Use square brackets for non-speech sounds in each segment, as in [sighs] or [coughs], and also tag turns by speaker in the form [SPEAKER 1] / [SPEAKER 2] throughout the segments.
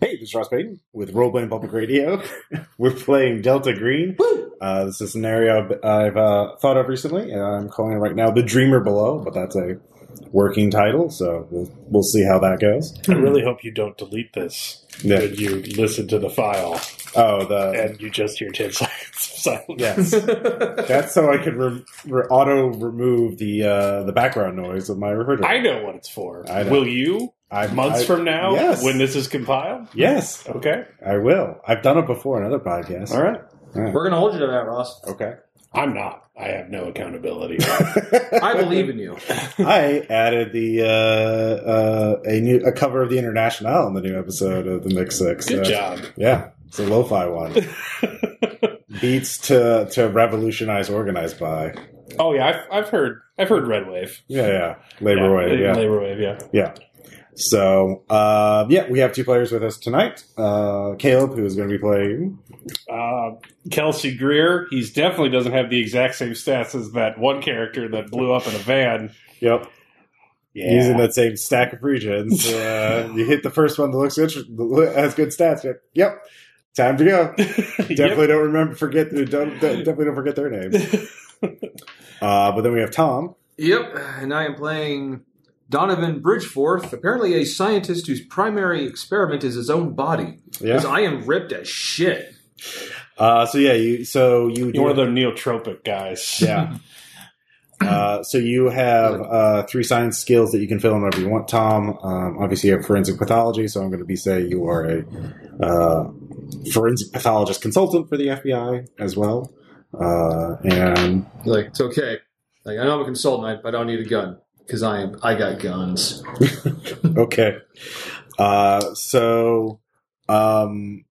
[SPEAKER 1] Hey, this is Ross Payton with Roleplaying Public Radio. [laughs] We're playing Delta Green. Uh, this is a scenario I've- I've uh, thought of recently, and I'm calling it right now "The Dreamer Below," but that's a working title, so we'll we'll see how that goes.
[SPEAKER 2] I really hope you don't delete this
[SPEAKER 1] Hmm. Yeah.
[SPEAKER 2] when you listen to the file
[SPEAKER 1] Oh, the
[SPEAKER 2] and you just hear [laughs] 10 seconds of silence.
[SPEAKER 1] yes, that's so I could re- re- auto remove the uh, the background noise of my refrigerator.
[SPEAKER 2] I know what it's for.
[SPEAKER 1] I know.
[SPEAKER 2] Will you?
[SPEAKER 1] I-
[SPEAKER 2] Months
[SPEAKER 1] I-
[SPEAKER 2] from now,
[SPEAKER 1] yes.
[SPEAKER 2] when this is compiled?
[SPEAKER 1] yes,
[SPEAKER 2] Okay.
[SPEAKER 1] I will. I've done it before in other podcasts.
[SPEAKER 2] All right.
[SPEAKER 3] We're going to hold you to that, Ross.
[SPEAKER 1] Okay,
[SPEAKER 2] I'm not. I have no
[SPEAKER 1] [laughs]
[SPEAKER 2] accountability.
[SPEAKER 3] I believe in you.
[SPEAKER 1] I added the uh, uh, a new a cover of the International in the new episode of the Mix Six.
[SPEAKER 2] Good
[SPEAKER 1] so-
[SPEAKER 2] job.
[SPEAKER 1] Yeah, it's a lo-fi
[SPEAKER 2] [laughs]
[SPEAKER 1] one. Beats to to revolutionize organized by.
[SPEAKER 2] Oh yeah, I've, I've heard I've heard Red Wave.
[SPEAKER 1] Yeah, yeah, labor
[SPEAKER 2] yeah.
[SPEAKER 1] wave. Yeah,
[SPEAKER 2] Labor Wave, yeah.
[SPEAKER 1] yeah. So uh, yeah, we have two players with us tonight. Uh, Caleb, who is going to be playing.
[SPEAKER 2] Uh, Kelsey Greer, he's definitely doesn't have the exact same stats as that one character that blew up in a van.
[SPEAKER 1] Yep,
[SPEAKER 2] Yeah.
[SPEAKER 1] using that same stack of
[SPEAKER 2] [laughs]
[SPEAKER 1] regions. Uh, you hit the first one that looks interesting, has good stats. Yep, yep. Time to go.
[SPEAKER 2] [laughs]
[SPEAKER 1] Definitely don't remember. Forget. Don't, definitely don't forget their name. Uh, but then we have Tom.
[SPEAKER 3] [laughs] Yep, and I am playing Donovan Bridgeforth, apparently a scientist whose primary experiment is his own body.
[SPEAKER 1] Yeah.
[SPEAKER 3] Because I am ripped as shit.
[SPEAKER 1] Uh, so yeah, you. So you.
[SPEAKER 2] You're one of the neotropic guys.
[SPEAKER 1] Yeah. Uh, so you have uh, three science skills that you can fill in whatever you want, Tom. Um, obviously, you have forensic pathology, so I'm going to be say you are a uh, forensic pathologist consultant for the FBI as well. Uh, and
[SPEAKER 3] Like, it's okay. Like, I know I'm a consultant, I, I don't need a gun. Because I am, I got guns.
[SPEAKER 1] okay, uh, so um,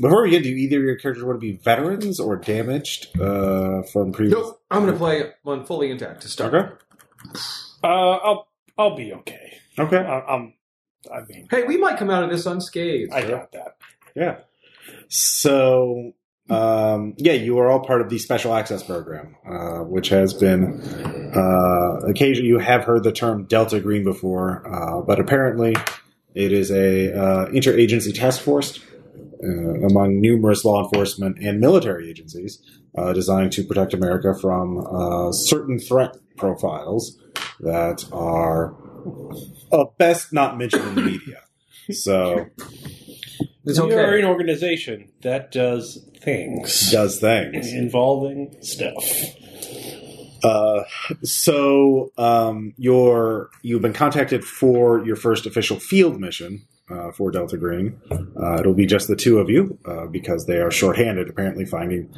[SPEAKER 1] before we get to either of your characters, want to be veterans or damaged uh, from previous?
[SPEAKER 3] Nope, I'm going to play one fully intact to start.
[SPEAKER 1] Okay.
[SPEAKER 2] Uh, I'll I'll be okay. I,
[SPEAKER 1] Okay.
[SPEAKER 2] I'm. I mean,
[SPEAKER 3] Hey, we might come out of this unscathed.
[SPEAKER 2] I got that.
[SPEAKER 1] Yeah. So, um, yeah, you are all part of the special access program, uh, which has been uh, occasionally you have heard the term Delta Green before, uh, but apparently it is a uh, interagency task force. Uh, among numerous law enforcement and military agencies uh, designed to protect America from uh, certain threat profiles that are uh, best not mentioned in the media. So,
[SPEAKER 3] It's
[SPEAKER 2] We are
[SPEAKER 3] okay.
[SPEAKER 2] an organization that does things
[SPEAKER 1] does things.
[SPEAKER 2] involving stuff.
[SPEAKER 1] Uh, so um, your you've been contacted for your first official field mission uh, for Delta Green. Uh, it'll be just the two of you uh, because they are shorthanded. Apparently, finding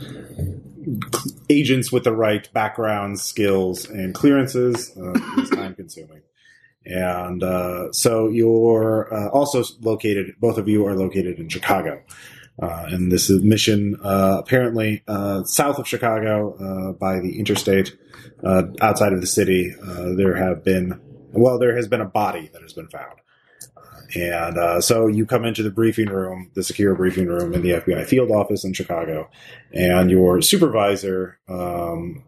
[SPEAKER 1] agents with the right backgrounds, skills, and clearances uh, is time consuming. And uh, so you're uh, also located. Both of you are located in Chicago. Uh, and this is mission uh, apparently uh, south of Chicago uh, by the interstate uh, outside of the city, uh, there have been, well, there has been a body that has been found. And uh, so you come into the briefing room, the secure briefing room in the FBI field office in Chicago, and your supervisor, um,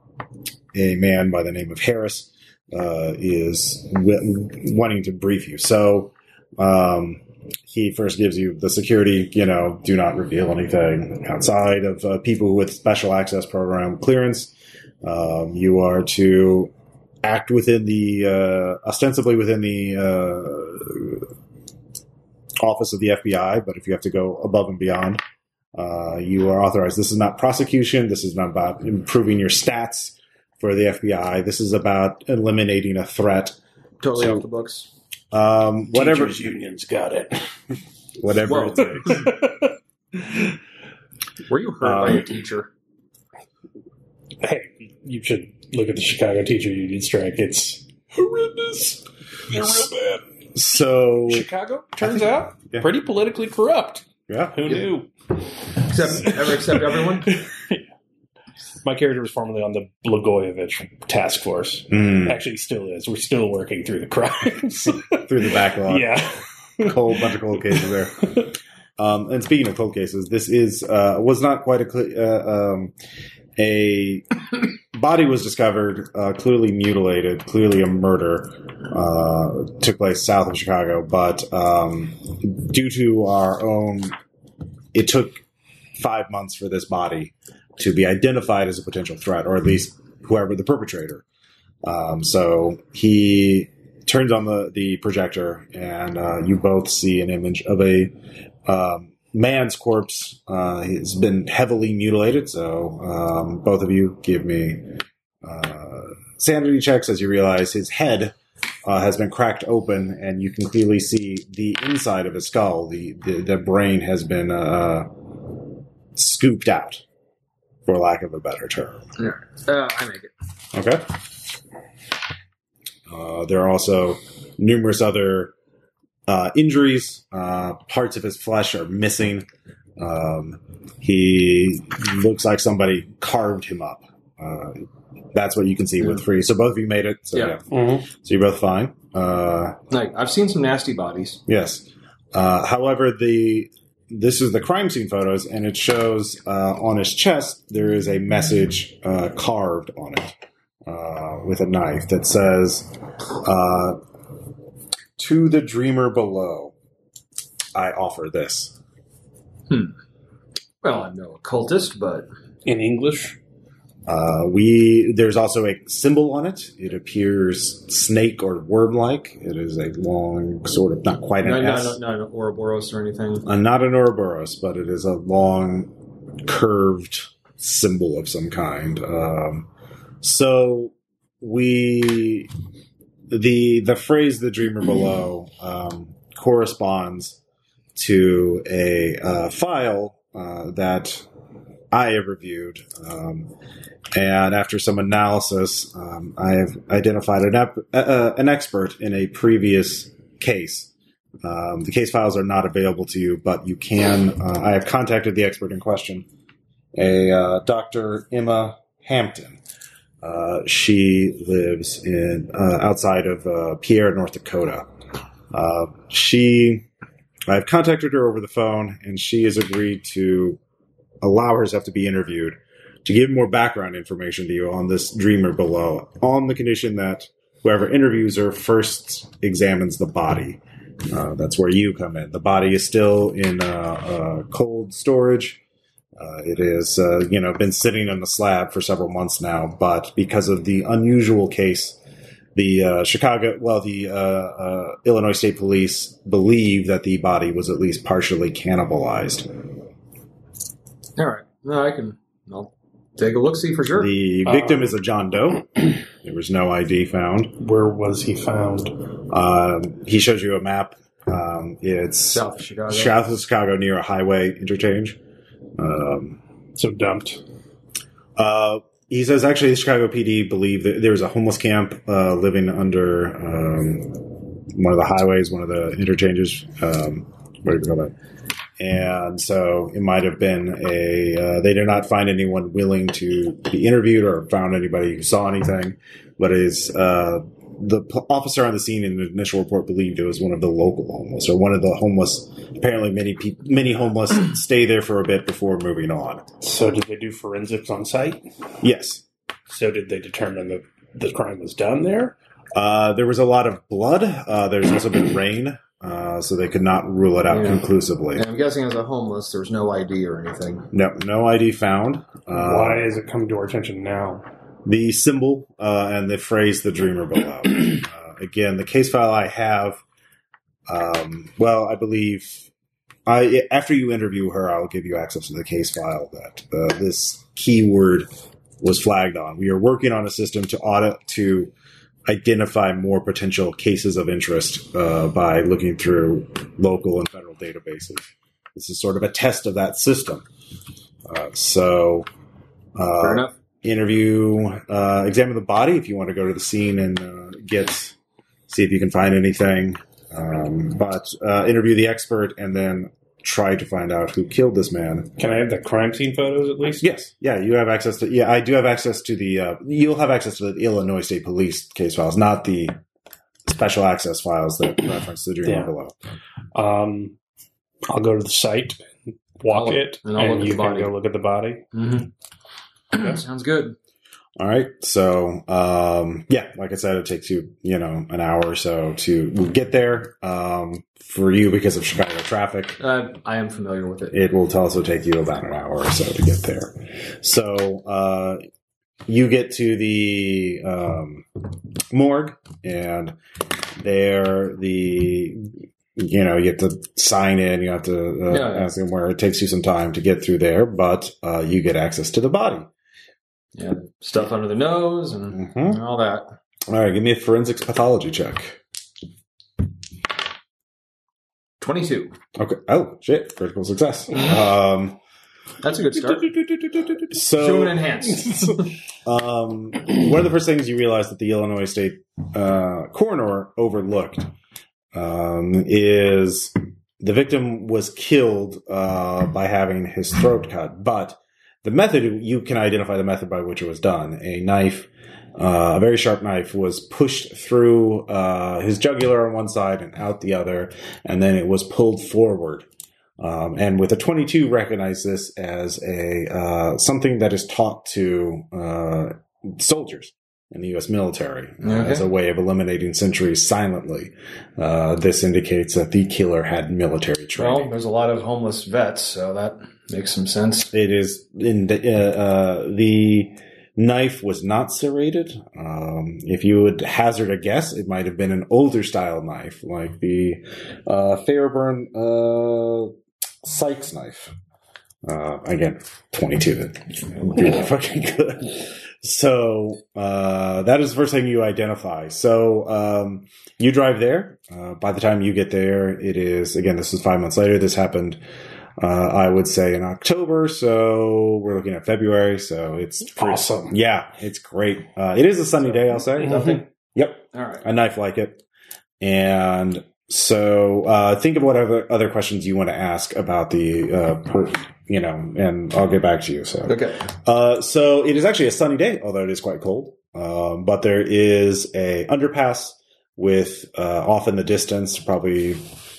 [SPEAKER 1] a man by the name of Harris, uh, is w- wanting to brief you. So um, he first gives you the security, you know, do not reveal anything outside of uh, people with special access program clearance. Um, you are to act within the uh, ostensibly within the uh, office of the FBI, but if you have to go above and beyond, uh, you are authorized. This is not prosecution. This is not about improving your stats for the FBI. This is about eliminating a threat.
[SPEAKER 3] totally
[SPEAKER 1] so-
[SPEAKER 3] off the books.
[SPEAKER 1] Um, whatever,
[SPEAKER 2] Teachers unions got it.
[SPEAKER 1] whatever
[SPEAKER 3] Whoa.
[SPEAKER 1] it takes.
[SPEAKER 3] Were you hurt by
[SPEAKER 1] Um,
[SPEAKER 3] your teacher?
[SPEAKER 2] hey, you should look at the Chicago teacher union strike. It's horrendous. They're real bad.
[SPEAKER 1] So,
[SPEAKER 2] Chicago turns out
[SPEAKER 1] Yeah.
[SPEAKER 2] pretty politically corrupt. [laughs]
[SPEAKER 1] yeah,
[SPEAKER 2] Who
[SPEAKER 3] Yeah.
[SPEAKER 2] knew?
[SPEAKER 3] Except, ever except everyone?
[SPEAKER 2] My character was formerly on the Blagojevich task force.
[SPEAKER 1] Mm,
[SPEAKER 2] Actually, still is. We're still working through the [laughs] crimes.
[SPEAKER 1] through the backlog.
[SPEAKER 2] yeah.
[SPEAKER 1] cold bunch of cold cases there. Um, and speaking of cold cases, this is uh, was not quite a cle- uh, um, a body was discovered, uh, clearly mutilated, clearly a murder. Uh, took place south of Chicago, but um, due to our own, it took five months for this body to be identified as a potential threat, or at least whoever the perpetrator. Um, so he turns on the, the projector, and uh, you both see an image of a um, man's corpse. Uh, he's been heavily mutilated, so um, both of you give me uh, sanity checks as you realize his head. Uh, has been cracked open, and you can clearly see the inside of his skull. The the, the brain has been uh, scooped out, for lack of a better term.
[SPEAKER 3] [laughs] Uh, I make it.
[SPEAKER 1] Okay. Uh, there are also numerous other uh, injuries. Uh, parts of his flesh are missing. Um, he looks like somebody carved him up. Uh, that's what you can see with free. So both of you made it. So,
[SPEAKER 3] Yeah.
[SPEAKER 1] yeah.
[SPEAKER 2] mm-hmm.
[SPEAKER 1] So you're both fine. Uh,
[SPEAKER 3] Like I've seen some nasty bodies.
[SPEAKER 1] yes. Uh, however, the this is the crime scene photos, and it shows uh, on his chest there is a message uh, carved on it uh, with a knife that says, uh, "To the dreamer below, I offer this."
[SPEAKER 3] Well, I'm no occultist, but
[SPEAKER 2] In English?
[SPEAKER 1] Uh, we there's also a symbol on it. It appears snake or worm-like. It is a long, sort of not quite an
[SPEAKER 3] no, no,
[SPEAKER 1] S.
[SPEAKER 3] no, no, no Ouroboros or anything.
[SPEAKER 1] Uh, not an Ouroboros, but it is a long, curved symbol of some kind. Um, so we the the phrase "the dreamer below" um, corresponds to a uh, file uh, that I have reviewed, um, and after some analysis, um, I have identified an ep- uh, uh, an expert in a previous case. Um, the case files are not available to you, but you can. Uh, I have contacted the expert in question, a uh, Dr. Emma Hampton. Uh, she lives in uh, outside of uh, Pierre, North Dakota. Uh, she, I've contacted her over the phone, and she has agreed to allow herself to be interviewed to give more background information to you on this dreamer below, on the condition that whoever interviews her first examines the body. Uh, that's where you come in. The body is still in uh, uh, cold storage. Uh, it is, uh, you know, been sitting on the slab for several months now, but because of the unusual case, the uh, Chicago, well, the uh, uh, Illinois State Police believe that the body was at least partially cannibalized.
[SPEAKER 3] All right, no, I can. I'll take a look, see for sure. Uh.
[SPEAKER 1] The victim is a John Doe. there was no ID found.
[SPEAKER 2] Where was he found?
[SPEAKER 1] Um, he shows you a map. Um, it's
[SPEAKER 3] South of Chicago.
[SPEAKER 1] south of Chicago near a highway interchange. Um,
[SPEAKER 2] So dumped.
[SPEAKER 1] Uh, he says actually, the Chicago PD believe that there's a homeless camp uh, living under um, one of the highways, one of the interchanges. Um, what do you call that? And so it might have been a. Uh, they did not find anyone willing to be interviewed or found anybody who saw anything, but is. Uh, the p- officer on the scene in the initial report believed it was one of the local homeless or one of the homeless. Apparently, many peop many homeless stay there for a bit before moving on.
[SPEAKER 2] So did they do forensics on site?
[SPEAKER 1] Yes,
[SPEAKER 2] So did they determine that the crime was done there?
[SPEAKER 1] Uh, there was a lot of blood. Uh, there's also
[SPEAKER 3] [clears throat]
[SPEAKER 1] been rain, uh, so they could not rule it out
[SPEAKER 3] Yeah.
[SPEAKER 1] conclusively.
[SPEAKER 3] And I'm guessing as a homeless, there was no ID or anything.
[SPEAKER 1] No, no ID found. Uh,
[SPEAKER 2] Why has it come to our attention now?
[SPEAKER 1] The symbol uh, and the phrase "the dreamer below." uh, again, the case file I have. Um, well, I believe I after you interview her, I'll give you access to the case file that uh, this keyword was flagged on. We are working on a system to audit to identify more potential cases of interest uh, by looking through local and federal databases. This is sort of a test of that system. Uh, so. Uh,
[SPEAKER 3] Fair enough.
[SPEAKER 1] interview, uh, examine the body if you want to go to the scene and uh, get see if you can find anything. Um, but uh, interview the expert and then try to find out who killed this man.
[SPEAKER 2] Can I have the crime scene photos at least?
[SPEAKER 1] Yes, yeah, you have access to. Yeah, I do have access to the. Uh, you'll have access to the Illinois State Police case files, not the special access files that reference the dream
[SPEAKER 2] Yeah.
[SPEAKER 1] below.
[SPEAKER 2] Um, I'll go to the site, walk
[SPEAKER 3] I'll-
[SPEAKER 2] it,
[SPEAKER 3] and
[SPEAKER 2] and,
[SPEAKER 3] I'll look at
[SPEAKER 2] you
[SPEAKER 3] the
[SPEAKER 2] can
[SPEAKER 3] body.
[SPEAKER 2] go look at the body.
[SPEAKER 3] Mhm. Sounds good.
[SPEAKER 1] All right. So, um, yeah, like I said, it takes you, you know, an hour or so to get there. Um, for you, because of Chicago traffic,
[SPEAKER 3] Uh, I am familiar with it.
[SPEAKER 1] it will also take you about an hour or so to get there. So, uh, you get to the um, morgue, and there, the you know, you have to sign in. You have to uh,
[SPEAKER 3] Yeah.
[SPEAKER 1] ask them where. It takes you some time to get through there, but uh, you get access to the body.
[SPEAKER 3] Yeah, stuff under the nose and
[SPEAKER 1] hmm
[SPEAKER 3] all that.
[SPEAKER 1] All right, give me a forensics pathology check.
[SPEAKER 3] Twenty-two.
[SPEAKER 1] Okay. Oh shit! Critical
[SPEAKER 3] [laughs]
[SPEAKER 1] success. Um,
[SPEAKER 3] That's a good start. Zoom and
[SPEAKER 1] so, [laughs]
[SPEAKER 3] enhance.
[SPEAKER 1] um, one of the first things you realize that the Illinois State uh, coroner overlooked um, is the victim was killed uh, by having his throat cut, but the method you can identify the method by which it was done. A knife, uh, a very sharp knife, was pushed through uh, his jugular on one side and out the other, and then it was pulled forward. Um, and with a 22, recognize this as a uh, something that is taught to uh, soldiers in the U.S. military uh,
[SPEAKER 3] Okay.
[SPEAKER 1] as a way of eliminating sentries silently. Uh, this indicates that the killer had military training.
[SPEAKER 3] well, there's a lot of homeless vets, so that makes some sense.
[SPEAKER 1] It is in the uh, uh, the knife was not serrated. Um, if you would hazard a guess, it might have been an older style knife, like the uh, Fairburn uh, Sykes knife. Uh, again, twenty two. Really fucking good. So uh, that is the first thing you identify. So um, you drive there. Uh, by the time you get there, it is again. This is five months later. This happened uh, I would say in October. So we're looking at February. So it's
[SPEAKER 2] Awesome.
[SPEAKER 1] yeah, it's great. Uh, it is a sunny day. I'll say.
[SPEAKER 3] Mm-hmm.
[SPEAKER 2] Mhm.
[SPEAKER 1] Mm-hmm. Yep,
[SPEAKER 3] All right.
[SPEAKER 1] a knife like it. And so uh, think of what other other questions you want to ask about the uh, per, you know, and I'll get back to you. So
[SPEAKER 3] Okay.
[SPEAKER 1] uh, so it is actually a sunny day, although it is quite cold. Um, but there is a underpass with uh, off in the distance, probably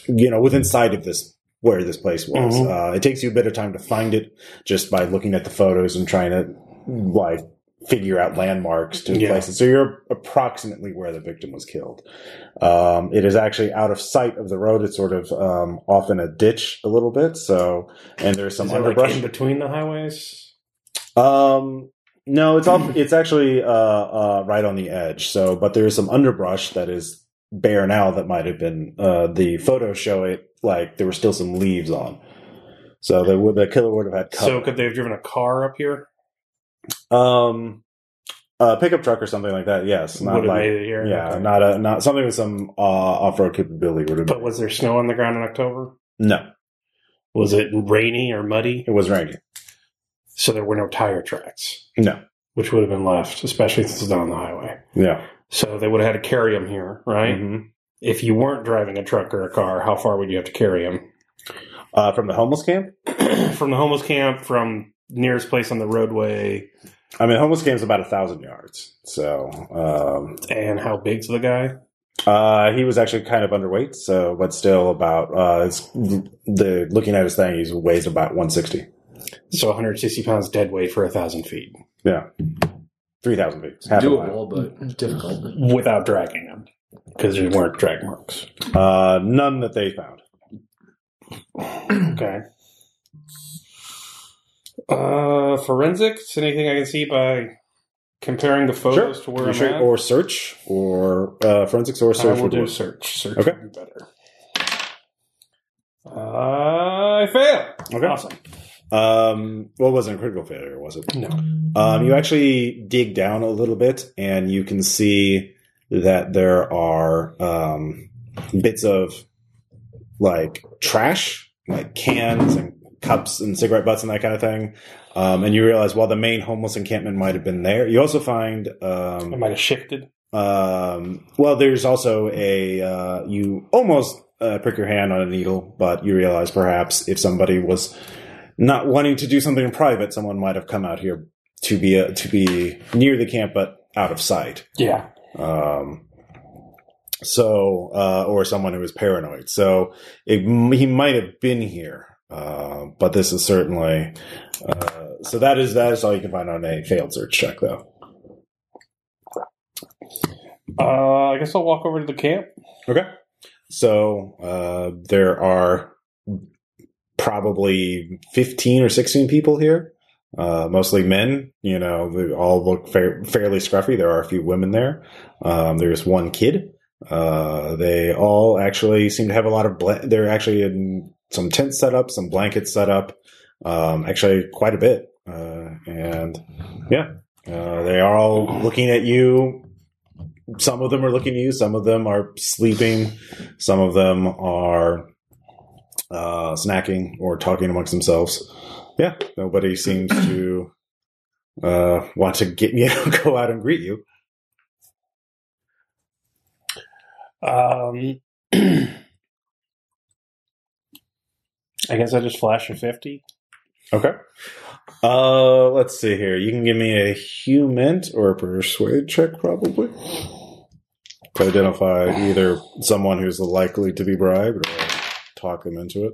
[SPEAKER 1] you know within sight of this where this place was.
[SPEAKER 2] Mhm.
[SPEAKER 1] Uh, it takes you a bit of time to find it just by looking at the photos and trying to like figure out landmarks to
[SPEAKER 2] Yeah.
[SPEAKER 1] places. So you're approximately where the victim was killed. Um, it is actually out of sight of the road. It's sort of um, off in a ditch a little bit. So and there's some
[SPEAKER 2] Is that like
[SPEAKER 1] underbrush.
[SPEAKER 2] in between the highways?
[SPEAKER 1] Um, no, it's
[SPEAKER 2] [clears throat]
[SPEAKER 1] off. It's actually uh, uh, right on the edge. So, but there is some underbrush that is bare now. That might have been uh, the photos show it like there were still some leaves on. So the the killer would have had
[SPEAKER 2] So
[SPEAKER 1] cover.
[SPEAKER 2] could they have driven a car up here?
[SPEAKER 1] um, a pickup truck or something like that. Yes, not
[SPEAKER 2] Would have
[SPEAKER 1] like
[SPEAKER 2] made it here.
[SPEAKER 1] yeah,
[SPEAKER 2] Okay.
[SPEAKER 1] not a not something with some uh, off road capability would have.
[SPEAKER 2] But was there snow on the ground in October?
[SPEAKER 1] no,
[SPEAKER 2] Was it rainy or muddy?
[SPEAKER 1] it was raining.
[SPEAKER 2] So there were no tire tracks.
[SPEAKER 1] No.
[SPEAKER 2] Which would have been left, especially since it's not on the highway.
[SPEAKER 1] Yeah,
[SPEAKER 2] So they would have had to carry him here, right?
[SPEAKER 1] Mhm.
[SPEAKER 2] If you weren't driving a truck or a car, how far would you have to carry him? [clears throat]
[SPEAKER 1] Uh, from the homeless camp.
[SPEAKER 2] from the homeless camp, from nearest place on the roadway,
[SPEAKER 1] I mean, homeless camp's about a thousand yards. So um,
[SPEAKER 2] and how big's the guy?
[SPEAKER 1] Uh, he was actually kind of underweight, so but still about uh, it's, the looking at his thing, he weighs about 160,
[SPEAKER 2] So 160 pounds dead weight for a thousand feet
[SPEAKER 1] yeah, 3,000 feet,
[SPEAKER 3] It's
[SPEAKER 1] half a mile.
[SPEAKER 3] doable, but difficult.
[SPEAKER 2] without dragging him because there weren't drag marks.
[SPEAKER 1] Uh, none that they found.
[SPEAKER 2] [clears throat] Okay. Uh, forensics? Anything I can see by comparing the photos to where
[SPEAKER 1] You
[SPEAKER 2] I'm
[SPEAKER 1] sure-
[SPEAKER 2] at?
[SPEAKER 1] or search, or uh, forensics, or
[SPEAKER 2] I
[SPEAKER 1] search.
[SPEAKER 2] will
[SPEAKER 1] would
[SPEAKER 2] do
[SPEAKER 1] work.
[SPEAKER 2] search. Search
[SPEAKER 1] Okay.
[SPEAKER 2] would be better. Uh, I fail.
[SPEAKER 1] Okay.
[SPEAKER 2] Awesome.
[SPEAKER 1] Um, well, it wasn't a critical failure, was it?
[SPEAKER 2] No.
[SPEAKER 1] Um, you actually dig down a little bit, and you can see that there are um, bits of like trash, like cans and cups and cigarette butts and that kind of thing. Um, and you realize while the main homeless encampment might have been there, you also find
[SPEAKER 2] I
[SPEAKER 1] um,
[SPEAKER 2] might have shifted.
[SPEAKER 1] um, well, there's also a uh, you almost uh, prick your hand on a needle, but you realize perhaps if somebody was not wanting to do something in private, someone might have come out here to be uh to be near the camp but out of sight.
[SPEAKER 2] Yeah.
[SPEAKER 1] Um, so, uh, or someone who is paranoid. So it, m- he might have been here. Uh, but this is certainly uh, so. That is that is all you can find on a failed search check, though.
[SPEAKER 2] Uh, I guess I'll walk over to the camp.
[SPEAKER 1] Okay. So uh, there are probably 15 or 16 people here, uh, mostly men. You know, they all look fair, fairly scruffy. There are a few women there. Um, there's one kid. Uh, they all actually seem to have a lot of. Bla- they're actually in some tents set up, some blankets set up. Um, actually, quite a bit. Uh, and yeah, uh, they are all looking at you, some of them are looking at you, some of them are sleeping, some of them are uh, snacking or talking amongst themselves. Yeah, nobody seems to uh, want to get you know, go [laughs] out and greet you.
[SPEAKER 2] Um, [clears throat] I guess I just flash a 50.
[SPEAKER 1] Okay. Uh, let's see here. You can give me a human or a persuade check, probably, to identify either someone who's likely to be bribed or talk them into it.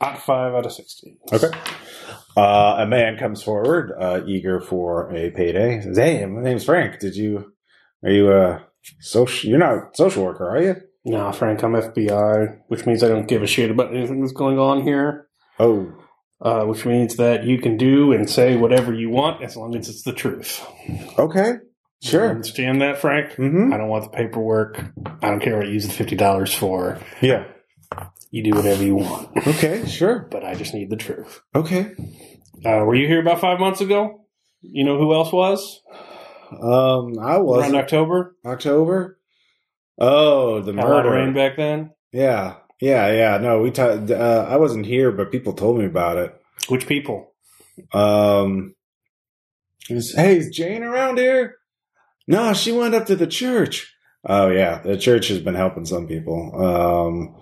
[SPEAKER 2] Odd 5 Uh, out of 60.
[SPEAKER 1] Okay. Uh, a man comes forward, uh, eager for a payday. He says, "Hey, my name's Frank. Did you? Are you a social? You're not a social worker, are you?
[SPEAKER 2] No, Frank, I'm FBI, which means I don't give a shit about anything that's going on here.
[SPEAKER 1] Oh,
[SPEAKER 2] Uh, which means that you can do and say whatever you want as long as it's the truth.
[SPEAKER 1] okay,
[SPEAKER 2] You
[SPEAKER 1] sure.
[SPEAKER 2] understand that, Frank?
[SPEAKER 1] Mm-hmm.
[SPEAKER 2] I don't want the paperwork. I don't care what you use the fifty dollars for.
[SPEAKER 1] Yeah.
[SPEAKER 2] You do whatever you want,
[SPEAKER 1] Okay, sure.
[SPEAKER 2] but I just need the truth.
[SPEAKER 1] Okay.
[SPEAKER 2] Uh, were you here about five months ago? You know who else was
[SPEAKER 1] Um, I was
[SPEAKER 2] around October?
[SPEAKER 1] October. Oh, the
[SPEAKER 2] How it
[SPEAKER 1] murder.
[SPEAKER 2] rained back then.
[SPEAKER 1] Yeah, yeah, yeah. No, we talked. Uh, I wasn't here, but people told me about it.
[SPEAKER 2] Which people?
[SPEAKER 1] Um, he was, hey, is Jane around here? No, she went up to the church. Oh yeah, the church has been helping some people. Um,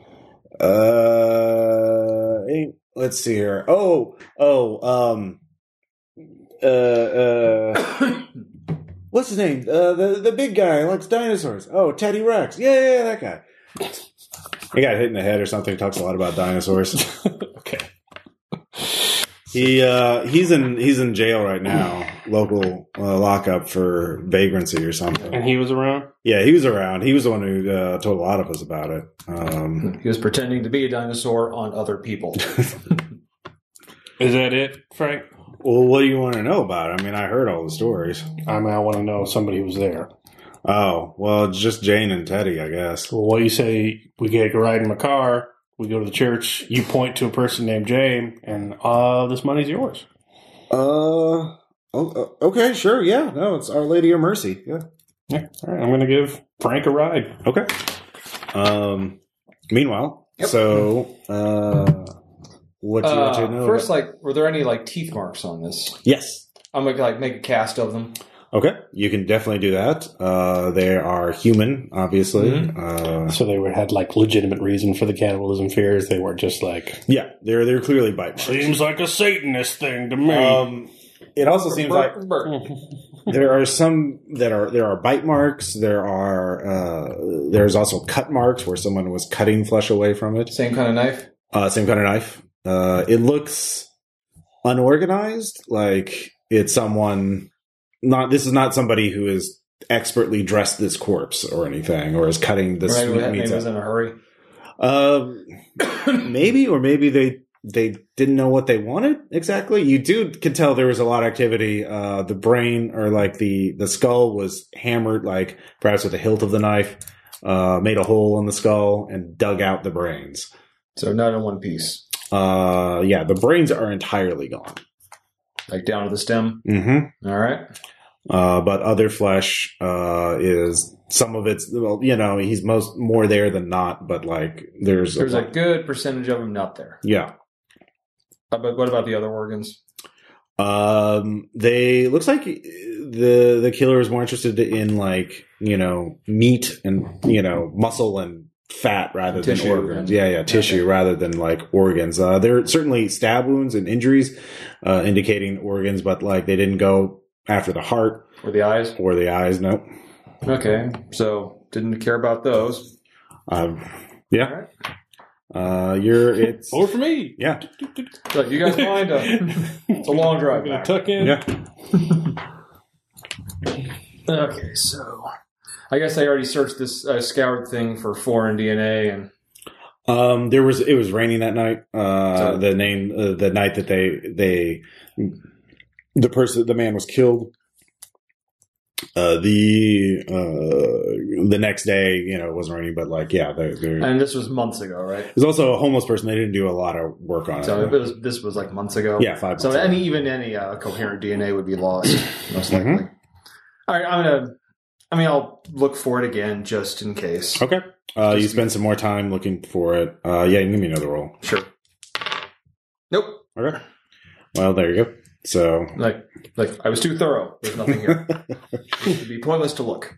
[SPEAKER 1] uh, eh, let's see here. Oh, oh, um, uh, uh, [coughs] what's his name? Uh, the the big guy who likes dinosaurs. Oh, Teddy Rex. Yeah, yeah, yeah, that guy. He got hit in the head or something. Talks a lot about dinosaurs.
[SPEAKER 2] Okay.
[SPEAKER 1] He uh, he's in he's in jail right now, local uh, lockup for vagrancy or something.
[SPEAKER 2] And he was around.
[SPEAKER 1] Yeah, he was around. He was the one who uh, told a lot of us about it. Um,
[SPEAKER 3] He was pretending to be a dinosaur on
[SPEAKER 1] [laughs]
[SPEAKER 3] other people.
[SPEAKER 2] Is that it, Frank?
[SPEAKER 1] well, what do you want to know about? it? I mean, I heard all the stories.
[SPEAKER 2] I mean, I want to know if somebody was there.
[SPEAKER 1] Oh well, it's just Jane and Teddy, I guess.
[SPEAKER 2] Well, what do you say? We get a ride in my car. We go to the church. You point to a person named Jane, and uh, this money's yours.
[SPEAKER 1] Uh, oh, okay, sure, yeah. No, it's Our Lady of Mercy. Yeah.
[SPEAKER 2] Yeah. All right. I'm going to give Frank a ride.
[SPEAKER 1] Okay. Um. Meanwhile, so uh, what do you want
[SPEAKER 2] Uh,
[SPEAKER 1] to know?
[SPEAKER 3] Uh, first,
[SPEAKER 1] about-
[SPEAKER 3] like, were there any like teeth marks on this?
[SPEAKER 1] yes.
[SPEAKER 3] I'm gonna like make a cast of them.
[SPEAKER 1] Okay, you can definitely do that. Uh, they are human, obviously. Uh,
[SPEAKER 2] So they were, had like legitimate reason for the cannibalism fears. They were just like
[SPEAKER 1] yeah, they're they're clearly bite marks.
[SPEAKER 2] seems like a Satanist thing to me. [laughs]
[SPEAKER 1] Um, it also seems like
[SPEAKER 3] Burp, burp.
[SPEAKER 1] there are some that are there are bite marks. There are uh, there's also cut marks where someone was cutting flesh away from it.
[SPEAKER 3] Same kind of knife.
[SPEAKER 1] Uh, same kind of knife. Uh, it looks unorganized, like it's someone. Not this is not somebody who is expertly dressed this corpse or anything, or is cutting this
[SPEAKER 3] Maybe
[SPEAKER 1] meat
[SPEAKER 3] that maybe
[SPEAKER 1] meat
[SPEAKER 3] it was in a hurry.
[SPEAKER 1] Um, [laughs] maybe, or maybe they they didn't know what they wanted exactly. You do can tell there was a lot of activity. Uh, the brain or like the the skull was hammered, like perhaps with the hilt of the knife, uh, made a hole in the skull and dug out the brains.
[SPEAKER 3] So not in one piece,
[SPEAKER 1] Uh, yeah, the brains are entirely gone.
[SPEAKER 3] like down to the stem.
[SPEAKER 1] Mm-hmm.
[SPEAKER 3] All right.
[SPEAKER 1] Uh, but other flesh uh, is some of it's well, you know, he's most more there than not. But like, there's,
[SPEAKER 3] There's
[SPEAKER 1] a,
[SPEAKER 3] a
[SPEAKER 1] lot-
[SPEAKER 3] good percentage of them not there.
[SPEAKER 1] yeah.
[SPEAKER 3] Uh, But what about the other organs?
[SPEAKER 1] Um, they looks like the the killer is more interested in like you know meat and you know muscle and fat rather
[SPEAKER 3] Tissue
[SPEAKER 1] than organs.
[SPEAKER 3] and-
[SPEAKER 1] yeah, yeah, tissue rather than like organs. Uh, there are certainly stab wounds and injuries uh, indicating organs, but like they didn't go after the heart
[SPEAKER 3] Or the eyes?
[SPEAKER 1] or the eyes. No.
[SPEAKER 3] Okay. So didn't care about those.
[SPEAKER 1] Um, yeah.
[SPEAKER 3] Alright.
[SPEAKER 1] Uh, you're
[SPEAKER 2] [laughs]
[SPEAKER 1] it's
[SPEAKER 2] Over for me.
[SPEAKER 1] yeah
[SPEAKER 3] Look, you guys lined up. It's a long
[SPEAKER 2] I'm
[SPEAKER 1] [laughs]
[SPEAKER 3] drive.
[SPEAKER 2] gonna
[SPEAKER 3] back.
[SPEAKER 2] tuck in.
[SPEAKER 1] yeah.
[SPEAKER 3] Okay, so I guess I already searched this uh, scoured thing for foreign DNA, and
[SPEAKER 1] Um, there was it was raining that night. Uh,
[SPEAKER 3] So-
[SPEAKER 1] the name uh, the night that they they the person the man was killed. Uh, the uh, the next day, you know, it wasn't raining, but like yeah, there there-
[SPEAKER 3] and this was months ago, right?
[SPEAKER 1] there's also a homeless person. They didn't do a lot of work on it.
[SPEAKER 3] So it was, this was like months ago.
[SPEAKER 1] yeah, five.
[SPEAKER 3] So
[SPEAKER 1] months ago.
[SPEAKER 3] any even any uh, coherent DNA would
[SPEAKER 1] [clears throat]
[SPEAKER 3] be lost, most likely.
[SPEAKER 1] Mhm.
[SPEAKER 3] All right, I'm gonna. I mean, I'll look for it again just in case.
[SPEAKER 1] okay, uh, you
[SPEAKER 3] Just-
[SPEAKER 1] spend some more time looking for it. Uh, yeah, you can give me another roll.
[SPEAKER 3] Sure. Nope.
[SPEAKER 1] Okay, well there you go. So
[SPEAKER 3] Like, like I was too thorough. There's
[SPEAKER 1] [laughs]
[SPEAKER 3] nothing here. It'd be pointless to look.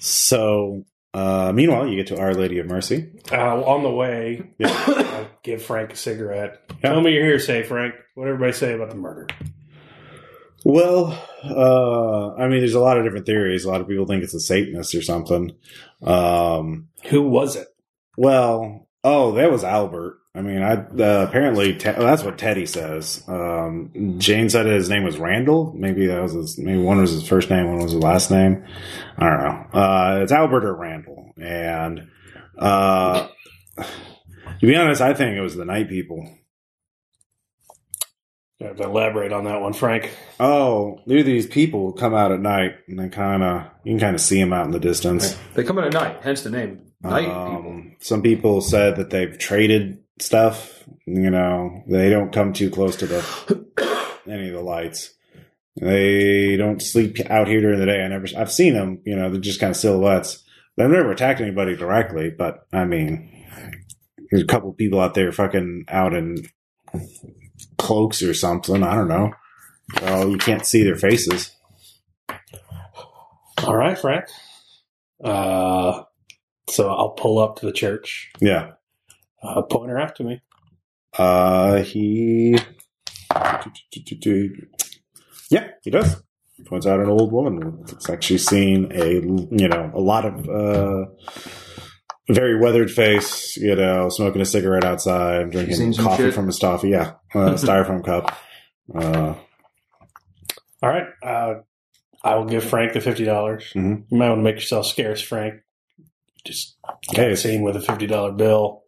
[SPEAKER 1] so uh, meanwhile, you get to Our Lady of Mercy.
[SPEAKER 2] Uh, on the way,
[SPEAKER 1] Yeah.
[SPEAKER 2] I'll give Frank a cigarette.
[SPEAKER 1] Yeah.
[SPEAKER 2] Tell me you're here, say Frank. What everybody say about the murder?
[SPEAKER 1] Well, uh, I mean, there's a lot of different theories. A lot of people think it's a Satanist or something. Um,
[SPEAKER 2] Who was it?
[SPEAKER 1] well, oh, that was Albert. I mean, I uh, apparently Te- that's what Teddy says. Um, Jane said his name was Randall. Maybe that was his, maybe one was his first name, one was his last name. I don't know. Uh, it's Albert or Randall, and uh, to be honest, I think it was the Night People.
[SPEAKER 2] You have to elaborate on that one, Frank.
[SPEAKER 1] Oh, there are these people who come out at night, and they kind of you can kind of see them out in the distance.
[SPEAKER 3] They come in at night, hence the name. Night people.
[SPEAKER 1] Um, some people said that they've traded stuff. You know, they don't come too close to the
[SPEAKER 3] [coughs]
[SPEAKER 1] any of the lights. They don't sleep out here during the day. I never, I've seen them. You know, they're just kind of silhouettes. They've never attacked anybody directly, but I mean, there's a couple people out there fucking out in cloaks or something. I don't know. Oh, you can't see their faces.
[SPEAKER 2] All right, Frank. Uh, so I'll pull up to the church.
[SPEAKER 1] Yeah.
[SPEAKER 2] Uh, point her out to me.
[SPEAKER 1] Uh, he. Yeah, he does. Points out an old woman. Looks like she's seen a you know a lot of uh, very weathered face. You know, smoking a cigarette outside, drinking
[SPEAKER 3] seen some
[SPEAKER 1] coffee
[SPEAKER 3] shit.
[SPEAKER 1] from a toffee. Yeah, uh,
[SPEAKER 3] [laughs]
[SPEAKER 1] styrofoam cup. Uh,
[SPEAKER 2] All right. Uh, I will give Frank the fifty dollars.
[SPEAKER 1] Mhm.
[SPEAKER 2] You might want to make yourself scarce, Frank. Just
[SPEAKER 1] Hey.
[SPEAKER 2] get seen with a fifty dollar bill.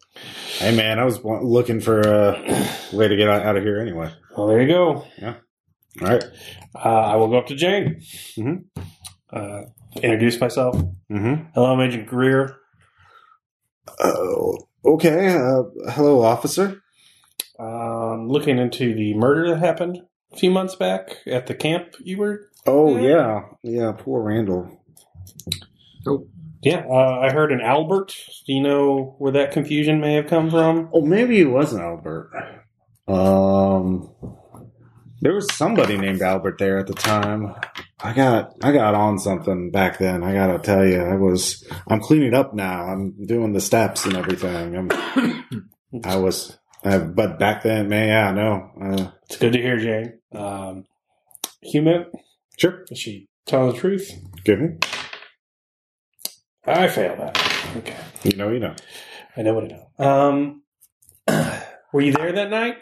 [SPEAKER 1] hey man, I was wa- looking for a way to get out out of here anyway.
[SPEAKER 2] Well, there you go.
[SPEAKER 1] All right.
[SPEAKER 2] Uh, I will go up to Jane.
[SPEAKER 1] Mhm.
[SPEAKER 2] Uh, introduce myself.
[SPEAKER 1] Mm-hmm.
[SPEAKER 2] Hello, I'm Agent Greer.
[SPEAKER 1] Oh, okay. Uh, hello, officer.
[SPEAKER 2] Um, looking into the murder that happened a few months back at the camp you were.
[SPEAKER 1] Oh yeah, yeah. Poor Randall.
[SPEAKER 2] Yeah, uh, I heard an Albert. Do you know where that confusion may have come from?
[SPEAKER 1] Oh, maybe it wasn't Albert. Um, there was somebody named Albert there at the time. I got I got on something back then. I gotta tell you, I was I'm cleaning up now. I'm doing the steps and everything. I'm, I was, I, but back then, man, yeah, no, uh,
[SPEAKER 2] It's good to hear, Jane. Um, human,
[SPEAKER 1] sure,
[SPEAKER 2] is she telling the truth?
[SPEAKER 1] give me,
[SPEAKER 2] I failed that. Okay,
[SPEAKER 1] you know, you know,
[SPEAKER 2] I know what I know. Um, [clears throat] were you there that night?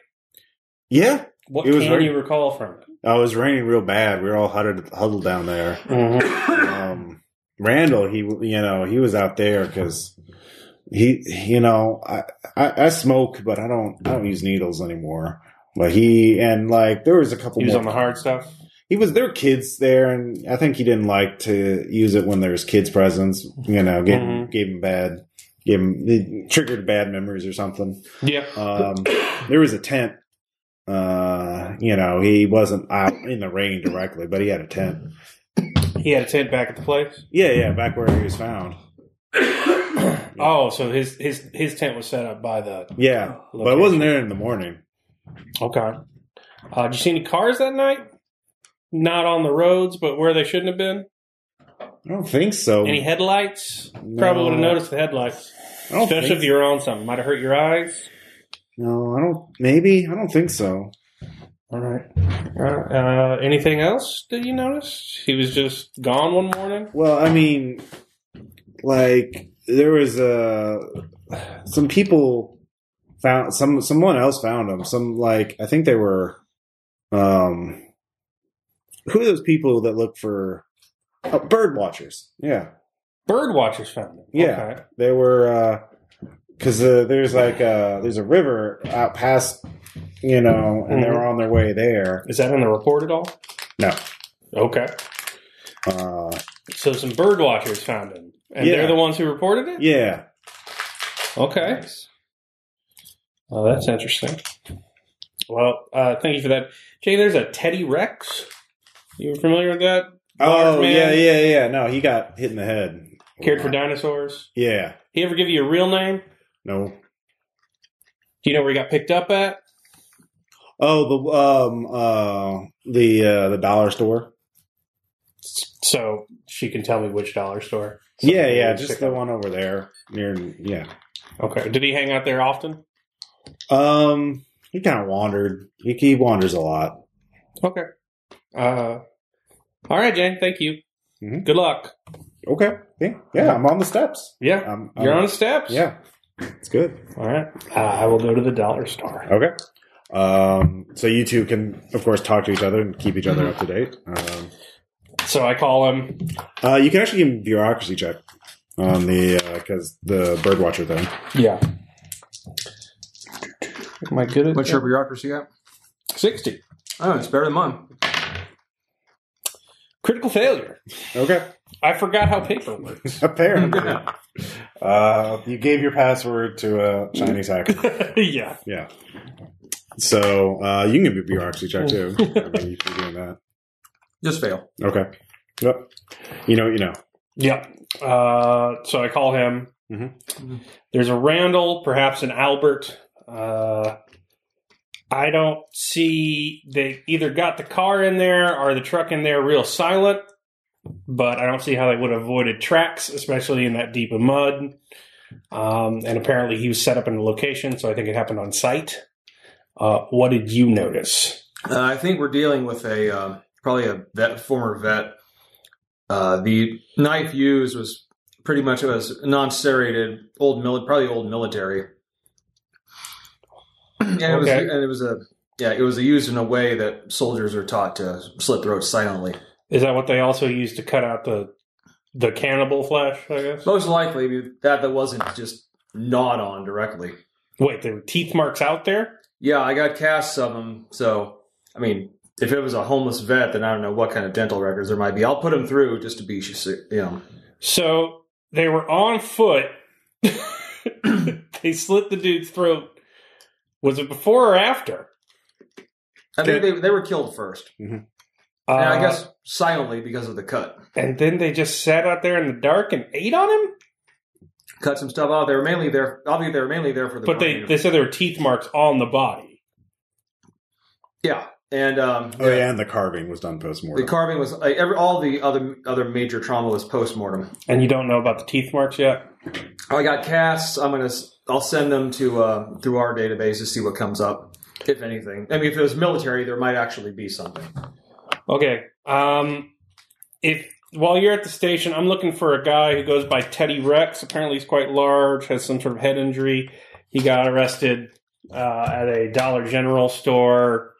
[SPEAKER 1] yeah.
[SPEAKER 2] What
[SPEAKER 1] It
[SPEAKER 2] can
[SPEAKER 1] was very-
[SPEAKER 2] you recall from it?
[SPEAKER 1] Oh, it was raining real bad. We were all huddled, huddled down there. um, Randall, he you know he was out there because he you know I, I I smoke, but I don't I don't use needles anymore. But he and like there was a couple.
[SPEAKER 2] He was
[SPEAKER 1] more-
[SPEAKER 2] on the hard stuff.
[SPEAKER 1] He was there were kids there, and I think he didn't like to use it when there was kids present. You know, gave
[SPEAKER 2] Mm-hmm.
[SPEAKER 1] him, gave him bad, gave him it triggered bad memories or something.
[SPEAKER 2] Yeah.
[SPEAKER 1] Um, there was a tent. Uh, you know, he wasn't out in the rain directly, but he had a tent.
[SPEAKER 2] He had a tent back at the place.
[SPEAKER 1] [coughs] Yeah, yeah, back where he was found.
[SPEAKER 2] Oh, so his his his tent was set up by the
[SPEAKER 1] Yeah, but it wasn't there in the morning.
[SPEAKER 2] okay. Uh, did you see any cars that night? Not on the roads, but where they shouldn't have been.
[SPEAKER 1] I don't think so.
[SPEAKER 2] Any headlights?
[SPEAKER 1] Um, No.
[SPEAKER 2] Probably would have noticed the headlights,
[SPEAKER 1] I don't
[SPEAKER 2] especially
[SPEAKER 1] think,
[SPEAKER 2] if you were on something. Might have hurt your eyes.
[SPEAKER 1] no, I don't. Maybe I don't think so.
[SPEAKER 2] All right. Uh, anything else that you noticed? He was just gone one morning.
[SPEAKER 1] Well, I mean, like there was uh, some people found some someone else found them. Some like I think they were, um, who are those people that look for oh, bird watchers? Yeah,
[SPEAKER 2] Bird watchers found it.
[SPEAKER 1] Yeah.
[SPEAKER 2] Okay.
[SPEAKER 1] they were because uh, there's like uh there's a river out past you know, and they
[SPEAKER 2] Mm-hmm.
[SPEAKER 1] were on their way there.
[SPEAKER 2] Is that in the report at all?
[SPEAKER 1] No.
[SPEAKER 2] Okay.
[SPEAKER 1] Uh,
[SPEAKER 2] So some bird watchers found him. And
[SPEAKER 1] Yeah.
[SPEAKER 2] they're the ones who reported it?
[SPEAKER 1] yeah,
[SPEAKER 2] Okay. Oh, that's interesting. Well, uh, thank you for that. Jay, there's a Teddy Rex. You familiar with that? Large
[SPEAKER 1] oh
[SPEAKER 2] man.
[SPEAKER 1] yeah, yeah, yeah. No, he got hit in the head.
[SPEAKER 2] Cared for dinosaurs.
[SPEAKER 1] Yeah.
[SPEAKER 2] He ever give you a real name?
[SPEAKER 1] No.
[SPEAKER 2] Do you know where he got picked up at?
[SPEAKER 1] Oh, the um uh the uh the dollar store.
[SPEAKER 2] So she can tell me which dollar store.
[SPEAKER 1] yeah, yeah, just the one over there near. Yeah.
[SPEAKER 2] Okay. Did he hang out there often?
[SPEAKER 1] Um, he kind of wandered. He, he wanders a lot.
[SPEAKER 2] Okay. Uh, all right, Jay. Thank you.
[SPEAKER 1] Mhm.
[SPEAKER 2] Good luck.
[SPEAKER 1] Okay. Yeah, yeah I'm on the steps.
[SPEAKER 2] Yeah.
[SPEAKER 1] I'm, I'm-
[SPEAKER 2] You're on the steps.
[SPEAKER 1] Uh, Yeah, it's good.
[SPEAKER 2] All right. Uh, I will go to the dollar store.
[SPEAKER 1] Okay. Um, so you two can, of course, talk to each other and keep each other up to date. Um,
[SPEAKER 2] So I call him.
[SPEAKER 1] uh, you can actually give him bureaucracy check on the because the birdwatcher thing.
[SPEAKER 2] Yeah. Am I good at
[SPEAKER 3] What's your bureaucracy at?
[SPEAKER 2] 60.
[SPEAKER 3] Oh, it's better than mine.
[SPEAKER 2] Critical failure.
[SPEAKER 1] Okay.
[SPEAKER 2] I forgot how paper
[SPEAKER 1] [laughs]
[SPEAKER 2] works. [laughs]
[SPEAKER 1] Apparently,
[SPEAKER 3] [laughs]
[SPEAKER 1] uh, you gave your password to a Chinese hacker.
[SPEAKER 2] yeah.
[SPEAKER 1] Yeah. So uh, you can give me a bureaucracy check too. I mean, you can doing that.
[SPEAKER 3] Just fail.
[SPEAKER 1] Okay. Yep. You know, what you know.
[SPEAKER 2] Yeah. Uh, so I call him.
[SPEAKER 3] Mhm.
[SPEAKER 2] There's a Randall, perhaps an Albert. Uh, I don't see they either got the car in there or the truck in there real silent, but I don't see how they would have avoided tracks, especially in that deep of mud. Um, and apparently he was set up in a location, so I think it happened on site. Uh, what did you notice?
[SPEAKER 3] Uh, I think we're dealing with a uh, probably a vet, former vet. Uh, the knife used was pretty much a non-serrated old mili- probably old military, and it was
[SPEAKER 2] Okay.
[SPEAKER 3] and it was a yeah it was used in a way that soldiers are taught to slit throats silently.
[SPEAKER 2] Is that what they also used to cut out the the cannibal flesh? I guess.
[SPEAKER 3] Most likely that that wasn't just gnawed on directly.
[SPEAKER 2] Wait, there were teeth marks out there.
[SPEAKER 3] Yeah, I got casts of them. So, I mean, if it was a homeless vet, then I don't know what kind of dental records there might be. I'll put them through just to be, sh- you know.
[SPEAKER 2] So they were on foot. [coughs] they slit the dude's throat. Was it before or after?
[SPEAKER 3] I think they, they were killed first.
[SPEAKER 2] Uh,
[SPEAKER 3] and I guess silently because of the cut.
[SPEAKER 2] And then they just sat out there in the dark and ate on him.
[SPEAKER 3] Cut some stuff out. They were mainly there. Obviously, they were mainly there for the.
[SPEAKER 2] But they,
[SPEAKER 3] brain.
[SPEAKER 2] they said there were teeth marks on the body.
[SPEAKER 3] yeah, and um,
[SPEAKER 1] Oh yeah, and the carving was done post
[SPEAKER 3] the
[SPEAKER 1] mortem.
[SPEAKER 3] carving was like, every, all the other other major trauma was post mortem.
[SPEAKER 2] And you don't know about the teeth marks yet.
[SPEAKER 3] I got casts. I'm gonna. s- I'll send them to uh, through our database to see what comes up, if anything. I mean, if it was military, there might actually be something.
[SPEAKER 2] Okay. Um, if while you're at the station, I'm looking for a guy who goes by Teddy Rex. Apparently, he's quite large, has some sort of head injury. He got arrested uh, at a Dollar General store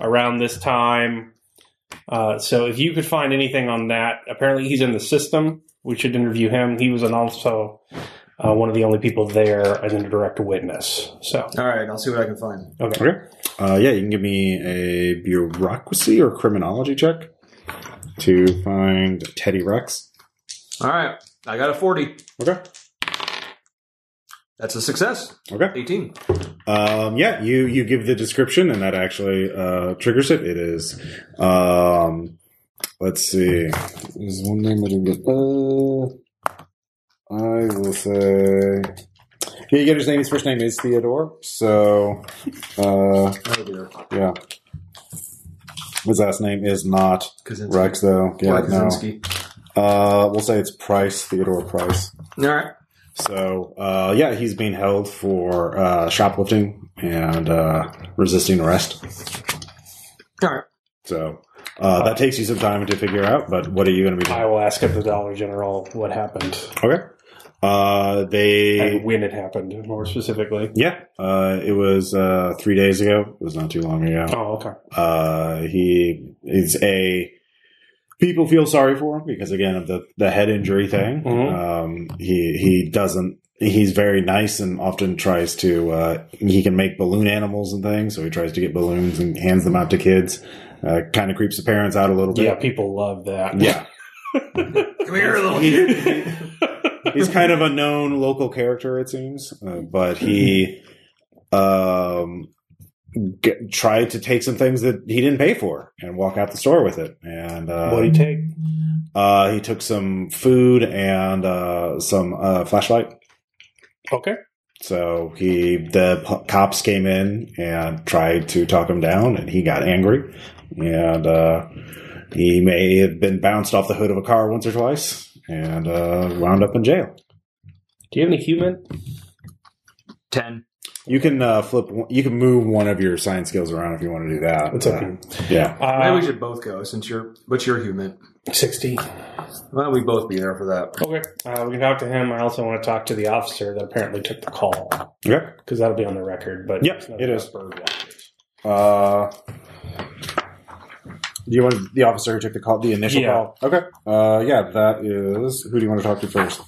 [SPEAKER 2] around this time. Uh, so, if you could find anything on that, apparently he's in the system. We should interview him. He was an also uh, one of the only people there and then a direct witness. So,
[SPEAKER 3] All right, I'll see what I can find.
[SPEAKER 2] okay.
[SPEAKER 1] Okay. Uh, yeah, you can give me a bureaucracy or criminology check to find Teddy Rex.
[SPEAKER 3] All right, I got a 40.
[SPEAKER 1] Okay.
[SPEAKER 3] That's a success.
[SPEAKER 1] Okay.
[SPEAKER 3] 18.
[SPEAKER 1] Um, yeah, you you give the description, and that actually uh, triggers it. It is. Um, let's see. There's one name I didn't get. Uh, I will say. Yeah, you get his name. His first name is Theodore. So, uh,
[SPEAKER 3] Oh dear.
[SPEAKER 1] yeah. His last name is not
[SPEAKER 3] Kaczynski.
[SPEAKER 1] Rex, though. Yeah,
[SPEAKER 3] Why
[SPEAKER 1] no.
[SPEAKER 3] Kaczynski?
[SPEAKER 1] Uh, we'll say it's Price, Theodore Price.
[SPEAKER 3] All right.
[SPEAKER 1] So uh, yeah, he's being held for uh, shoplifting and uh, resisting arrest.
[SPEAKER 3] All right.
[SPEAKER 1] So uh, that takes you some time to figure out. But what are you going to be
[SPEAKER 2] I
[SPEAKER 1] doing?
[SPEAKER 2] will ask at the Dollar General what happened.
[SPEAKER 1] Okay. Uh, they
[SPEAKER 2] and when it happened, more specifically.
[SPEAKER 1] yeah, uh, it was uh, three days ago. It was not too long ago.
[SPEAKER 2] Oh, okay.
[SPEAKER 1] Uh, he is a people feel sorry for him because again of the the head injury thing.
[SPEAKER 2] Mhm.
[SPEAKER 1] Um, he he doesn't. He's very nice and often tries to. Uh, he can make balloon animals and things, so he tries to get balloons and hands them out to kids. Uh, kind of creeps the parents out a little
[SPEAKER 2] Yeah,
[SPEAKER 1] bit.
[SPEAKER 2] people love that. [laughs]
[SPEAKER 1] Yeah,
[SPEAKER 3] Come here, little
[SPEAKER 1] He-
[SPEAKER 3] kid.
[SPEAKER 2] [laughs]
[SPEAKER 1] he's kind of a known local character, it seems, uh, but he um, get, tried to take some things that he didn't pay for and walk out the store with it. And uh,
[SPEAKER 2] what do you take?
[SPEAKER 1] uh, he took some food and uh, some uh, flashlight.
[SPEAKER 2] Okay.
[SPEAKER 1] So he, the p- cops came in and tried to talk him down, and he got angry, and uh, he may have been bounced off the hood of a car once or twice, and uh, wound up in jail.
[SPEAKER 2] Do you have any human?
[SPEAKER 3] Ten.
[SPEAKER 1] You can uh, flip. one- You can move one of your science skills around if you want to do that.
[SPEAKER 2] It's okay.
[SPEAKER 1] Uh, yeah.
[SPEAKER 2] Uh,
[SPEAKER 3] Maybe we should both go since you're, but you're human.
[SPEAKER 2] sixty.
[SPEAKER 3] Well, we both be there for that.
[SPEAKER 2] Okay. Uh, we can talk to him. I also want to talk to the officer that apparently took the call
[SPEAKER 1] Okay.
[SPEAKER 2] because that'll be on the record. But
[SPEAKER 1] Yep,
[SPEAKER 2] it's not
[SPEAKER 1] it
[SPEAKER 2] about
[SPEAKER 1] is.
[SPEAKER 2] bird watchers.
[SPEAKER 1] Uh, do you want the officer who took the call, the initial
[SPEAKER 2] Yeah.
[SPEAKER 1] call? Okay. Uh, yeah, that is. Who do you want to talk to first?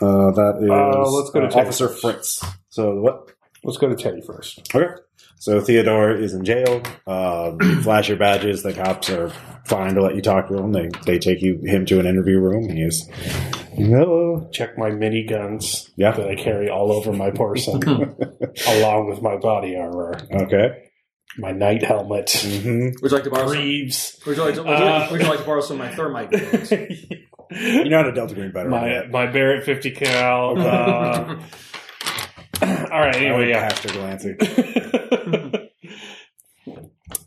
[SPEAKER 1] Uh, that is.
[SPEAKER 2] Uh, let's go to Ted.
[SPEAKER 1] Officer Fritz. So what?
[SPEAKER 2] Let's go to Teddy first.
[SPEAKER 1] Okay. So Theodore is in jail. Um, [clears throat] you flash your badges. The cops are fine to let you talk to him. They they take you him to an interview room. He is. Hello.
[SPEAKER 2] Check my mini guns
[SPEAKER 1] Yeah.
[SPEAKER 2] that I carry all over my [laughs]
[SPEAKER 3] [laughs]
[SPEAKER 2] person, along with my body armor,
[SPEAKER 1] Okay.
[SPEAKER 2] my night helmet,
[SPEAKER 1] hmm
[SPEAKER 3] Would you like to borrow? Some,
[SPEAKER 2] greaves.
[SPEAKER 3] [laughs] would, you like to, would, you,
[SPEAKER 2] Uh,
[SPEAKER 3] would you like to borrow some of my
[SPEAKER 2] [laughs]
[SPEAKER 3] thermite? grenades?
[SPEAKER 1] You know how to Delta Green better.
[SPEAKER 2] my my Barrett 50 cal.
[SPEAKER 1] [laughs]
[SPEAKER 2] Uh, [clears throat] all right. Anyway, yeah.
[SPEAKER 1] Pastor Delancey.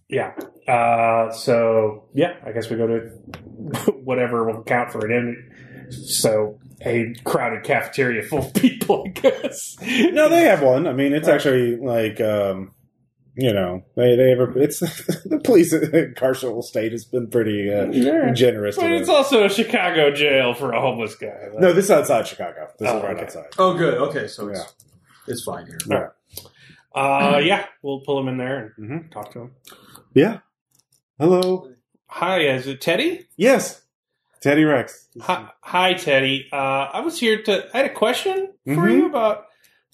[SPEAKER 2] yeah. [laughs] Uh, so yeah, I guess we go to [laughs] whatever will count for it. In so a crowded cafeteria full of [laughs] people, I guess.
[SPEAKER 1] No, they have one. I mean, it's actually like, um, you know, they they have a. It's [laughs] the police carceral state has been pretty uh,
[SPEAKER 2] Yeah.
[SPEAKER 1] generous. To
[SPEAKER 2] But it's
[SPEAKER 1] them.
[SPEAKER 2] also a Chicago jail for a homeless guy.
[SPEAKER 1] No, this is outside Chicago. This
[SPEAKER 2] Oh,
[SPEAKER 1] is right
[SPEAKER 2] okay.
[SPEAKER 1] outside.
[SPEAKER 3] oh, good. Okay, so it's it's fine here.
[SPEAKER 2] Uh, yeah, we'll pull him in there and mm-hmm,
[SPEAKER 1] Mhm.
[SPEAKER 2] talk to him.
[SPEAKER 1] Yeah. Hello.
[SPEAKER 2] Hi, is it Teddy?
[SPEAKER 1] Yes. Teddy Rex.
[SPEAKER 2] Hi, hi Teddy. Uh, I was here to. I had a question for
[SPEAKER 1] Mhm.
[SPEAKER 2] you about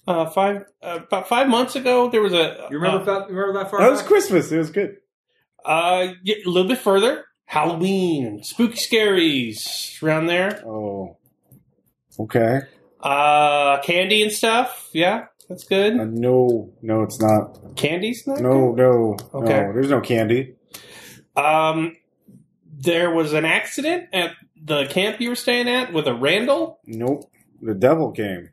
[SPEAKER 2] uh, five uh, about five months ago. There was a
[SPEAKER 3] You remember
[SPEAKER 2] uh,
[SPEAKER 3] that? You remember that far?
[SPEAKER 1] That was
[SPEAKER 3] back?
[SPEAKER 1] Christmas. It was good.
[SPEAKER 2] Uh, yeah, a little bit further. Halloween, spooky scaries around there.
[SPEAKER 1] Oh. Okay.
[SPEAKER 2] Uh, candy and stuff. Yeah, that's
[SPEAKER 1] Uh,
[SPEAKER 2] good.
[SPEAKER 1] no, no, it's not.
[SPEAKER 2] Candy's not
[SPEAKER 1] No, no.
[SPEAKER 2] Okay.
[SPEAKER 1] No, there's no candy.
[SPEAKER 2] good. Um, there was an accident at the camp you were staying at with a Randall.
[SPEAKER 1] Nope. The devil came.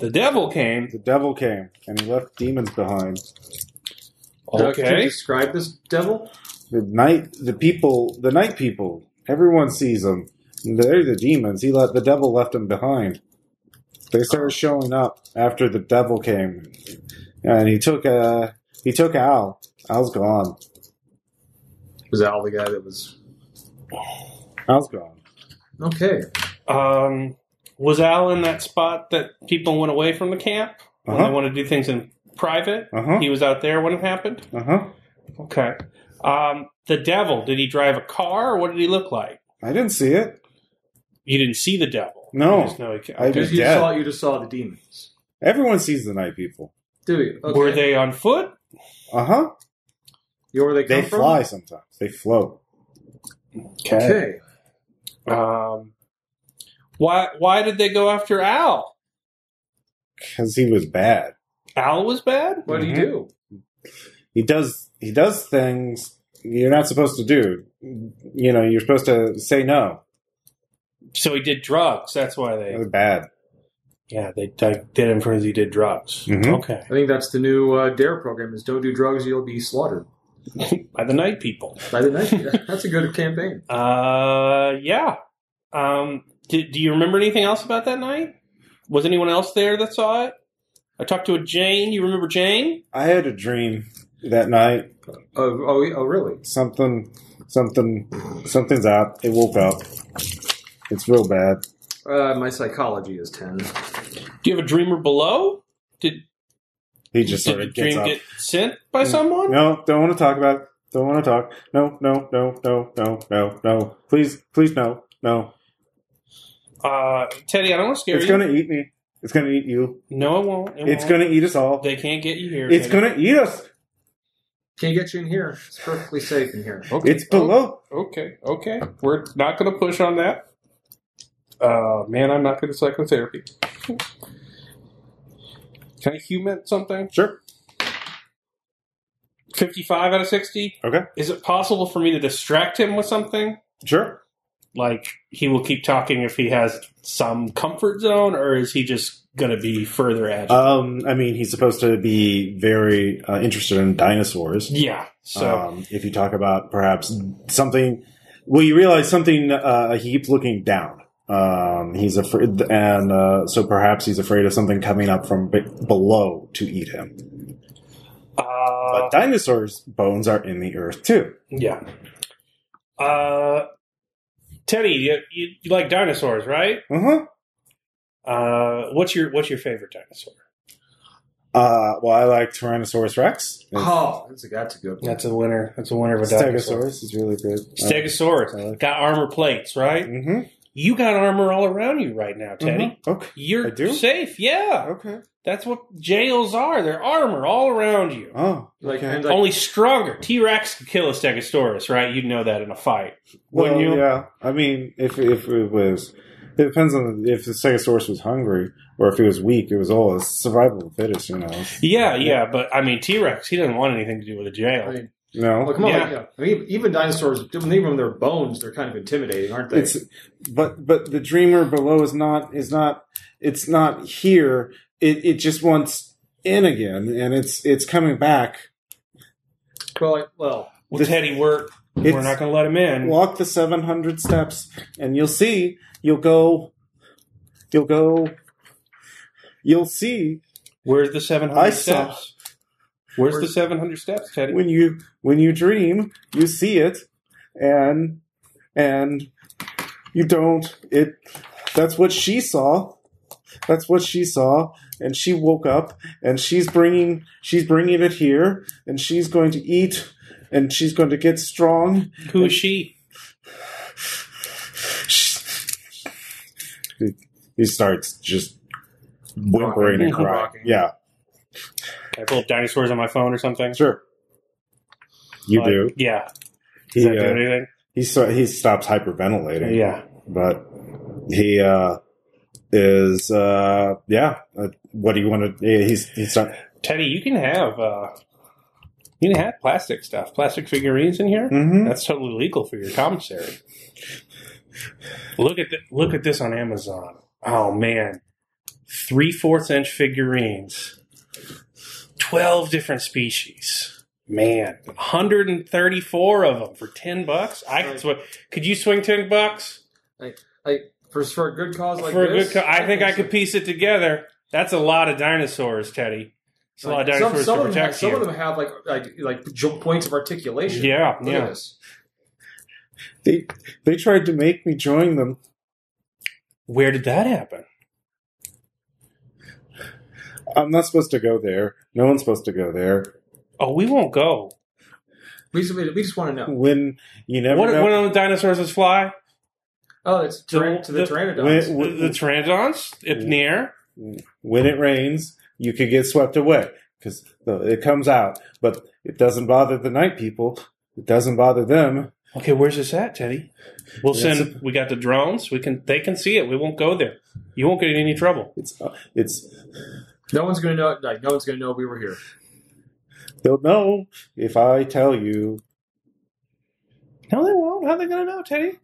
[SPEAKER 2] The devil came.
[SPEAKER 1] The devil came and he left demons behind.
[SPEAKER 3] Uh, Can you
[SPEAKER 2] Okay.
[SPEAKER 3] describe this devil?
[SPEAKER 1] The night, the people, the night people. Everyone sees them. They're the demons. He let the devil left them behind. They started showing up after the devil came, and he took uh he took Al. Al's gone.
[SPEAKER 3] Was Al the guy that was?
[SPEAKER 1] Al's gone.
[SPEAKER 3] Okay.
[SPEAKER 2] Um, was Al in that spot that people went away from the camp when
[SPEAKER 1] Uh
[SPEAKER 2] they
[SPEAKER 1] huh.
[SPEAKER 2] want to do things in private?
[SPEAKER 1] Uh huh.
[SPEAKER 2] He was out there when it happened.
[SPEAKER 1] Uh huh.
[SPEAKER 2] Okay. Um, the devil, did he drive a car or what did he look like?
[SPEAKER 1] I didn't see it.
[SPEAKER 2] You didn't see the devil.
[SPEAKER 1] No.
[SPEAKER 2] You just know he-
[SPEAKER 1] I
[SPEAKER 2] Okay.
[SPEAKER 3] You
[SPEAKER 1] He's
[SPEAKER 3] just
[SPEAKER 1] dead.
[SPEAKER 3] saw. You just saw the demons.
[SPEAKER 1] Everyone sees the night people.
[SPEAKER 3] Do you? Okay.
[SPEAKER 2] Were they on foot?
[SPEAKER 1] Uh huh.
[SPEAKER 3] You know where they
[SPEAKER 1] They
[SPEAKER 3] come from?
[SPEAKER 1] fly sometimes. They float.
[SPEAKER 3] Okay.
[SPEAKER 2] Um, why, why did they go after Al?
[SPEAKER 1] Cause he was bad.
[SPEAKER 2] Al was bad?
[SPEAKER 3] What do
[SPEAKER 1] Mhm.
[SPEAKER 3] you do?
[SPEAKER 1] he does he does things you're not supposed to do. You know, you're supposed to say no.
[SPEAKER 2] So he did drugs. That's why
[SPEAKER 1] That
[SPEAKER 2] they.
[SPEAKER 1] was bad.
[SPEAKER 2] Yeah, they di- did him because he did drugs.
[SPEAKER 1] Mhm.
[SPEAKER 2] Okay.
[SPEAKER 3] I think that's the new uh, Dare program: is don't do drugs, you'll be slaughtered.
[SPEAKER 2] By the night people.
[SPEAKER 3] By
[SPEAKER 1] [laughs]
[SPEAKER 3] the night. that's a good campaign.
[SPEAKER 2] Uh, yeah. Um, do, do you remember anything else about that night? Was anyone else there that saw it? I talked to a Jane. You remember Jane?
[SPEAKER 1] I had a dream that night.
[SPEAKER 3] Oh, oh, oh really?
[SPEAKER 1] Something, something, something's out. It woke up. It's real bad.
[SPEAKER 3] Uh, my psychology is ten.
[SPEAKER 2] Do you have a dreamer below?
[SPEAKER 1] He just
[SPEAKER 2] Did
[SPEAKER 1] sort
[SPEAKER 2] the
[SPEAKER 1] of gets
[SPEAKER 2] dream
[SPEAKER 1] up. Mm.
[SPEAKER 2] get sent by someone?
[SPEAKER 1] No, don't want to talk about. It. Don't want to talk. No, no, no, no, no, no, no. Please, please, no, no.
[SPEAKER 2] Uh, Teddy, I don't want to scare
[SPEAKER 1] It's
[SPEAKER 2] you.
[SPEAKER 1] gonna eat me. It's gonna eat you.
[SPEAKER 2] no, it won't. It
[SPEAKER 1] It's
[SPEAKER 2] won't.
[SPEAKER 1] gonna eat us all.
[SPEAKER 2] They can't get you here.
[SPEAKER 1] It's
[SPEAKER 2] Teddy.
[SPEAKER 1] gonna eat us.
[SPEAKER 3] Can you get you in here? It's perfectly safe in here.
[SPEAKER 2] Okay.
[SPEAKER 1] It's below.
[SPEAKER 2] Oh, Okay, okay. We're not going to push on that. Uh, man, I'm not good at psychotherapy. Can I human something?
[SPEAKER 1] Sure.
[SPEAKER 2] 55 out of 60?
[SPEAKER 1] Okay.
[SPEAKER 2] Is it possible for me to distract him with something?
[SPEAKER 1] Sure.
[SPEAKER 2] Like, he will keep talking if he has some comfort zone, or is he just going to be further agitated?
[SPEAKER 1] Um, I mean, he's supposed to be very uh, interested in dinosaurs.
[SPEAKER 2] yeah, so.
[SPEAKER 1] um, if you talk about perhaps something, well, you realize something. Uh, he keeps looking down. Um, he's afraid, and uh, so perhaps he's afraid of something coming up from be- below to eat him.
[SPEAKER 2] uh,
[SPEAKER 1] But dinosaurs' bones are in the earth too.
[SPEAKER 2] yeah. Uh, Teddy, you, you, you like dinosaurs, right?
[SPEAKER 1] Uh huh.
[SPEAKER 2] Uh, what's your what's your favorite dinosaur?
[SPEAKER 1] Uh, well, I like Tyrannosaurus Rex.
[SPEAKER 2] Uh-huh.
[SPEAKER 1] and
[SPEAKER 3] Oh, that's a that's a good one.
[SPEAKER 2] That's a winner. That's a winner of a
[SPEAKER 1] Stegosaurus
[SPEAKER 2] dinosaur.
[SPEAKER 1] Uh, is really good.
[SPEAKER 2] Uh, Stegosaurus got armor plates, right?
[SPEAKER 1] Mm-hmm.
[SPEAKER 2] You got armor all around you right now, Teddy.
[SPEAKER 1] Okay.
[SPEAKER 2] You're
[SPEAKER 1] Mm-hmm. I do?
[SPEAKER 2] safe. Yeah,
[SPEAKER 1] Okay.
[SPEAKER 2] that's what jails are. They're armor all around you.
[SPEAKER 1] Oh.
[SPEAKER 3] Like,
[SPEAKER 1] okay.
[SPEAKER 3] and like,
[SPEAKER 2] Only stronger. T Rex could kill a Stegosaurus, right? You'd know that in a fight.
[SPEAKER 1] Well,
[SPEAKER 2] Wouldn't you?
[SPEAKER 1] yeah. I mean, if if it was, it depends on if the Stegosaurus was hungry or if he was weak. It was all survival of the fittest, you know.
[SPEAKER 2] Yeah, yeah, but I mean, T Rex, he doesn't want anything to do with a
[SPEAKER 3] I
[SPEAKER 2] jail.
[SPEAKER 3] mean,
[SPEAKER 1] No,
[SPEAKER 3] well, oh, come on,
[SPEAKER 2] Oh, Yeah.
[SPEAKER 3] like, yeah. I mean, even dinosaurs, even when they're bones, they're kind of intimidating, aren't they?
[SPEAKER 1] it's but but the dreamer below is not is not it's not here. It it just wants in again, and it's it's coming back.
[SPEAKER 3] well, like, well,
[SPEAKER 2] Well,
[SPEAKER 1] This-
[SPEAKER 2] Teddy, we're we're
[SPEAKER 1] It's-
[SPEAKER 2] not going to let him in.
[SPEAKER 1] Walk the seven hundred steps, and you'll see. You'll go. You'll go. You'll see
[SPEAKER 2] Where's the seven
[SPEAKER 1] I
[SPEAKER 2] hundred
[SPEAKER 1] saw-
[SPEAKER 2] steps? Where's the
[SPEAKER 3] Where's-
[SPEAKER 2] seven hundred steps, Teddy?
[SPEAKER 1] when you when you dream, you see it, and and you don't. It that's what she saw. That's what she saw, and she woke up, and she's bringing she's bringing it here, and she's going to eat, and she's going to get strong.
[SPEAKER 2] Who is she?
[SPEAKER 1] He starts just whimpering and
[SPEAKER 3] Rocking.
[SPEAKER 1] crying.
[SPEAKER 3] Rocking.
[SPEAKER 1] Yeah,
[SPEAKER 2] Can I pull up dinosaurs on my phone or something?
[SPEAKER 1] sure. You
[SPEAKER 2] Like,
[SPEAKER 1] do.
[SPEAKER 2] Yeah. Does
[SPEAKER 1] He
[SPEAKER 2] that do
[SPEAKER 1] uh,
[SPEAKER 2] anything?
[SPEAKER 1] he, so, he stops hyperventilating.
[SPEAKER 2] Yeah.
[SPEAKER 1] but he uh is uh yeah uh, what do you want to yeah, he's he's not
[SPEAKER 2] Teddy, you can have uh, you can have plastic stuff, plastic figurines in here.
[SPEAKER 1] mm-hmm.
[SPEAKER 2] That's totally legal for your commissary. look at th- look at this on Amazon. Oh man, three fourths inch figurines, twelve different species. Man, 134 of them for 10 bucks. I could, sw- could you swing 10 bucks?
[SPEAKER 3] like for, for a good cause like
[SPEAKER 2] for a
[SPEAKER 3] this,
[SPEAKER 2] good co- I think I
[SPEAKER 3] so.
[SPEAKER 2] could piece it together. That's a lot of dinosaurs, Teddy. It's a lot of
[SPEAKER 3] Like, some,
[SPEAKER 2] dinosaurs
[SPEAKER 3] some
[SPEAKER 2] to
[SPEAKER 3] of them have,
[SPEAKER 2] protect
[SPEAKER 3] some of
[SPEAKER 2] you.
[SPEAKER 3] them have like like like jo- points of articulation.
[SPEAKER 2] Yeah,
[SPEAKER 3] Look at
[SPEAKER 2] yeah.
[SPEAKER 3] this.
[SPEAKER 1] they they tried to make me join them
[SPEAKER 2] Where did that happen?
[SPEAKER 1] i'm not supposed to go there no one's supposed to go there
[SPEAKER 2] Oh, we won't go.
[SPEAKER 3] We just, we just want to know.
[SPEAKER 1] when you never
[SPEAKER 2] What
[SPEAKER 1] know
[SPEAKER 2] one of the dinosaurs was fly?
[SPEAKER 3] Oh, it's tyran- to
[SPEAKER 2] The-
[SPEAKER 3] the, pteranodons.
[SPEAKER 1] Wh-
[SPEAKER 2] The, the pteranodons, Ipnir.
[SPEAKER 1] when it rains you could get swept away because it comes out but it doesn't bother the night people it doesn't bother them
[SPEAKER 2] Okay, where's this at, Teddy? We'll
[SPEAKER 1] Yes.
[SPEAKER 2] send. We got the drones. We can. They can see it. We won't go there. You won't get in any trouble.
[SPEAKER 1] it's uh, it's
[SPEAKER 3] no one's gonna know. Like no one's gonna know we were here.
[SPEAKER 1] they'll know if i tell you
[SPEAKER 2] No, they won't. How are they going to know, Teddy?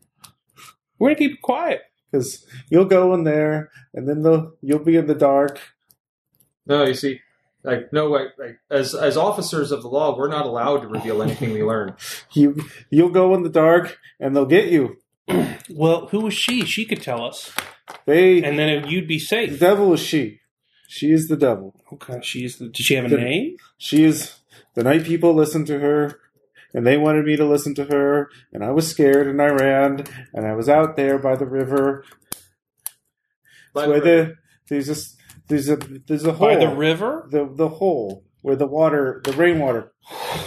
[SPEAKER 2] We're going to keep it quiet.
[SPEAKER 1] because you'll go in there and then they'll, you'll be in the dark
[SPEAKER 3] No, you see, like no way. Like as as officers of the law, we're not allowed to reveal anything we learn.
[SPEAKER 1] you you'll go in the dark and they'll get you
[SPEAKER 2] Well, who was she? She could tell us,
[SPEAKER 1] they
[SPEAKER 2] and then it, you'd be
[SPEAKER 1] the
[SPEAKER 2] safe.
[SPEAKER 1] devil is she she is the devil
[SPEAKER 2] Okay, she's. The, did Oh, she have a
[SPEAKER 1] The-
[SPEAKER 2] name?
[SPEAKER 1] she is the night people listen to her and they wanted me to listen to her and i was scared and i ran and i was out there by the river
[SPEAKER 3] By
[SPEAKER 1] where
[SPEAKER 3] the river.
[SPEAKER 1] the there's this there's a there's a hole
[SPEAKER 2] By the river?
[SPEAKER 1] the the hole where the water the rainwater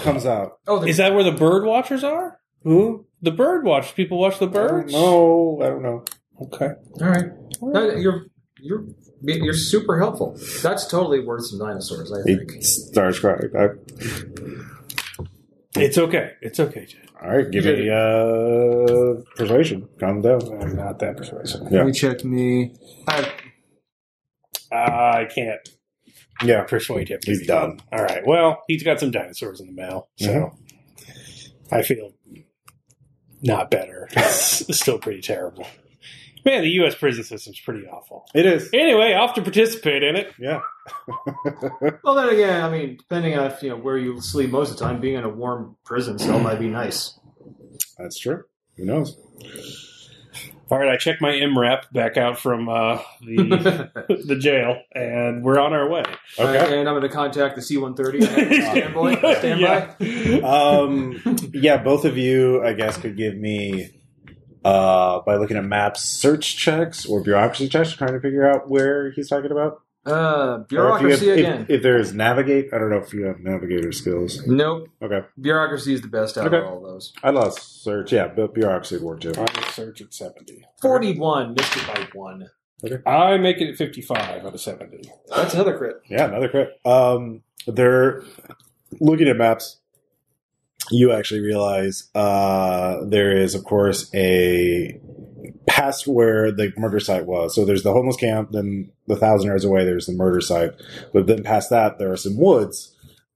[SPEAKER 1] comes out.
[SPEAKER 3] oh, the,
[SPEAKER 2] Is that where the bird watchers are?
[SPEAKER 1] Who?
[SPEAKER 2] The bird watchers. People watch the birds?
[SPEAKER 1] No, I don't know.
[SPEAKER 2] Okay.
[SPEAKER 3] all right. No, you're you're you're super helpful. That's totally worth some dinosaurs. I
[SPEAKER 1] He
[SPEAKER 3] think.
[SPEAKER 1] starts crying. I-
[SPEAKER 2] It's okay. It's okay, Jed.
[SPEAKER 1] all right, give me uh, persuasion. Calm down. I'm not that persuasive. Yeah,
[SPEAKER 3] Let me check me. I have
[SPEAKER 2] Uh, I can't
[SPEAKER 1] yeah.
[SPEAKER 2] persuade him.
[SPEAKER 1] He's done.
[SPEAKER 2] All right. Well, he's got some dinosaurs in the mail, so
[SPEAKER 1] Mhm.
[SPEAKER 2] I feel not better. It's still pretty terrible. Man, the U.S. prison system's pretty awful.
[SPEAKER 1] It is.
[SPEAKER 2] Anyway, off to participate in it.
[SPEAKER 1] Yeah.
[SPEAKER 3] Well, then again, I mean, depending on you know where you sleep most of the time, being in a warm prison cell might be [laughs] nice.
[SPEAKER 1] That's true. Who knows?
[SPEAKER 2] All right, I checked my MRAP back out from uh, the
[SPEAKER 3] [laughs]
[SPEAKER 2] the jail, and we're on our way.
[SPEAKER 1] Okay.
[SPEAKER 3] and I'm going to contact the C-130. [laughs] Stand by. Stand by.
[SPEAKER 2] Yeah.
[SPEAKER 1] Um, yeah, both of you, I guess, could give me uh, by looking at maps, search checks or bureaucracy checks, trying to figure out where he's talking about.
[SPEAKER 3] Uh,
[SPEAKER 1] Or if you have-
[SPEAKER 3] bureaucracy
[SPEAKER 1] if-
[SPEAKER 3] again.
[SPEAKER 1] If, there is navigate, I don't know if you have navigator skills.
[SPEAKER 3] nope.
[SPEAKER 1] Okay,
[SPEAKER 3] Bureaucracy is the best out of
[SPEAKER 1] Okay.
[SPEAKER 3] all those.
[SPEAKER 1] I lost search. Yeah, but bureaucracy would work too.
[SPEAKER 2] I'm search at seventy.
[SPEAKER 3] 41, missed it by one.
[SPEAKER 2] I make it at fifty-five out of seventy.
[SPEAKER 3] That's another crit.
[SPEAKER 1] Yeah, another crit. Um, they're looking at maps. You actually realize uh, there is, of course, a past where the murder site was. So there's the homeless camp, then the thousand yards away, there's the murder site. But then past that, there are some woods,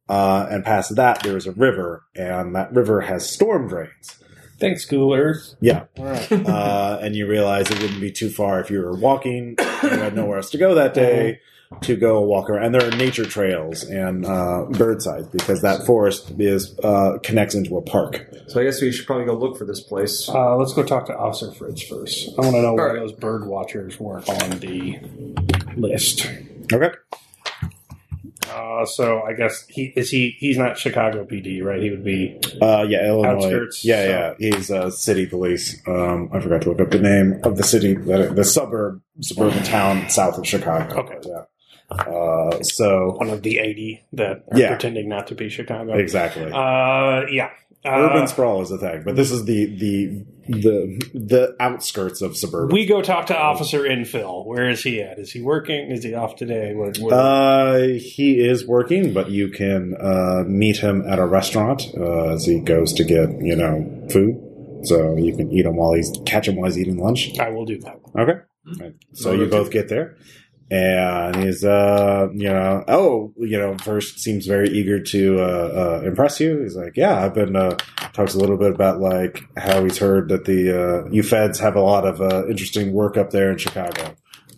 [SPEAKER 1] uh, and past that, there is a river, and that river has storm drains.
[SPEAKER 2] Thanks, Googlers.
[SPEAKER 1] Yeah.
[SPEAKER 2] All
[SPEAKER 1] [laughs]
[SPEAKER 2] right.
[SPEAKER 1] Uh, and you realize it wouldn't be too far if you were walking. You had nowhere else to go that day to go walk around. And there are nature trails and uh, birdside because that forest is uh, connects into a park.
[SPEAKER 3] So I guess we should probably go look for this place.
[SPEAKER 2] Uh, let's go talk to Officer Fritz first. I want to know why
[SPEAKER 3] right.
[SPEAKER 2] those bird watchers weren't on the list.
[SPEAKER 1] Okay.
[SPEAKER 2] Uh, so I guess he is he he's not Chicago PD, right? He would be
[SPEAKER 1] Uh, yeah, Illinois.
[SPEAKER 2] Outskirts,
[SPEAKER 1] yeah, yeah. He's uh, city police. Um, I forgot to look up the name of the city, the, the suburb, suburban town south of Chicago.
[SPEAKER 2] Okay.
[SPEAKER 1] Yeah. Uh, so,
[SPEAKER 2] one of the eighty that are
[SPEAKER 1] Yeah.
[SPEAKER 2] pretending not to be Chicago.
[SPEAKER 1] exactly.
[SPEAKER 2] Uh, yeah. Uh,
[SPEAKER 1] Urban sprawl is a thing, but this is the the the the outskirts of suburban.
[SPEAKER 2] we go talk to Officer Infill. Where is he at? Is he working? Is he off today? What, what,
[SPEAKER 1] Uh, he is working, but you can uh, meet him at a restaurant uh, as he goes to get you know food. So you can eat him while he's catch him while he's eating lunch.
[SPEAKER 2] I will do that.
[SPEAKER 1] Okay. Right. So you
[SPEAKER 3] Okay.
[SPEAKER 1] both get there, and he's uh you know oh you know first seems very eager to uh, uh, impress you. He's like yeah I've been uh, talks a little bit about like how he's heard that the uh, you feds have a lot of uh, interesting work up there in Chicago.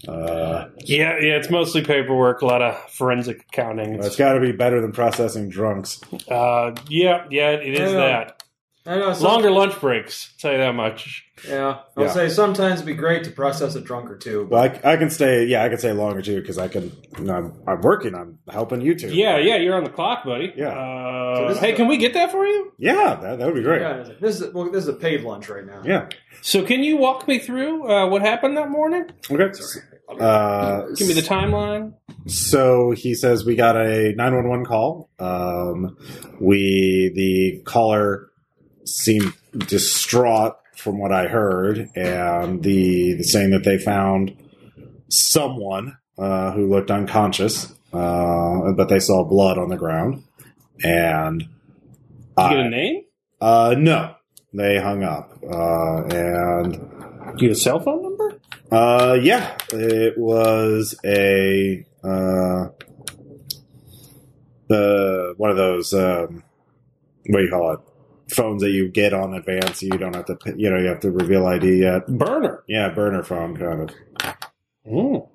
[SPEAKER 1] Uh,
[SPEAKER 2] Yeah, yeah. It's mostly paperwork, a lot of forensic accounting.
[SPEAKER 1] it's got to be better than processing drunks.
[SPEAKER 2] Uh, yeah, yeah. It is
[SPEAKER 3] Yeah.
[SPEAKER 2] that.
[SPEAKER 3] I know. some-
[SPEAKER 2] Longer lunch breaks, tell you that much.
[SPEAKER 3] Yeah. I'll
[SPEAKER 1] Yeah.
[SPEAKER 3] say sometimes it'd be great to process a drunk or two.
[SPEAKER 1] Well, I, I can stay. Yeah, I can stay longer too because I can. You know, I'm, I'm working. I'm helping you two.
[SPEAKER 2] Yeah, yeah, you're on the clock, buddy.
[SPEAKER 1] Yeah.
[SPEAKER 2] Uh,
[SPEAKER 3] So this is
[SPEAKER 2] hey,
[SPEAKER 3] the-
[SPEAKER 2] can we get that for you?
[SPEAKER 1] yeah. That, that would be great. Yeah.
[SPEAKER 3] Yeah, this is well, this is a paid lunch right now.
[SPEAKER 2] So, can you walk me through uh, what happened that morning?
[SPEAKER 1] Okay. Uh,
[SPEAKER 2] Give me the timeline.
[SPEAKER 1] So he says we got a 911 call. Um, we the caller seemed distraught from what I heard, and the, the saying that they found someone uh, who looked unconscious, uh, but they saw blood on the ground, and
[SPEAKER 2] Did you
[SPEAKER 1] I-
[SPEAKER 2] get a name?
[SPEAKER 1] uh, no, they hung up, uh, and
[SPEAKER 2] Did you get a cell phone number?
[SPEAKER 1] uh, yeah, it was a uh, the one of those um, what do you call it phones that you get on advance. You don't have to, pay- you know, you have to reveal ID yet.
[SPEAKER 2] Burner.
[SPEAKER 1] Yeah, burner phone kind of.
[SPEAKER 2] Mm,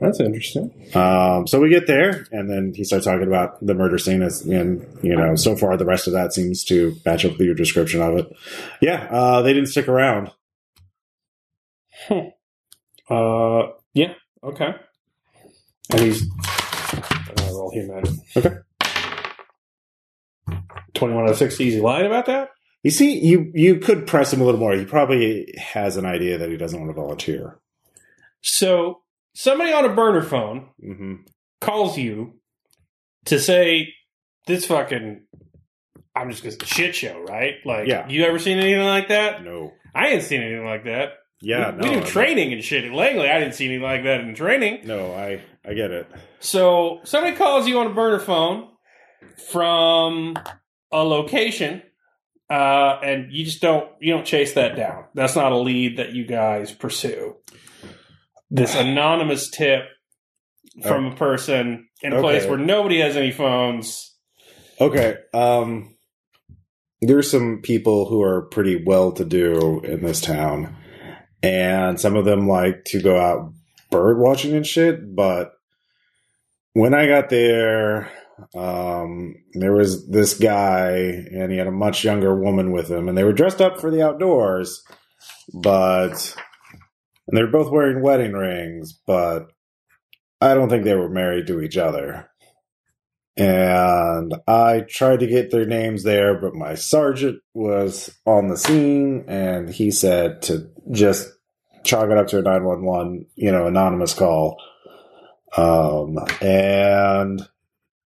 [SPEAKER 2] that's interesting.
[SPEAKER 1] Um, so we get there, and then he starts talking about the murder scene, as, and you know, so far the rest of that seems to match up with your description of it. Yeah, uh, they didn't stick around.
[SPEAKER 2] Uh, yeah. Okay. And he's. I'm gonna roll humanity.
[SPEAKER 1] Okay.
[SPEAKER 2] Twenty-one out of sixty. Is he lying about that?
[SPEAKER 1] You see, you you could press him a little more. He probably has an idea that he doesn't want to volunteer.
[SPEAKER 2] So somebody on a burner phone
[SPEAKER 1] hmm
[SPEAKER 2] Mm-hmm. calls you to say this fucking I'm just gonna shit show, right? Like
[SPEAKER 1] Yeah.
[SPEAKER 2] you ever seen anything like that?
[SPEAKER 1] No.
[SPEAKER 2] I ain't seen anything like that.
[SPEAKER 1] Yeah.
[SPEAKER 2] we,
[SPEAKER 1] no,
[SPEAKER 2] we
[SPEAKER 1] I
[SPEAKER 2] do
[SPEAKER 1] mean-
[SPEAKER 2] training and shit at Langley. I didn't see anything like that in training.
[SPEAKER 1] No, I I get it.
[SPEAKER 2] So somebody calls you on a burner phone from a location, uh, and you just don't you don't chase that down. That's not a lead that you guys pursue. [sighs] This anonymous tip from a person in a place
[SPEAKER 1] Okay.
[SPEAKER 2] where nobody has any phones.
[SPEAKER 1] Okay. Um, there's some people who are pretty well to do in this town, and some of them like to go out bird watching and shit. But when I got there, um, there was this guy, and he had a much younger woman with him, and they were dressed up for the outdoors, but and they were both wearing wedding rings, but I don't think they were married to each other and I tried to get their names there, but my sergeant was on the scene, and he said to just chalk it up to a nine one one, you know, anonymous call, um, and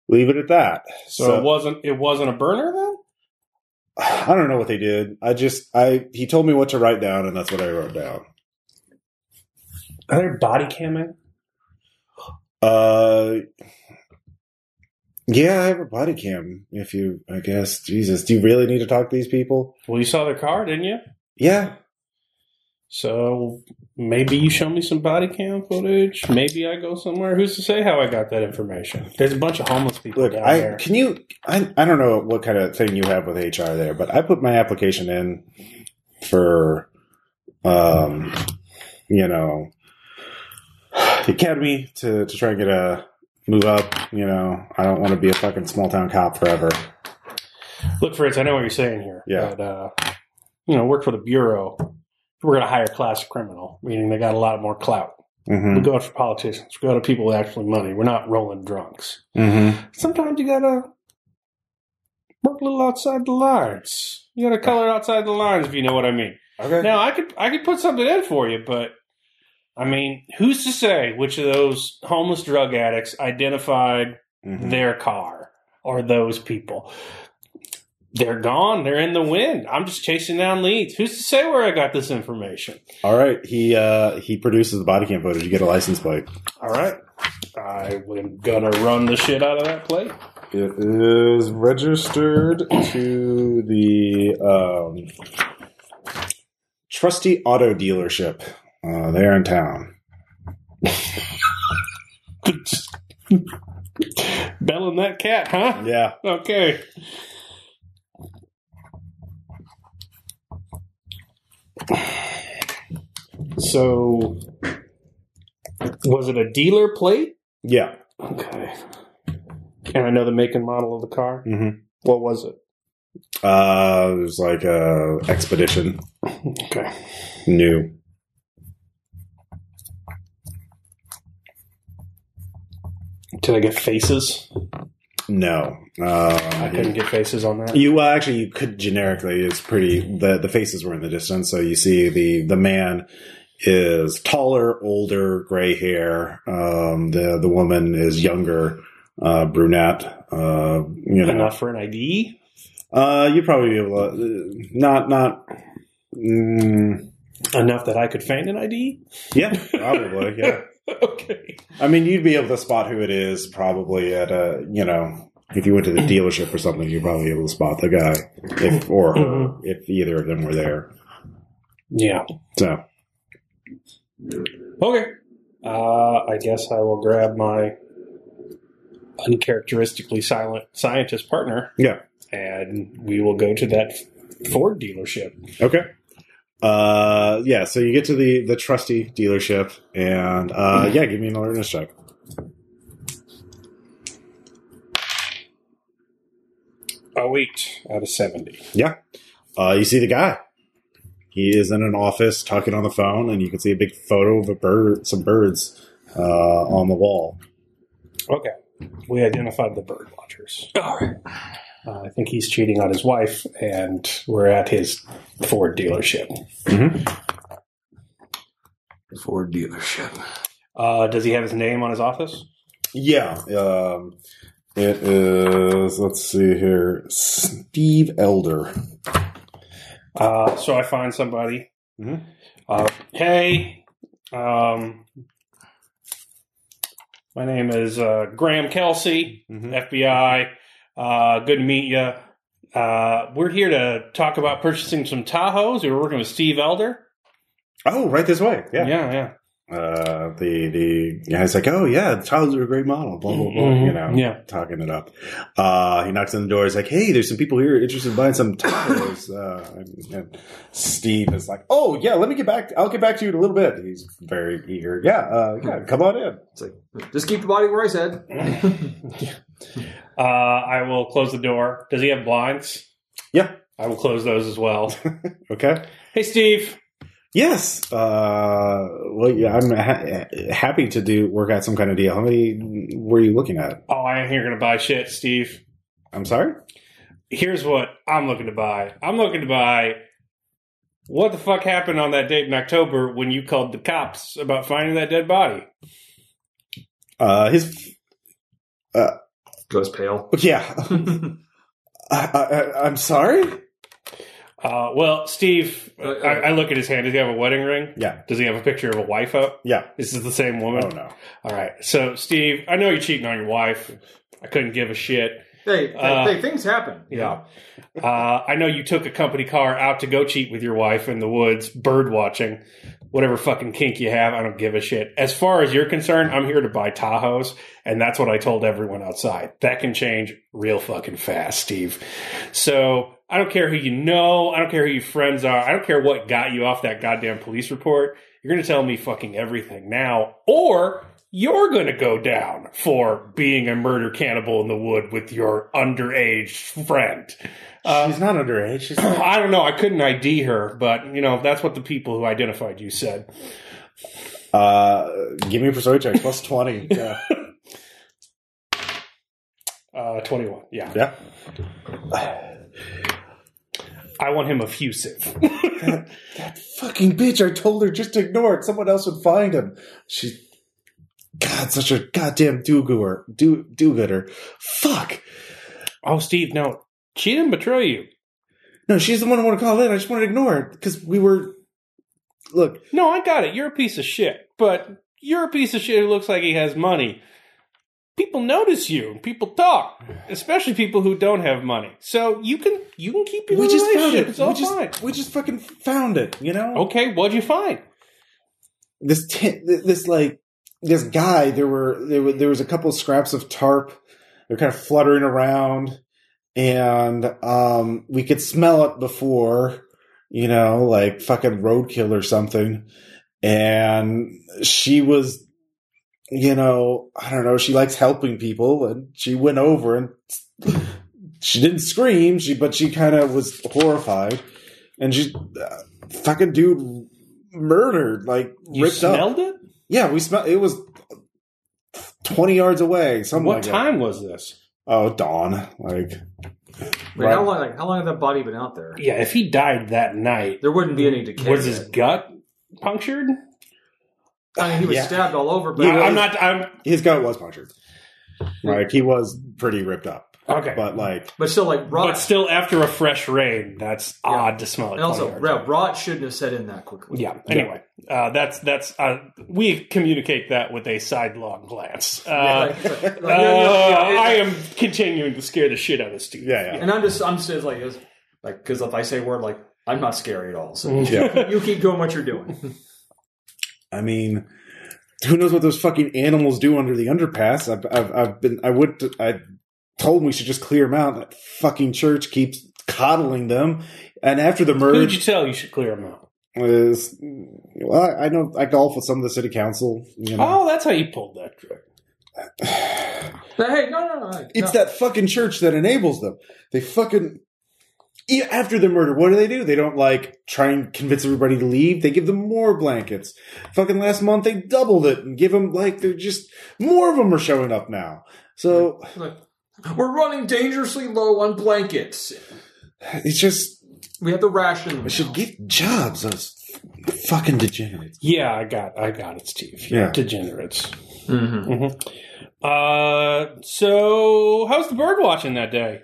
[SPEAKER 1] leave it at that.
[SPEAKER 2] So, it wasn't it wasn't a burner then?
[SPEAKER 1] [sighs] I don't know what they did. I just I he told me what to write down, and that's what I wrote down.
[SPEAKER 2] Are there body camming?
[SPEAKER 1] Uh, yeah, I have a body cam. If you, I guess, Jesus, do you really need to talk to these people?
[SPEAKER 2] Well, you saw their car, didn't you?
[SPEAKER 1] Yeah,
[SPEAKER 2] So maybe you show me some body cam footage. Maybe I go somewhere. Who's to say how I got that information? There's a bunch of homeless people
[SPEAKER 1] Look,
[SPEAKER 2] down
[SPEAKER 1] I
[SPEAKER 2] there.
[SPEAKER 1] can you. I I don't know what kind of thing you have with HR there, but I put my application in for, um, you know, [sighs] the academy to to try and get a move up. You know, I don't want to be a fucking small town cop forever.
[SPEAKER 2] Look, Fritz, I know what you're saying here.
[SPEAKER 1] Yeah.
[SPEAKER 2] But, uh, you know, work for the bureau. We're going to hire class criminal, meaning they got a lot more clout.
[SPEAKER 1] hmm
[SPEAKER 2] We go after politicians. We go to people with actually money. We're not rolling drunks.
[SPEAKER 1] hmm
[SPEAKER 2] Sometimes you got to work a little outside the lines. You got to color outside the lines, if you know what I mean.
[SPEAKER 1] Okay.
[SPEAKER 2] Now I could I could put something in for you, but I mean, who's to say which of those homeless drug addicts identified
[SPEAKER 1] Mhm.
[SPEAKER 2] their car or those people? They're gone. They're in the wind. I'm just chasing down leads. Who's to say where I got this information?
[SPEAKER 1] All right. He uh he produces the body cam footage. You get a license plate.
[SPEAKER 2] All right, I am gonna run the shit out of that plate.
[SPEAKER 1] It is registered to the um, Trusty Auto Dealership. Uh, they're in town.
[SPEAKER 2] Belling that cat, huh?
[SPEAKER 1] Yeah.
[SPEAKER 2] Okay. So, was it a dealer plate?
[SPEAKER 1] Yeah.
[SPEAKER 2] Okay. And I know the make and model of the car.
[SPEAKER 1] Mm-hmm.
[SPEAKER 2] What was it?
[SPEAKER 1] Uh, it was like a expedition.
[SPEAKER 2] Okay.
[SPEAKER 1] New.
[SPEAKER 2] Did I get faces?
[SPEAKER 1] No. Uh,
[SPEAKER 2] I couldn't get faces on that.
[SPEAKER 1] You well, actually, you could generically. It's pretty. the The faces were in the distance, so you see the the man is taller, older, gray hair. Um, the the woman is younger, uh, brunette. Uh, you know,
[SPEAKER 2] [laughs] Enough for an ID?
[SPEAKER 1] uh, you'd probably be able to. uh, Not not. Mm,
[SPEAKER 2] Enough that I could feign an ID?
[SPEAKER 1] yeah, probably. Yeah,
[SPEAKER 2] [laughs] okay.
[SPEAKER 1] I mean, you'd be able to spot who it is probably at a you know. If you went to the dealership or something, you'd probably be able to spot the guy, if or her,
[SPEAKER 2] Mhm.
[SPEAKER 1] if either of them were there.
[SPEAKER 2] Yeah.
[SPEAKER 1] So,
[SPEAKER 2] Okay. Uh, I guess I will grab my uncharacteristically silent scientist partner.
[SPEAKER 1] Yeah.
[SPEAKER 2] And we will go to that Ford dealership.
[SPEAKER 1] Okay. Uh, yeah. So you get to the the trusty dealership, and uh, yeah, give me an alertness check.
[SPEAKER 2] Oh, eight out of 70.
[SPEAKER 1] Yeah. Uh, you see the guy. He is in an office talking on the phone, and you can see a big photo of a bird, some birds, uh, on the wall.
[SPEAKER 2] Okay. We identified the bird watchers. All right. Uh, I think he's cheating on his wife, and we're at his Ford dealership.
[SPEAKER 3] Ford dealership.
[SPEAKER 2] Uh, does he have his name on his office?
[SPEAKER 1] Yeah. Um, it is, let's see here, Steve Elder.
[SPEAKER 2] Uh, so I find somebody.
[SPEAKER 1] Mhm.
[SPEAKER 2] Uh, hey, um, my name is uh, Graham Kelsey,
[SPEAKER 1] Mm-hmm.
[SPEAKER 2] FBI. Uh, good to meet you. Uh, we're here to talk about purchasing some Tahoes. We were working with Steve Elder.
[SPEAKER 1] Oh, right this way. Yeah.
[SPEAKER 2] yeah. yeah.
[SPEAKER 1] Uh, the the guy's like, oh yeah, the tiles are a great model. Blah blah blah. You know,
[SPEAKER 2] Yeah.
[SPEAKER 1] talking it up. Uh, he knocks on the door. He's like, hey, there's some people here interested in buying some tiles. [laughs] uh, and, and Steve is like, oh yeah, let me get back. I'll get back to you in a little bit. He's very eager. Yeah, uh, yeah, come on in.
[SPEAKER 3] It's like just keep the body where I said.
[SPEAKER 2] Uh, I will close the door. Does he have blinds?
[SPEAKER 1] Yeah.
[SPEAKER 2] I will close those as well. [laughs]
[SPEAKER 1] Okay.
[SPEAKER 2] hey, Steve.
[SPEAKER 1] Yes. Uh, well, yeah, I'm ha- happy to do work out some kind of deal. How many were you looking at?
[SPEAKER 2] Oh, I ain't here going to buy shit, Steve.
[SPEAKER 1] I'm sorry.
[SPEAKER 2] Here's what I'm looking to buy. I'm looking to buy what the fuck happened on that date in October when you called the cops about finding that dead body.
[SPEAKER 1] Uh, his.
[SPEAKER 3] Goes pale.
[SPEAKER 1] Yeah. [laughs]
[SPEAKER 3] I
[SPEAKER 1] I, I, I'm sorry.
[SPEAKER 2] Uh, well, Steve,
[SPEAKER 3] Uh, uh.
[SPEAKER 2] I, I look at his hand. Does he have a wedding ring?
[SPEAKER 1] Yeah.
[SPEAKER 2] Does he have a picture of a wife up?
[SPEAKER 1] Yeah.
[SPEAKER 2] This is the same woman.
[SPEAKER 1] Oh no.
[SPEAKER 2] All right. So, Steve, I know you're cheating on your wife. I couldn't give a shit.
[SPEAKER 3] Hey, hey,
[SPEAKER 2] Uh,
[SPEAKER 3] hey, things happen.
[SPEAKER 2] Yeah. Uh, I know you took a company car out to go cheat with your wife in the woods, bird watching, whatever fucking kink you have. I don't give a shit. As far as you're concerned, I'm here to buy Tahoes, and that's what I told everyone outside. That can change real fucking fast, Steve. So I don't care who you know. I don't care who your friends are. I don't care what got you off that goddamn police report. You're going to tell me fucking everything now, or you're going to go down for being a murder cannibal in the wood with your underage friend. Uh,
[SPEAKER 1] She's not underage. She's
[SPEAKER 2] [clears throat] I don't know. I couldn't ID her, but you know that's what the people who identified you said.
[SPEAKER 1] uh, give me a persuasion check plus [laughs] twenty. Yeah.
[SPEAKER 2] Uh, Twenty-one. Yeah,
[SPEAKER 1] yeah.
[SPEAKER 2] I want him effusive.
[SPEAKER 1] Fucking bitch! I told her just to ignore it. Someone else would find him. She. God, such a goddamn do-gooer. Do do-gooder. Fuck.
[SPEAKER 2] [laughs] oh, Steve, no, she didn't betray you.
[SPEAKER 1] No, she's the one who wanted to call in. I just wanted to ignore it because we were. Look,
[SPEAKER 2] No, I got it. You're a piece of shit, but you're a piece of shit who looks like he has money. People notice you. and People talk, especially people who don't have money. So you can you can keep your
[SPEAKER 1] we just found
[SPEAKER 2] relationship.
[SPEAKER 1] it.
[SPEAKER 2] It's all
[SPEAKER 1] we just
[SPEAKER 2] fine. Oh.
[SPEAKER 1] we just fucking found it. You know.
[SPEAKER 2] Okay, what'd you find?
[SPEAKER 1] this tin, th- this like this guy there were there were there was a couple scraps of tarp they're kind of fluttering around and um we could smell it before you know like fucking roadkill or something and she was you know i don't know she likes helping people and she went over and [laughs] she didn't scream she but she kind of was horrified and she uh, fucking dude murdered like
[SPEAKER 2] You
[SPEAKER 1] ripped up
[SPEAKER 2] smelled it.
[SPEAKER 1] yeah, we smelled. It was twenty yards away. Something
[SPEAKER 2] what
[SPEAKER 1] like that.
[SPEAKER 2] time was this?
[SPEAKER 1] Oh, dawn. Like
[SPEAKER 3] Wait,
[SPEAKER 1] Right.
[SPEAKER 3] how long? Like, how long had that body been out there?
[SPEAKER 2] Yeah, if he died that night,
[SPEAKER 3] There wouldn't be any decay.
[SPEAKER 2] was his gut punctured?
[SPEAKER 3] I mean, he was
[SPEAKER 1] Yeah.
[SPEAKER 3] stabbed all over, but
[SPEAKER 2] I, am not. I'm
[SPEAKER 1] his gut was punctured. Like he was pretty ripped up,
[SPEAKER 2] okay, but,
[SPEAKER 1] but
[SPEAKER 2] [laughs]
[SPEAKER 1] like
[SPEAKER 3] but still, like rot.
[SPEAKER 2] still, after a fresh rain, that's
[SPEAKER 3] Yeah.
[SPEAKER 2] odd to smell. It
[SPEAKER 3] and also, yeah,
[SPEAKER 2] yeah.
[SPEAKER 3] rot shouldn't have set in that quickly.
[SPEAKER 2] yeah. Anyway, Uh, that's that's uh, we communicate that with a sidelong glance. Uh,
[SPEAKER 3] Yeah, like- like- like,
[SPEAKER 2] uh,
[SPEAKER 3] yeah, yeah, yeah.
[SPEAKER 2] I am continuing to scare the shit out of Steve.
[SPEAKER 1] yeah,
[SPEAKER 3] And I'm just, I'm just like, it's- like, because if I say a word like, I'm not scary at all. So
[SPEAKER 1] yeah. yeah.
[SPEAKER 3] you keep doing what you're doing.
[SPEAKER 1] I mean, who knows what those fucking animals do under the underpass? I've I've, I've been I would I told him we should just clear them out. That fucking church keeps coddling them, and after the
[SPEAKER 2] Who
[SPEAKER 1] merge,
[SPEAKER 2] [laughs] did you tell you should clear him out?
[SPEAKER 1] is well, I- I know I golf with some of the city council. You know,
[SPEAKER 2] Oh, that's how you pulled that trick.
[SPEAKER 3] But hey, no, no, no, no.
[SPEAKER 1] It's that fucking church that enables them. They fucking E- after the murder, what do they do? They don't like try and convince everybody to leave. They give them more blankets. Fucking last month they doubled it and give them like they're just more of them are showing up now. So
[SPEAKER 3] Like, We're running dangerously low on blankets.
[SPEAKER 1] it's just
[SPEAKER 3] We have to ration. them
[SPEAKER 1] we should
[SPEAKER 3] now.
[SPEAKER 1] get jobs. Those Fucking degenerates.
[SPEAKER 2] Yeah, I got, I got it, Steve.
[SPEAKER 1] Yeah.
[SPEAKER 2] degenerates.
[SPEAKER 3] Mm-hmm.
[SPEAKER 2] hmm Uh, so how's the bird watching that day?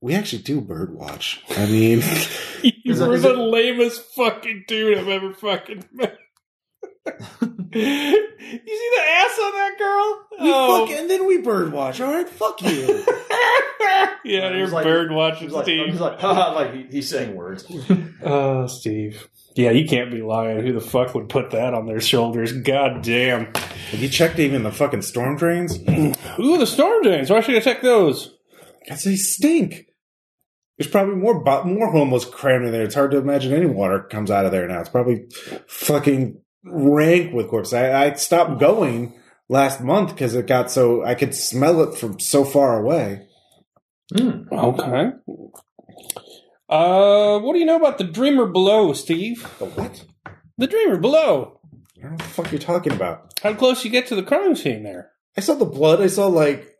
[SPEAKER 1] We actually do bird watch. I mean,
[SPEAKER 2] You
[SPEAKER 3] Is it-
[SPEAKER 2] were
[SPEAKER 3] is
[SPEAKER 2] the
[SPEAKER 3] it-
[SPEAKER 2] lamest fucking dude I've ever fucking met. you see the ass on that girl? Oh,
[SPEAKER 1] we fuck, and then we bird watch. All right, fuck you.
[SPEAKER 2] yeah,
[SPEAKER 3] It
[SPEAKER 2] you're
[SPEAKER 3] was like-
[SPEAKER 2] bird
[SPEAKER 3] He
[SPEAKER 2] watching
[SPEAKER 3] was like, he was
[SPEAKER 2] Steve.
[SPEAKER 3] like, [laughs] haha, like he, he's
[SPEAKER 1] [laughs]
[SPEAKER 3] saying words.
[SPEAKER 2] Oh, Steve. Yeah, you can't be lying. Who the fuck would put that on their shoulders? God damn.
[SPEAKER 1] Have you checked even the fucking storm drains?
[SPEAKER 2] Ooh, the storm drains. Why should I check those?
[SPEAKER 1] Because they stink. There's probably more bo- more homeless crammed in there. It's hard to imagine any water comes out of there now. It's probably fucking rank with corpses. I, I stopped going last month because it got so I could smell it from so far away.
[SPEAKER 3] Hmm.
[SPEAKER 2] Okay. Uh, what do you know about the Dreamer Below, Steve?
[SPEAKER 1] The what?
[SPEAKER 2] The Dreamer Below.
[SPEAKER 1] I don't know what the fuck you're talking about.
[SPEAKER 2] How close you get to the crime scene there?
[SPEAKER 1] I saw the blood. I saw like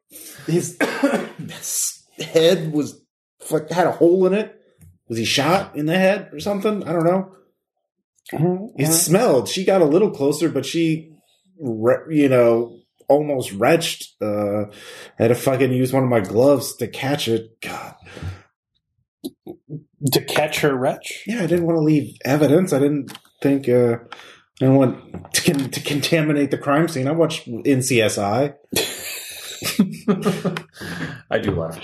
[SPEAKER 1] his, [coughs] his head was fuck, had a hole in it. Was he shot in the head or something? I don't know.
[SPEAKER 3] Mm-hmm.
[SPEAKER 1] It
[SPEAKER 2] Uh-huh.
[SPEAKER 1] smelled. She got a little closer, but she, re- you know, almost retched. Uh, had to fucking use one of my gloves to catch it. God.
[SPEAKER 2] to catch her wretch.
[SPEAKER 1] Yeah, I didn't want to leave evidence. I didn't think, uh, I didn't want to, con- to contaminate the crime scene. I watched NCSI.
[SPEAKER 3] I do laugh.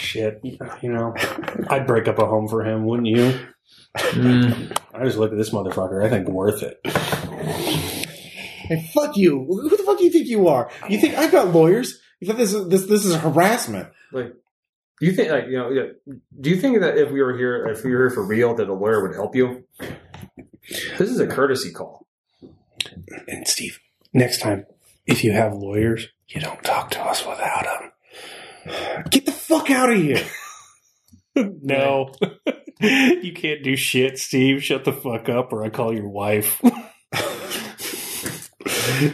[SPEAKER 2] Shit, you know, I'd break up a home for him, wouldn't you?
[SPEAKER 1] Mm.
[SPEAKER 2] I just look at this motherfucker. I think worth it.
[SPEAKER 1] Hey, fuck you. Who the fuck do you think you are? You think I've got lawyers? You think this is, this, this is harassment?
[SPEAKER 3] Do you think, like, you know, yeah, do you think that if we were here, if we were here for real, that a lawyer would help you? This is a courtesy call.
[SPEAKER 2] And Steve, next time, if you have lawyers, you don't talk to us without
[SPEAKER 1] Get the fuck out of here. [laughs]
[SPEAKER 2] them. [laughs] No, you can't do shit, Steve. Shut the fuck up, or I call your wife. [laughs]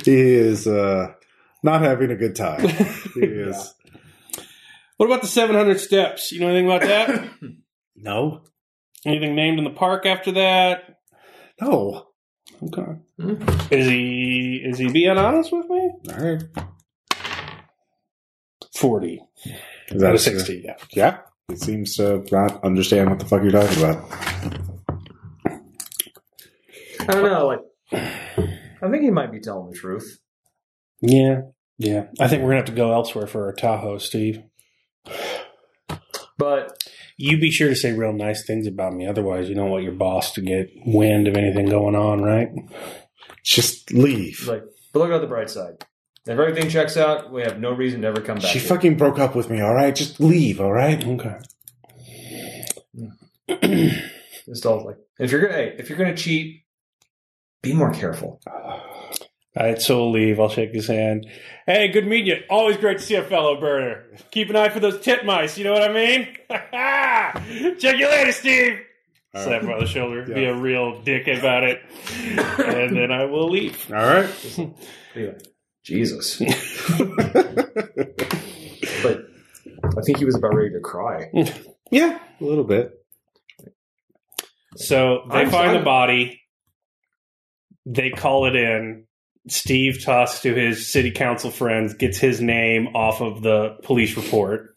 [SPEAKER 1] he is, uh, not having a good time. He is.
[SPEAKER 2] What about the 700 steps? You know anything about that? [coughs]
[SPEAKER 1] No.
[SPEAKER 2] anything named in the park after that?
[SPEAKER 1] No.
[SPEAKER 2] Okay.
[SPEAKER 3] Hmm.
[SPEAKER 2] Is he is he being honest with me?
[SPEAKER 1] All right.
[SPEAKER 2] Forty.
[SPEAKER 1] Is
[SPEAKER 2] Out
[SPEAKER 1] that
[SPEAKER 2] of sixty, yeah.
[SPEAKER 1] Yeah. uh, It seems to not understand what the fuck you're talking about.
[SPEAKER 3] I don't know. Like, I think he might be telling the truth.
[SPEAKER 2] Yeah. Yeah. I think we're gonna have to go elsewhere for our Tahoe, Steve.
[SPEAKER 3] But
[SPEAKER 2] You be sure to say real nice things about me, otherwise you don't want your boss to get wind of anything going on, right?
[SPEAKER 1] Just leave.
[SPEAKER 3] like, but look at the bright side. If everything checks out, we have no reason to ever come back.
[SPEAKER 1] She
[SPEAKER 3] here.
[SPEAKER 1] fucking broke up with me, all right? Just leave, all right?
[SPEAKER 2] Okay.
[SPEAKER 3] It's all like, if you're gonna, hey, if you're gonna cheat, be more careful.
[SPEAKER 2] All right, so we'll leave. I'll shake his hand. Hey, good meeting you. Always great to see a fellow birder. Keep an eye for those titmice. You know what I mean? [laughs] Check you later, Steve.
[SPEAKER 1] All
[SPEAKER 2] Slap him on the shoulder. Be
[SPEAKER 1] Yeah.
[SPEAKER 2] a real dick about it, and then I will leave.
[SPEAKER 1] All [laughs] right.
[SPEAKER 3] Be like, [laughs] Jesus.
[SPEAKER 1] yeah,
[SPEAKER 3] But I think he was about ready to cry.
[SPEAKER 1] a little bit.
[SPEAKER 2] So they
[SPEAKER 3] I'm-
[SPEAKER 2] find
[SPEAKER 3] I'm-
[SPEAKER 2] the body. They call it in. Steve talks to his city council friends, gets his name off of the police report.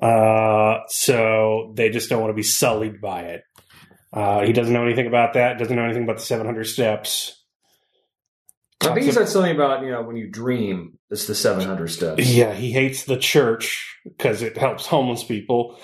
[SPEAKER 2] Uh, so they just don't want to be sullied by it. Uh, he doesn't know anything about that. Doesn't know anything about the 700 steps.
[SPEAKER 3] I think he said something about you know when you dream, it's the 700 steps.
[SPEAKER 2] Yeah, he hates the church because it helps homeless people.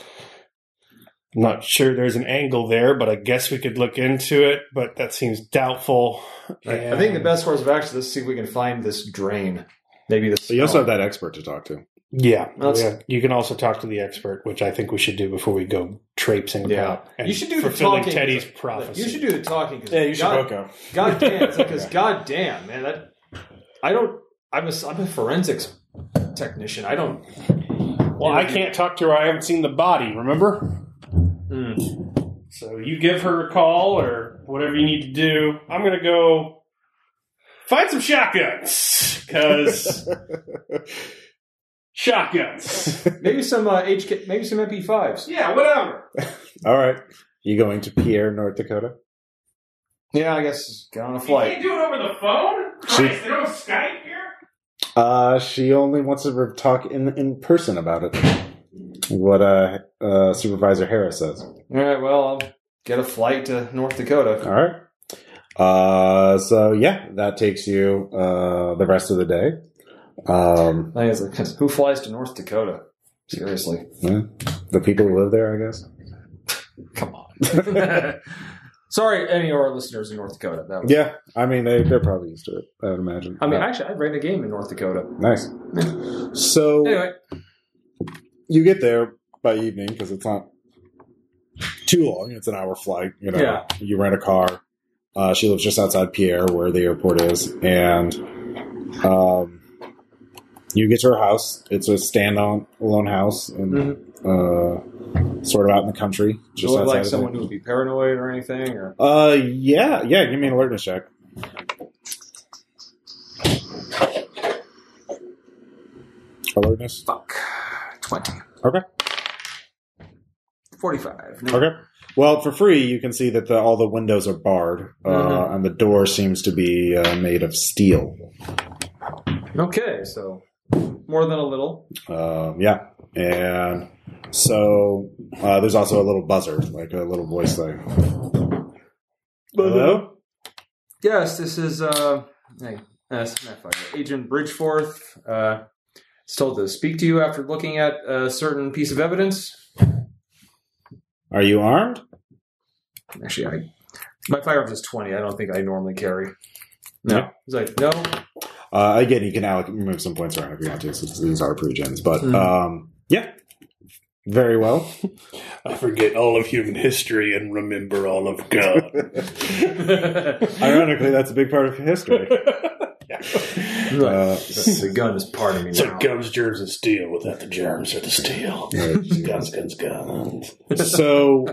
[SPEAKER 2] I'm not sure there's an angle there, but I guess we could look into it. But that seems doubtful.
[SPEAKER 3] I, I think the
[SPEAKER 2] And-
[SPEAKER 3] best course of action is to see if we can find this drain. Maybe this.
[SPEAKER 1] But you also have that expert to talk to. [laughs]
[SPEAKER 2] Yeah,
[SPEAKER 3] That's-
[SPEAKER 2] yeah. You can also talk to the expert, which I think we should do before we go traipsing
[SPEAKER 3] Yeah.
[SPEAKER 2] about. and
[SPEAKER 3] You should do the
[SPEAKER 2] fulfilling
[SPEAKER 3] talking.
[SPEAKER 2] Teddy's
[SPEAKER 3] Look,
[SPEAKER 2] prophecy.
[SPEAKER 3] Oh, You should do the talking. 'cause God,
[SPEAKER 1] up.
[SPEAKER 3] [laughs] God damn, because God damn, man, that I don't. I'm a, I'm a forensics technician. I don't.
[SPEAKER 2] well, I can't talk to her. I haven't seen the body. Remember.
[SPEAKER 3] Mm.
[SPEAKER 2] So you give her a call or whatever you need to do. I'm gonna go find some shotguns
[SPEAKER 3] [laughs]
[SPEAKER 2] because shotguns.
[SPEAKER 3] Maybe some uh, HK. Maybe some MP5s.
[SPEAKER 2] Yeah, whatever.
[SPEAKER 1] All right. You going to Pierre, North Dakota?
[SPEAKER 3] Yeah, I guess get on a
[SPEAKER 2] You
[SPEAKER 3] flight.
[SPEAKER 2] can't do it over the phone?
[SPEAKER 1] She-
[SPEAKER 2] Christ, they don't have Skype here?
[SPEAKER 1] Uh, she only wants to re- talk in in person about it. What uh, uh, Supervisor Harris says.
[SPEAKER 3] All right, well, I'll get a flight to North Dakota.
[SPEAKER 1] All right. Uh, so yeah, that takes you uh, the rest of the day. Um,
[SPEAKER 3] I was like, who flies to North Dakota? Seriously,
[SPEAKER 1] the people who live there, I guess. [laughs]
[SPEAKER 3] come on. Sorry, any of our listeners in North Dakota. That was,
[SPEAKER 1] Yeah, I mean they they're probably used to it. I would imagine.
[SPEAKER 3] I mean,
[SPEAKER 1] Uh,
[SPEAKER 3] actually, I ran a game in North Dakota. [laughs]
[SPEAKER 1] nice. So
[SPEAKER 3] Anyway,
[SPEAKER 1] you get there by evening because it's not too long. It's an hour flight. You know,
[SPEAKER 3] Yeah.
[SPEAKER 1] you rent a car. Uh, she lives just outside Pierre, where the airport is, and um, you get to her house. It's a stand-alone house, and uh, sort of out in the country,
[SPEAKER 3] do
[SPEAKER 1] just
[SPEAKER 3] you look
[SPEAKER 1] outside.
[SPEAKER 3] like
[SPEAKER 1] of
[SPEAKER 3] someone who Mm-hmm. would be paranoid or anything? Or
[SPEAKER 1] there. uh, yeah, yeah. Give me an alertness check. Alertness.
[SPEAKER 3] fuck, twenty.
[SPEAKER 1] Okay.
[SPEAKER 3] Forty-five.
[SPEAKER 1] Okay. Well, for free, you can see that the, all the windows are barred, uh,
[SPEAKER 3] Mhm.
[SPEAKER 1] and the door seems to be uh, made of steel.
[SPEAKER 3] Okay, so more than a little.
[SPEAKER 1] Um, yeah, and so uh, there's also a little buzzer, like a little voice thing. Hello.
[SPEAKER 3] Yes, this is uh, hey, uh, not fire, Agent Bridgeforth. Uh, is told to speak to you after looking at a certain piece of evidence.
[SPEAKER 1] Are you armed?
[SPEAKER 3] Actually, I my firearms is twenty. I don't think I normally carry. No, he's like [laughs] no.
[SPEAKER 1] Uh, again, you can allocate, move some points around if you want to, since these are pre-gens. But
[SPEAKER 3] Mhm.
[SPEAKER 1] um, yeah, very well.
[SPEAKER 4] I forget all of human history and remember all of
[SPEAKER 3] [laughs]
[SPEAKER 4] God.
[SPEAKER 1] Ironically, that's a big part of history. Uh,
[SPEAKER 3] the gun is part of me
[SPEAKER 4] so
[SPEAKER 3] now.
[SPEAKER 4] gums, germs, and steel. Without the germs or the steel, [laughs] guns, guns, guns.
[SPEAKER 1] so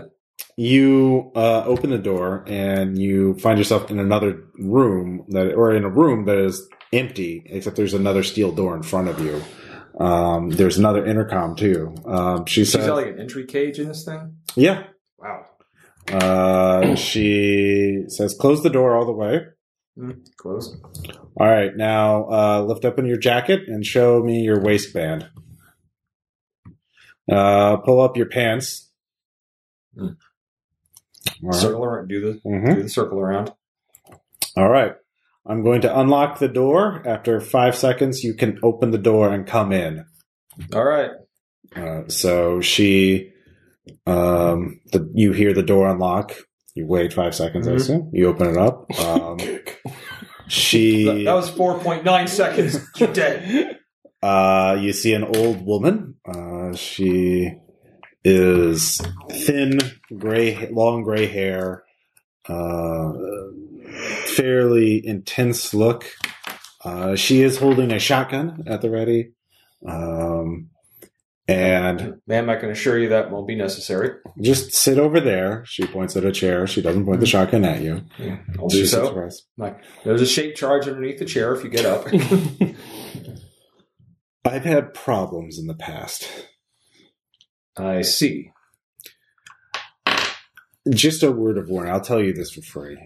[SPEAKER 1] you uh, open the door and you find yourself in another room that or in a room that is empty except there's another steel door in front of you um, there's another intercom too um, she
[SPEAKER 3] She's
[SPEAKER 1] says
[SPEAKER 3] got like an entry cage in this thing.
[SPEAKER 1] yeah
[SPEAKER 3] Wow.
[SPEAKER 1] uh, she says close the door all the way
[SPEAKER 3] Mm, Close.
[SPEAKER 1] all right now uh, lift up in your jacket and show me your waistband uh, pull up your pants
[SPEAKER 3] Hmm.
[SPEAKER 1] All right.
[SPEAKER 3] Circle around. Do the
[SPEAKER 1] Mhm.
[SPEAKER 3] do the circle around.
[SPEAKER 1] All right. I'm going to unlock the door. After five seconds, you can open the door and come in.
[SPEAKER 3] All right.
[SPEAKER 1] Uh, so she, um, the, you hear the door unlock. You wait five seconds, I
[SPEAKER 3] Mhm.
[SPEAKER 1] assume. You open it up. Um,
[SPEAKER 4] Kick.
[SPEAKER 1] she,
[SPEAKER 3] That was four point nine seconds. [laughs] You're dead.
[SPEAKER 1] uh, you see an old woman. Uh, she is thin, gray, long gray hair, uh, fairly intense look. Uh, she is holding a shotgun at the ready, um, and
[SPEAKER 3] Ma'am, I can assure you that won't be necessary.
[SPEAKER 1] just sit over there. She points at a chair. She doesn't point the shotgun at you.
[SPEAKER 3] I'll do
[SPEAKER 1] She's
[SPEAKER 3] so.
[SPEAKER 1] surprised.
[SPEAKER 3] There's a shape charge underneath the chair if you
[SPEAKER 1] [laughs]
[SPEAKER 3] get up.
[SPEAKER 1] I've had problems in the past.
[SPEAKER 3] I see.
[SPEAKER 1] just a word of warning. I'll tell you this for free.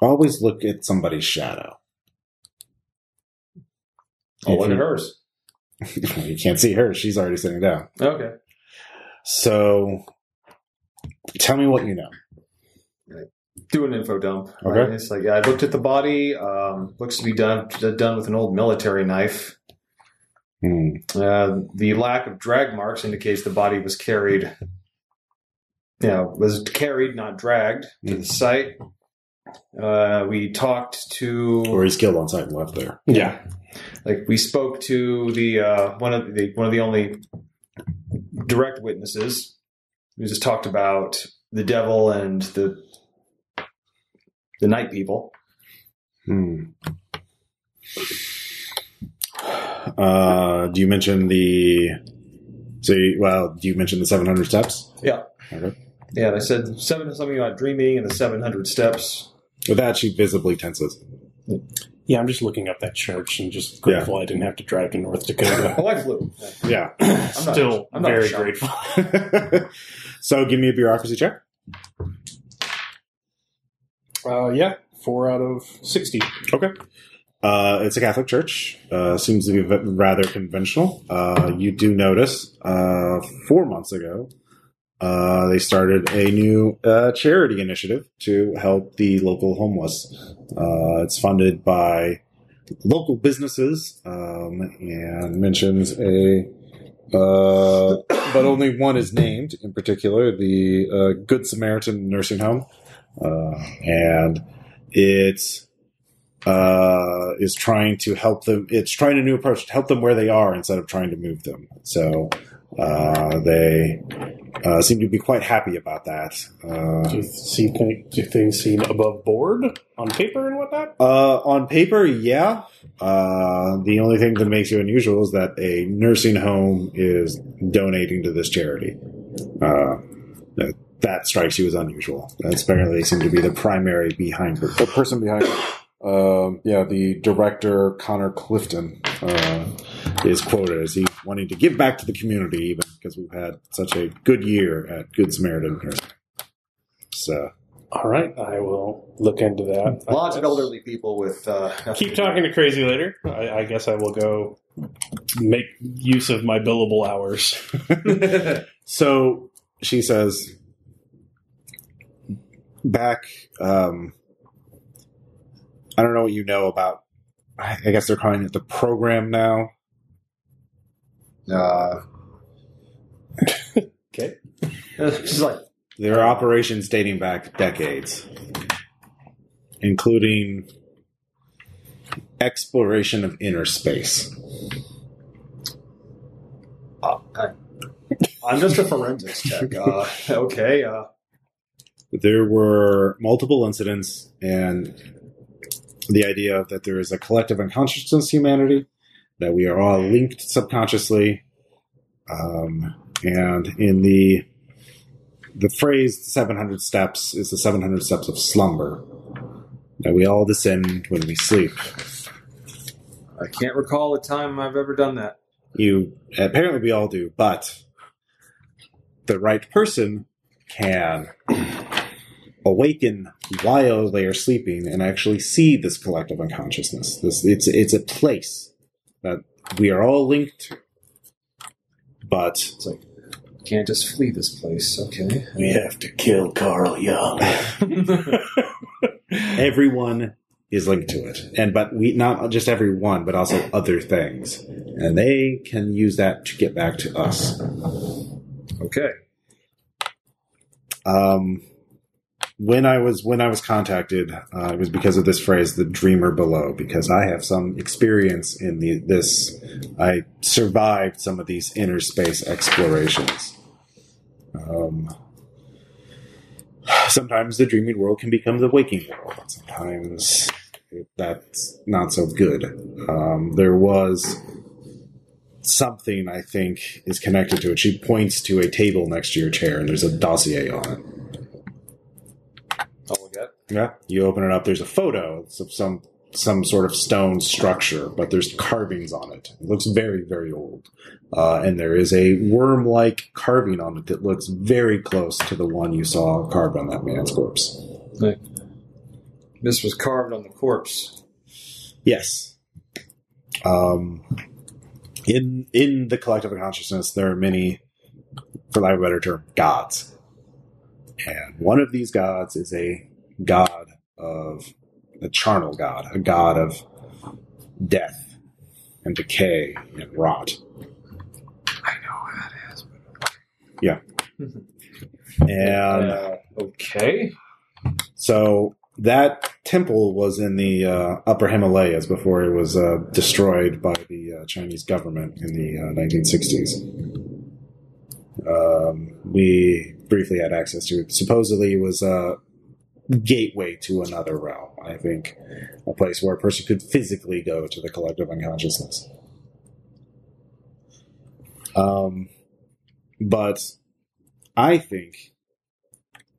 [SPEAKER 1] Always look at somebody's shadow.
[SPEAKER 3] I'll look
[SPEAKER 1] If
[SPEAKER 3] at hers.
[SPEAKER 1] [laughs] you, you can't see Oh, her. She's already sitting down.
[SPEAKER 3] Okay.
[SPEAKER 1] So tell me what you know.
[SPEAKER 3] Do an info dump.
[SPEAKER 1] Okay.
[SPEAKER 3] Right? It's like I looked at the body. Um, looks to be done done with an old military knife.
[SPEAKER 1] Hmm.
[SPEAKER 3] Uh, the lack of drag marks indicates the body was carried, you know, was carried, not dragged to
[SPEAKER 1] Mm.
[SPEAKER 3] the site. Uh, we talked
[SPEAKER 1] Or
[SPEAKER 3] to,
[SPEAKER 1] he's killed on sight and left there.
[SPEAKER 2] yeah.
[SPEAKER 3] like, we spoke to the uh, one of the one of the only direct witnesses. We just talked about the devil and the the night people.
[SPEAKER 1] Hmm. [sighs] Uh, do you mention the? So you, well, do you mention the seven hundred steps?
[SPEAKER 3] Yeah, they said seven something about dreaming and the seven hundred steps.
[SPEAKER 1] With that, she visibly tenses.
[SPEAKER 2] Yeah, I'm just looking up that church and just grateful I didn't have to drive to North Dakota.
[SPEAKER 3] [laughs] Oh, I flew.
[SPEAKER 1] Yeah.
[SPEAKER 3] not-
[SPEAKER 2] Still
[SPEAKER 3] I'm not
[SPEAKER 2] very
[SPEAKER 3] shocked.
[SPEAKER 2] grateful.
[SPEAKER 1] [laughs] so give me a bureaucracy check.
[SPEAKER 2] Uh, yeah, four out of sixty.
[SPEAKER 1] Okay. Uh, it's a Catholic church. Uh, seems to be v- rather conventional. Uh, you do notice uh, four months ago, uh, they started a new uh, charity initiative to help the local homeless. Uh, it's funded by local businesses um, and mentions a. Uh, but only one is named in particular, the uh, Good Samaritan Nursing Home. Uh, and it's uh, is trying to help them. It's trying a new approach to help them where they are instead of trying to move them. So uh, they uh, seem to be quite happy about that. Uh,
[SPEAKER 2] Do, see, do things seem above board on paper and whatnot?
[SPEAKER 1] uh, on paper, yeah. Uh, the only thing that makes you unusual is that a nursing home is donating to this charity. Uh, that- that strikes you as unusual. That's apparently seemed to be the primary behind her, the person behind. Her. Um, yeah, the director Connor Clifton uh, is quoted as he wanting to give back to the community, even because we've had such a good year at Good Samaritan. Nursing. So
[SPEAKER 2] All right, I will look into that.
[SPEAKER 3] Lots of elderly people with. Uh, nothing
[SPEAKER 2] Keep
[SPEAKER 3] to do.
[SPEAKER 2] talking to crazy later. I, I guess I will go make use of my billable hours.
[SPEAKER 1] So she says, back, um, I don't know what you know about, I I guess they're calling it the program now. Uh,
[SPEAKER 2] Okay.
[SPEAKER 3] She's like,
[SPEAKER 1] there are operations dating back decades, including exploration of inner space.
[SPEAKER 3] oh, hi. I'm just a forensics tech. Uh, [laughs] okay. Uh,
[SPEAKER 1] there were multiple incidents and the idea that there is a collective unconsciousness humanity that we are all linked subconsciously um, and in the the phrase 700 steps is the 700 steps of slumber that we all descend when we sleep
[SPEAKER 3] I can't recall a time I've ever done that.
[SPEAKER 1] you apparently we all do but the right person can awaken while they are sleeping and actually see this collective unconsciousness this it's it's a place that we are all linked to but
[SPEAKER 3] Can't just flee this place. Okay.
[SPEAKER 4] We have to kill Carl Young.
[SPEAKER 1] everyone is linked to it and but we not just everyone but also other things and they can use that to get back to us
[SPEAKER 3] Okay.
[SPEAKER 1] um, when I was when I was contacted, uh, it was because of this phrase, "the dreamer below," because I have some experience in the this. I survived some of these inner space explorations. Um, sometimes the dreaming world can become the waking world. and Sometimes that's not so good. Um, there was something I think is connected to it. She points to a table next to your chair, and there's a dossier on it.
[SPEAKER 3] I'll look at.
[SPEAKER 1] Yeah. You open it up, there's a photo of some some sort of stone structure, but there's carvings on it. It looks very, very old. Uh, and there is a worm like carving on it that looks very close to the one you saw carved on that man's corpse.
[SPEAKER 3] This was carved on the corpse.
[SPEAKER 1] Yes. Um, in in the collective consciousness, there are many, for lack of a better term, gods, and one of these gods is a god of a charnel god, a god of death and decay and rot.
[SPEAKER 3] I know where that is.
[SPEAKER 1] And
[SPEAKER 3] Uh, okay.
[SPEAKER 1] so that temple was in the uh, upper Himalayas before it was uh, destroyed by the uh, Chinese government in the uh, 1960s. Um, we briefly had access to it. Supposedly, it was a gateway to another realm. I think a place where a person could physically go to the collective unconsciousness. Um, but I think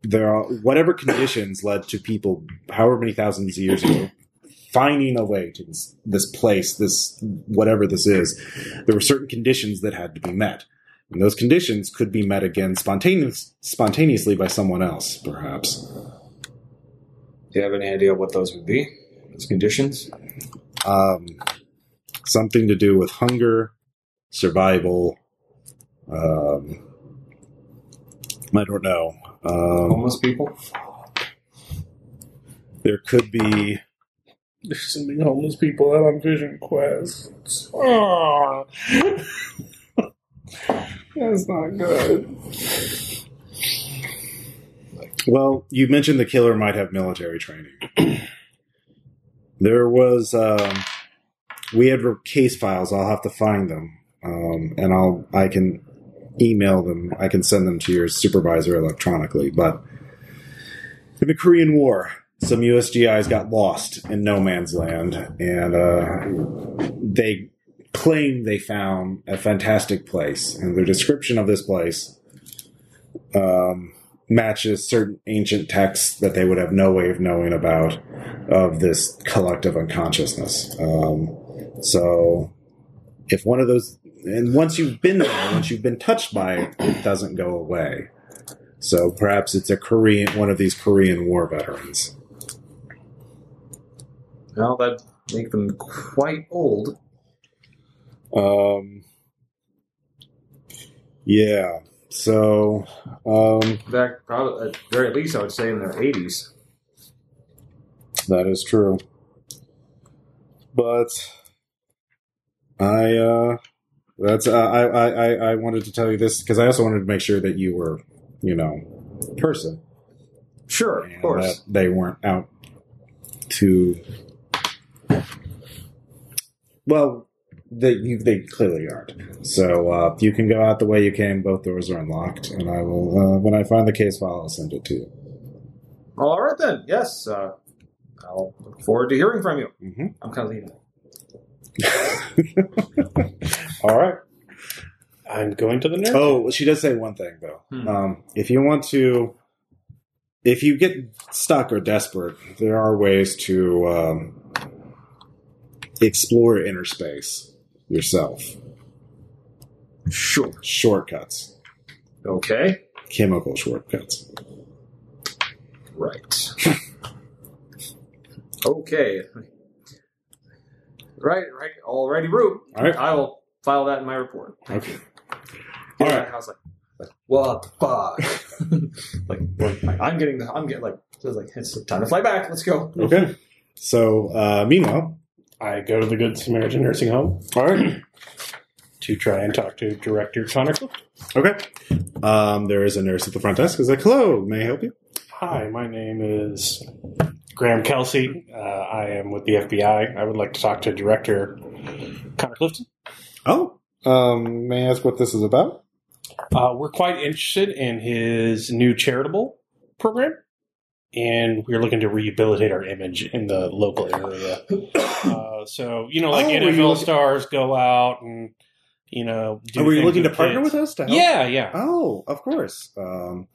[SPEAKER 1] there are whatever conditions led to people however many thousands of years ago finding a way to this, this place this whatever this is there were certain conditions that had to be met and those conditions could be met again spontaneous, spontaneously by someone else perhaps
[SPEAKER 3] Do you have any idea what those would be? Those conditions?
[SPEAKER 1] Um, something to do with hunger, survival. Um, I don't know. Um,
[SPEAKER 3] Homeless people?
[SPEAKER 1] there could be.
[SPEAKER 2] There's so many homeless people out on Vision Quest. Oh. That's not good.
[SPEAKER 1] Well, you mentioned the killer might have military training. [clears throat] there was. Um, we had re- case files. I'll have to find them, um, and I'll I can email them. I can send them to your supervisor electronically. But in the Korean War, some USGIs got lost in no man's land, and uh, they claim they found a fantastic place, and their description of this place. Um, matches certain ancient texts that they would have no way of knowing about of this collective unconsciousness. Um, so if one of those, and once you've been there, once you've been touched by it, it doesn't go away. So perhaps it's a Korean, one of these Korean War veterans.
[SPEAKER 3] Well, that'd make them quite old.
[SPEAKER 1] Um, yeah. So, um,
[SPEAKER 3] In fact, probably, at the very least, I would say in their 80s.
[SPEAKER 1] That is true. But I uh that's uh, I, I I- I wanted to tell you this because I also wanted to make sure that you were, you know, person.
[SPEAKER 3] Sure,
[SPEAKER 1] and
[SPEAKER 3] of course.
[SPEAKER 1] That they weren't out to Well, they you, they clearly aren't. So uh, you can go out the way you came. Both doors are unlocked, and I will. Uh, when I find the case file, I'll send it to you.
[SPEAKER 3] All right, then. Yes. Uh, I'll look forward to hearing from you.
[SPEAKER 1] Mm-hmm.
[SPEAKER 3] I'm kind of leaving.
[SPEAKER 1] All right.
[SPEAKER 2] I'm going to the nurse.
[SPEAKER 1] Oh, she does say one thing though.
[SPEAKER 3] Hmm.
[SPEAKER 1] Um, if you want to, if you get stuck or desperate, there are ways to um, explore inner space yourself.
[SPEAKER 3] Sure.
[SPEAKER 1] Shortcuts,
[SPEAKER 3] Okay.
[SPEAKER 1] chemical shortcuts.
[SPEAKER 3] Right. okay. Right, right. Alrighty, Rube.
[SPEAKER 1] All right.
[SPEAKER 3] I will file that in my report.
[SPEAKER 1] Okay.
[SPEAKER 3] Yeah,
[SPEAKER 1] All right.
[SPEAKER 3] I was like, like what the fuck? like, like, like, I'm getting the, I'm getting like, I was like, it's time to fly back. Let's go.
[SPEAKER 1] Okay. So, uh, meanwhile,
[SPEAKER 2] I go to the Good Samaritan Nursing Home
[SPEAKER 1] all right.
[SPEAKER 2] [clears throat] to try and talk to Director Connor.
[SPEAKER 1] Okay. Um, there is a nurse at the front desk. Is like, hello, may I help you?
[SPEAKER 2] Hi, my name is Graham Kelsey. Uh, I am with the FBI. I would like to talk to Director Connor Clifton.
[SPEAKER 1] Oh, um, may I ask what this is about?
[SPEAKER 2] Uh, we're quite interested in his new charitable program, and we're looking to rehabilitate our image in the local area. Uh, so, you know, like
[SPEAKER 1] Oh, were you
[SPEAKER 2] NFL
[SPEAKER 1] looking-
[SPEAKER 2] stars go out and, you know, do
[SPEAKER 1] Are you
[SPEAKER 2] things
[SPEAKER 1] looking to
[SPEAKER 2] with
[SPEAKER 1] partner
[SPEAKER 2] kids.
[SPEAKER 1] with us to help?
[SPEAKER 2] Yeah, yeah.
[SPEAKER 1] Oh, of course. Um,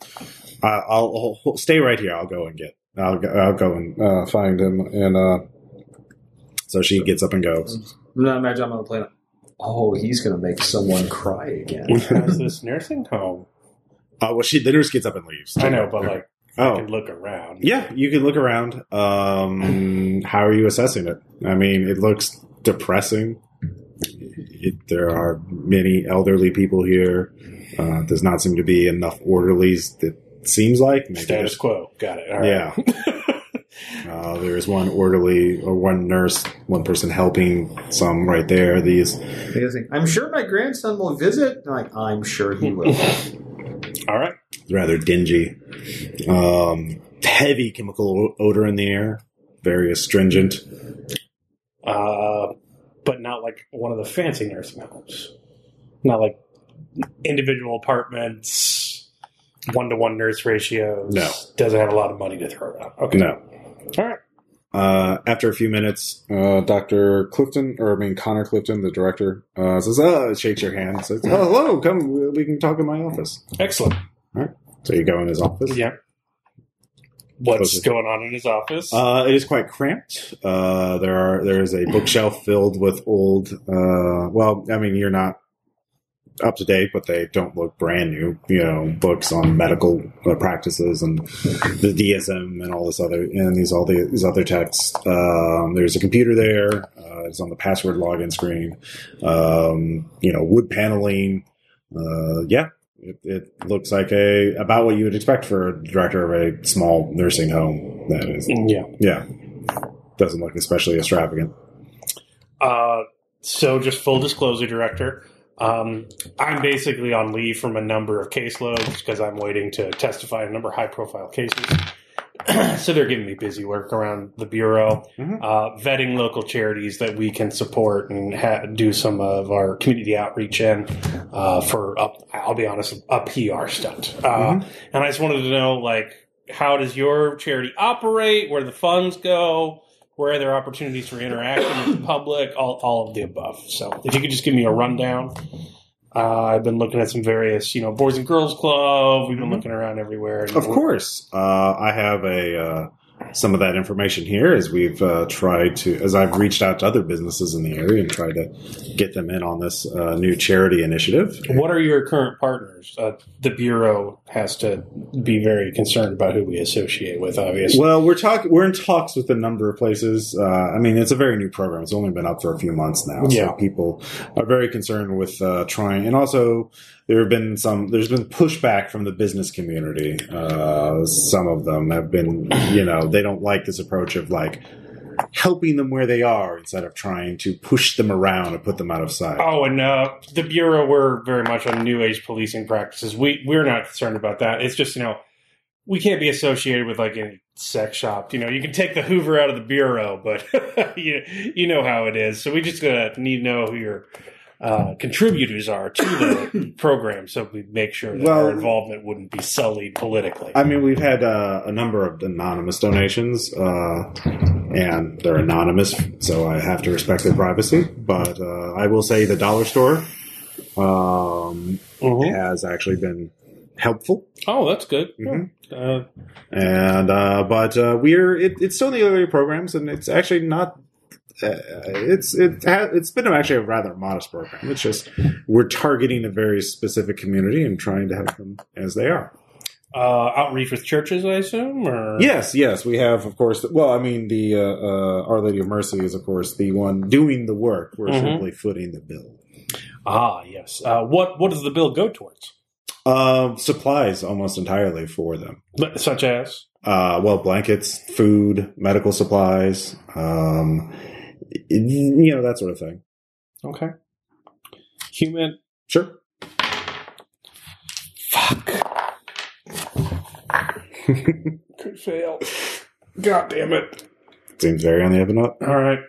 [SPEAKER 1] I, I'll, I'll stay right here. I'll go and get. I'll go, I'll go and uh, find him. And uh, so she gets up and goes.
[SPEAKER 3] Not imagine I'm on the planet. Oh, he's gonna make someone cry again.
[SPEAKER 1] Oh.
[SPEAKER 2] How's this nursing home?
[SPEAKER 1] Uh, well, she the nurse gets up and leaves.
[SPEAKER 2] I know, but like, I
[SPEAKER 1] oh,
[SPEAKER 2] can look around.
[SPEAKER 1] yeah. You can look around. Um, how are you assessing it? I mean, it looks depressing. It, there are many elderly people here. Uh, does not seem to be enough orderlies. It seems like maybe there's
[SPEAKER 2] Status quo. Got it. All right.
[SPEAKER 1] Yeah.
[SPEAKER 2] [laughs]
[SPEAKER 1] uh, there is one orderly or one nurse, one person helping some right there. These.
[SPEAKER 3] He was like, I'm sure my grandson will visit. I'm like, I'm sure he will.
[SPEAKER 2] All right.
[SPEAKER 1] rather dingy. Um, heavy chemical o- odor in the air, very astringent.
[SPEAKER 2] Uh, but not like one of the fancy nursing homes. Not like individual apartments, one to one nurse ratios.
[SPEAKER 1] No.
[SPEAKER 2] Doesn't have a lot of money to throw around. Okay.
[SPEAKER 1] No.
[SPEAKER 2] All right.
[SPEAKER 1] Uh, after a few minutes, uh, Dr. Clifton, or I mean Connor Clifton, the director, uh, says, uh, shakes your hand, says,
[SPEAKER 2] Mm-hmm.
[SPEAKER 1] oh, hello, come, we- we can talk in my office.
[SPEAKER 2] Excellent.
[SPEAKER 1] So you go in his office.
[SPEAKER 2] Yeah. What's
[SPEAKER 1] Close it.
[SPEAKER 2] going on in his office?
[SPEAKER 1] Uh, it is quite cramped. Uh, there are there is a bookshelf filled with old. Uh, well, I mean, you're not up to date, but they don't look brand new. You know, books on medical uh, practices and the DSM and all this other and these all the, these other texts. Um, there's a computer there. Uh, it's on the password login screen. Um, you know, wood paneling. Uh, yeah, it, it looks like a about what you would expect for a director of a small nursing home. That is,
[SPEAKER 2] Yeah.
[SPEAKER 1] yeah, doesn't look especially extravagant.
[SPEAKER 2] Uh, so, just full disclosure, director, um, I'm basically on leave from a number of caseloads because I'm waiting to testify in a number of high profile cases. [clears throat] so, they're giving me busy work around the Bureau,
[SPEAKER 1] Mhm.
[SPEAKER 2] uh, vetting local charities that we can support and ha- do some of our community outreach in uh, for, up, I'll be honest, a PR stunt. Uh,
[SPEAKER 1] Mm-hmm.
[SPEAKER 2] And I just wanted to know, like, how does your charity operate? Where the funds go? Where are there opportunities for interaction with the public? All, all of the above. So, if you could just give me a rundown. Uh, I've been looking at some various, you know, Boys and Girls Club. We've been
[SPEAKER 1] Mhm.
[SPEAKER 2] looking around everywhere. and-
[SPEAKER 1] Of course, uh, I have a uh, some of that information here as we've uh, tried to as I've reached out to other businesses in the area and tried to get them in on this uh, new charity initiative.
[SPEAKER 2] What are your current partners? Uh, the Bureau has to be very concerned about who we associate with, obviously.
[SPEAKER 1] Well, we're talking. We're in talks with a number of places. Uh, I mean, it's a very new program. It's only been up for a few months now.
[SPEAKER 2] Yeah.
[SPEAKER 1] So people are very concerned with uh, trying, and also there have been some. There's been pushback from the business community. Uh, some of them have been, you know, they don't like this approach of like helping them where they are instead of trying to push them around and put them out of sight.
[SPEAKER 2] Oh, and uh, the bureau we're very much on new age policing practices. We we're not concerned about that. It's just you know we can't be associated with like any sex shop. You know, you can take the Hoover out of the bureau, but [laughs] you you know how it is. So we just gonna need to know who your uh, contributors are to [coughs] the program, so we make sure that
[SPEAKER 1] Well-
[SPEAKER 2] our involvement wouldn't be sullied politically.
[SPEAKER 1] I mean, we've had uh, a number of anonymous donations, uh, and they're anonymous, so I have to respect their privacy. But uh, I will say the dollar store um,
[SPEAKER 2] Mhm.
[SPEAKER 1] has actually been helpful,
[SPEAKER 2] Oh, that's good.
[SPEAKER 1] Mhm.
[SPEAKER 2] Uh,
[SPEAKER 1] and uh, but uh, we're it, it's still in the early programs, and it's actually not. Uh, it's it ha- it's been actually a rather modest program. It's just we're targeting a very specific community and trying to help them as they are.
[SPEAKER 2] uh, outreach with churches, I assume, or
[SPEAKER 1] Yes, yes, we have, of course. Well, I mean, the uh, uh, Our Lady of Mercy is, of course, the one doing the work. We're
[SPEAKER 2] Mhm.
[SPEAKER 1] simply footing the bill.
[SPEAKER 2] ah, yes. Uh, what what does the bill go towards?
[SPEAKER 1] Um, supplies almost entirely for them.
[SPEAKER 2] But- Such as
[SPEAKER 1] Uh, well, blankets, food, medical supplies, um, y- you know that sort of thing.
[SPEAKER 2] Okay. Human.
[SPEAKER 1] Sure.
[SPEAKER 2] Fuck. Could fail. God damn it.
[SPEAKER 1] Seems very on the up and up.
[SPEAKER 2] All right.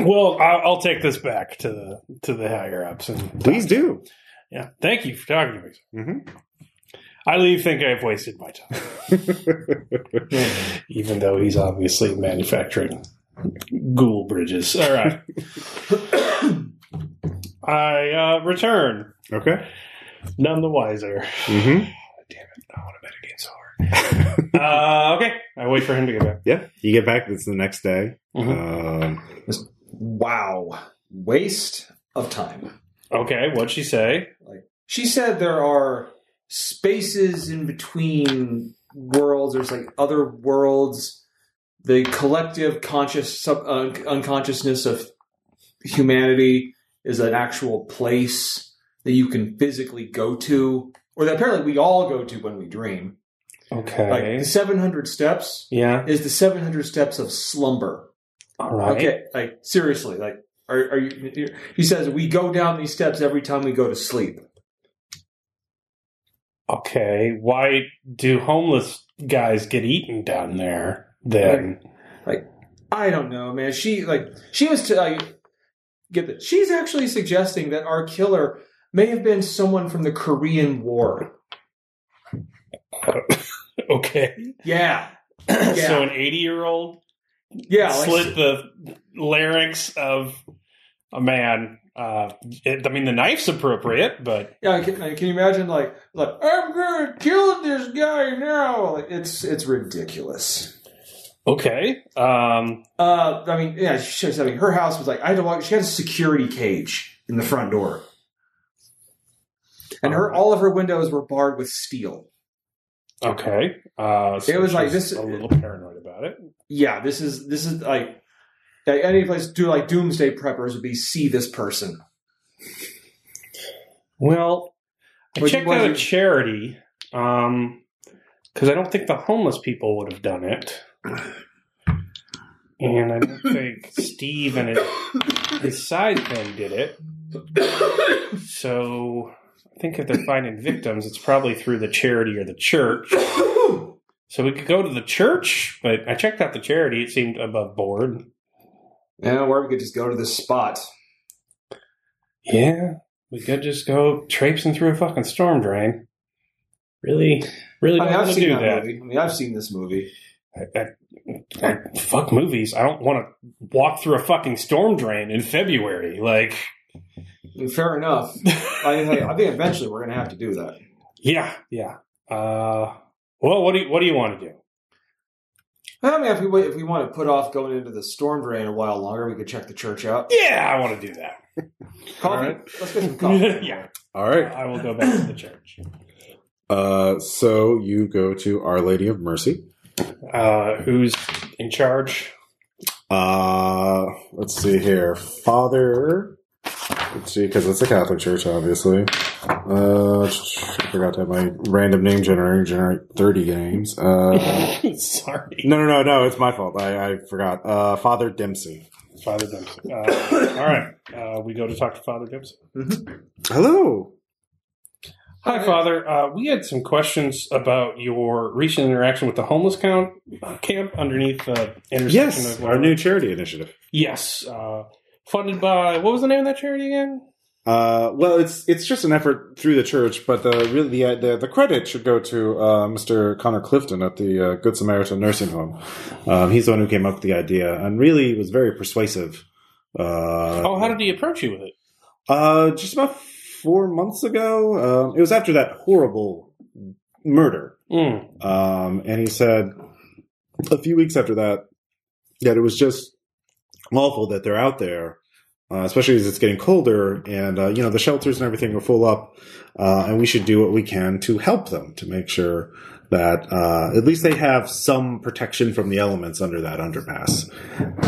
[SPEAKER 2] Well, I- I'll take this back to the to the higher ups and
[SPEAKER 1] Please do. [laughs]
[SPEAKER 2] yeah. Thank you for talking to me.
[SPEAKER 1] Mhm.
[SPEAKER 2] I leave think I've wasted my time, even though he's obviously manufacturing ghoul bridges. All right. [coughs] I uh, return,
[SPEAKER 1] okay.
[SPEAKER 2] none the wiser.
[SPEAKER 1] hmm
[SPEAKER 2] I want to bet against hard. [laughs] uh, okay, I wait for him to get back.
[SPEAKER 1] Yeah. You get back. It's the next day. Um,
[SPEAKER 3] Wow. Waste of time.
[SPEAKER 2] Okay, what'd she say?
[SPEAKER 3] She said there are spaces in between worlds. There's like other worlds. The collective conscious sub, uh, un- unconsciousness of humanity is an actual place that you can physically go to, or that apparently we all go to when we dream.
[SPEAKER 2] Okay.
[SPEAKER 3] Like the 700 steps
[SPEAKER 2] yeah.
[SPEAKER 3] is the 700 steps of slumber.
[SPEAKER 2] All right.
[SPEAKER 3] Okay, like seriously, like are, are you? He says we go down these steps every time we go to sleep.
[SPEAKER 2] Okay. Why do homeless guys get eaten down there then?
[SPEAKER 3] I don't know, man. She like she was to like get that. She's actually suggesting that our killer may have been someone from the Korean War.
[SPEAKER 2] [laughs] Okay.
[SPEAKER 3] Yeah,
[SPEAKER 2] [clears throat]
[SPEAKER 3] Yeah.
[SPEAKER 2] So an 80 year old
[SPEAKER 3] yeah, like,
[SPEAKER 2] slit the larynx of a man. Uh, it, I mean, the knife's appropriate, but
[SPEAKER 3] yeah. Can, like, can you imagine? Like, like I'm gonna kill this guy now. Like, it's it's ridiculous.
[SPEAKER 2] okay. Um,
[SPEAKER 3] Uh, I mean, yeah. She, I mean, her house was like I had to walk. She had a security cage. in the front door. And her all of her windows were barred with steel.
[SPEAKER 2] Okay. Uh, so
[SPEAKER 3] It was like
[SPEAKER 2] she's
[SPEAKER 3] this-
[SPEAKER 2] A little paranoid about it.
[SPEAKER 3] Yeah, this is this is like like any place do like doomsday preppers would be see this person.
[SPEAKER 2] Well, I
[SPEAKER 3] Would you-
[SPEAKER 2] checked
[SPEAKER 3] would
[SPEAKER 2] out a
[SPEAKER 3] you-
[SPEAKER 2] charity because I don't think the homeless people would have done it, and I don't think Steve and his, his sidemen did it. So I think if they're finding victims, it's probably through the charity or the church. So we could go to the church, but I checked out the charity. It seemed above board.
[SPEAKER 3] Yeah, or we could just go to this spot.
[SPEAKER 2] Yeah, we could just go traipsing through a fucking storm drain. Really, really
[SPEAKER 3] I
[SPEAKER 2] don't
[SPEAKER 3] mean,
[SPEAKER 2] want
[SPEAKER 3] I've
[SPEAKER 2] to
[SPEAKER 3] seen
[SPEAKER 2] do
[SPEAKER 3] that,
[SPEAKER 2] that.
[SPEAKER 3] movie. I mean, I've seen this movie.
[SPEAKER 2] I- I- I- fuck movies. I don't want to walk through a fucking storm drain in February. Like, [laughs]
[SPEAKER 3] And fair enough. I, I think eventually we're going to have to do that.
[SPEAKER 2] yeah, yeah. Uh, well, what do you, what do you want to do?
[SPEAKER 3] I mean, if we wait- if we want to put off going into the storm drain a while longer, we could check the church
[SPEAKER 2] [laughs]
[SPEAKER 3] out.
[SPEAKER 2] Yeah, I want to do that.
[SPEAKER 3] Coffee.
[SPEAKER 1] right.
[SPEAKER 2] [laughs]
[SPEAKER 3] Let's get some coffee.
[SPEAKER 2] yeah,
[SPEAKER 1] All right.
[SPEAKER 2] I will go back to the church.
[SPEAKER 1] Uh, so you go to Our Lady of Mercy.
[SPEAKER 2] Uh, who's in charge? [laughs]
[SPEAKER 1] Uh, let's see here. Father. Let's see, because it's a Catholic church, obviously. Uh, I forgot to have my random name generator generate 30 names. Uh,
[SPEAKER 2] Sorry,
[SPEAKER 1] no, no, no, no. It's my fault. I, I forgot. Uh, Father Dempsey.
[SPEAKER 2] Father Dempsey. Uh, all right, uh, we go to talk to Father Dempsey.
[SPEAKER 1] Hello.
[SPEAKER 2] Hi, Father. Uh, we had some questions about your recent interaction with the homeless count, uh, camp underneath the intersection
[SPEAKER 1] Yes,
[SPEAKER 2] of
[SPEAKER 1] our new charity initiative.
[SPEAKER 2] Yes. Uh, funded by what was the name of that charity again?
[SPEAKER 1] Uh, well, it's it's just an effort through the church, but the really the uh, the, the credit should go to uh, Mr. Connor Clifton at the uh, Good Samaritan Nursing Home. Um, he's the one who came up with the idea, and really was very persuasive. Uh,
[SPEAKER 2] Oh, how did he approach you with it?
[SPEAKER 1] Uh, just about four months ago, um, it was after that horrible murder,
[SPEAKER 2] Mm.
[SPEAKER 1] um, and he said a few weeks after that that it was just awful that they're out there, uh, especially as it's getting colder and uh, you know the shelters and everything are full up, uh, and we should do what we can to help them to make sure that uh, at least they have some protection from the elements under that underpass.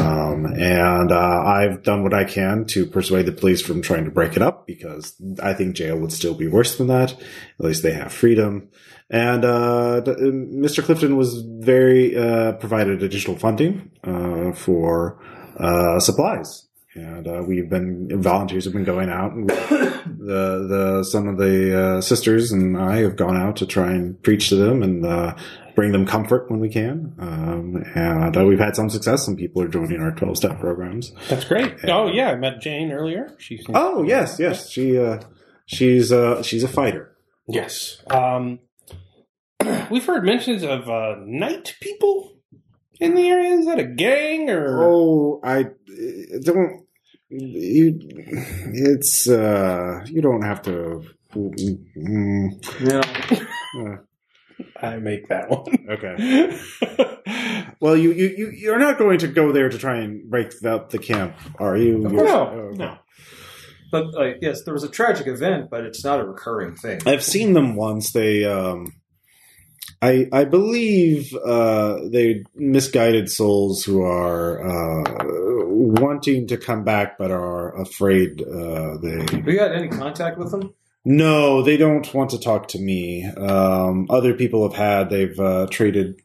[SPEAKER 1] Um, and uh, I've done what I can to persuade the police from trying to break it up because I think jail would still be worse than that. At least they have freedom. And uh, d- Mr. Clifton was very uh, provided additional funding uh, for uh, supplies. And uh, we've been volunteers have been going out, and [coughs] the the some of the uh, sisters and I have gone out to try and preach to them and uh, bring them comfort when we can. Um, and uh, we've had some success. Some people are joining our twelve step programs.
[SPEAKER 2] That's great.
[SPEAKER 1] Yeah.
[SPEAKER 2] Oh yeah, I met Jane earlier. She seems-
[SPEAKER 1] Oh yes, yes, she uh, she's uh, she's a fighter.
[SPEAKER 2] yes. Um, [clears throat] we've heard mentions of uh, night people in the area. Is that a gang or?
[SPEAKER 1] Oh, I uh, don't. You, it's uh, you don't have to. mm,
[SPEAKER 3] Yeah.
[SPEAKER 1] uh,
[SPEAKER 2] I make that one.
[SPEAKER 1] okay. [laughs] Well, you you you you're not going to go there to try and break up the camp, are you?
[SPEAKER 2] no,
[SPEAKER 1] Oh.
[SPEAKER 2] no.
[SPEAKER 3] But like, yes, there was a tragic event, but it's not a recurring thing.
[SPEAKER 1] I've seen them once. They, um, I, I believe uh, they misguided souls who are uh, wanting to come back but are afraid. Uh, they
[SPEAKER 3] Have you had any contact with them?
[SPEAKER 1] no, they don't want to talk to me. Um, other people have had. They've uh, traded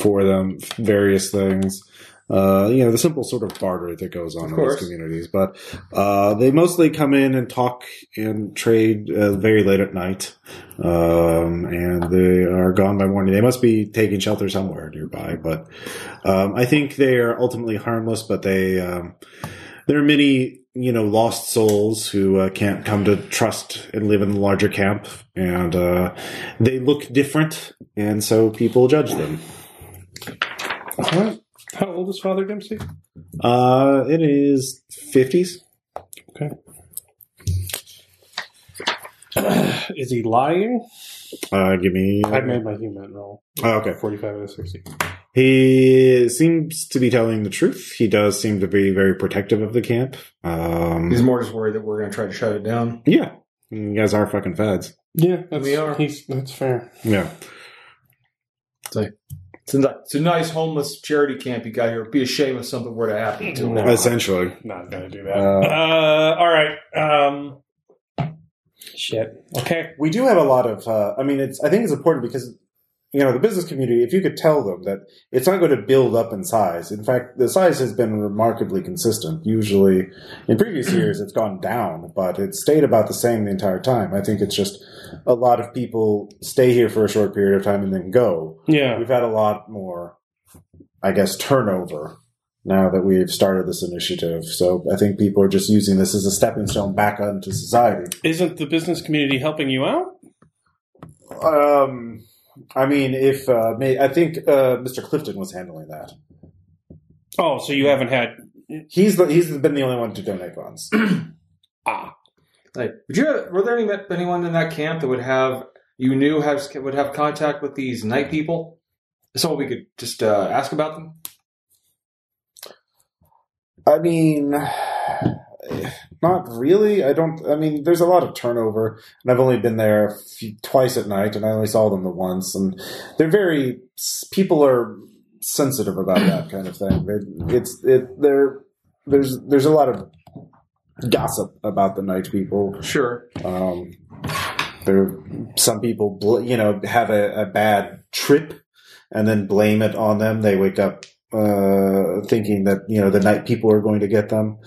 [SPEAKER 1] for them various things. Uh, you know, the simple sort of barter that goes on
[SPEAKER 3] Of
[SPEAKER 1] in
[SPEAKER 3] course.
[SPEAKER 1] these communities. But uh, they mostly come in and talk and trade uh, very late at night. Um, and they are gone by morning. They must be taking shelter somewhere nearby. But um, I think they are ultimately harmless, but they. Um, there are many you know lost souls who uh, can't come to trust and live in the larger camp and uh, they look different and so people judge them
[SPEAKER 2] All right. [laughs] How old is Father Dempsey?
[SPEAKER 1] uh, it is 50s
[SPEAKER 2] Is he lying?
[SPEAKER 1] uh, give me
[SPEAKER 2] I made my human roll.
[SPEAKER 1] oh, okay
[SPEAKER 2] Forty-five out of sixty.
[SPEAKER 1] He seems to be telling the truth. He does seem to be very protective of the camp. Um,
[SPEAKER 3] He's more just worried that we're going to try to shut it down.
[SPEAKER 1] yeah, you guys are fucking feds.
[SPEAKER 2] Yeah, that's,
[SPEAKER 3] We are.
[SPEAKER 2] He's, that's fair.
[SPEAKER 1] Yeah.
[SPEAKER 3] It's a, ni- it's a nice homeless charity camp you got here. It'd be a shame if something were to happen
[SPEAKER 1] Mm-hmm.
[SPEAKER 3] to him.
[SPEAKER 2] No.
[SPEAKER 1] Essentially.
[SPEAKER 2] Not gonna do that.
[SPEAKER 1] Uh,
[SPEAKER 2] Uh, all right. Um, shit. Okay.
[SPEAKER 1] we do have a lot of uh, i mean it's i think it's important because you know the business community if you could tell them that it's not going to build up in size in fact the size has been remarkably consistent usually in previous years it's gone down but it's stayed about the same the entire time i think it's just a lot of people stay here for a short period of time and then go
[SPEAKER 2] Yeah.
[SPEAKER 1] we've had a lot more i guess turnover now that we've started this initiative so i think people are just using this as a stepping stone back onto society
[SPEAKER 2] Isn't the business community helping you out?
[SPEAKER 1] Um, I mean, if uh, may, I think uh, Mr. Clifton was handling that.
[SPEAKER 2] Oh, so you haven't had
[SPEAKER 1] He's the, he's been the only one to donate funds.
[SPEAKER 2] ah.
[SPEAKER 3] Like, would you have, were there any, anyone in that camp that would have you knew has, would have contact with these night people? So we could just uh, ask about them.
[SPEAKER 1] I mean, [sighs] not really. I don't. I mean, there's a lot of turnover, and I've only been there a few, twice at night, and I only saw them the once. And they're very people are sensitive about that kind of thing. They, it's it. They're there's there's a lot of gossip about the night people.
[SPEAKER 3] Sure.
[SPEAKER 1] Um, there, some people, bl- you know, have a, a bad trip and then blame it on them. They wake up uh, thinking that you know the night people are going to get them.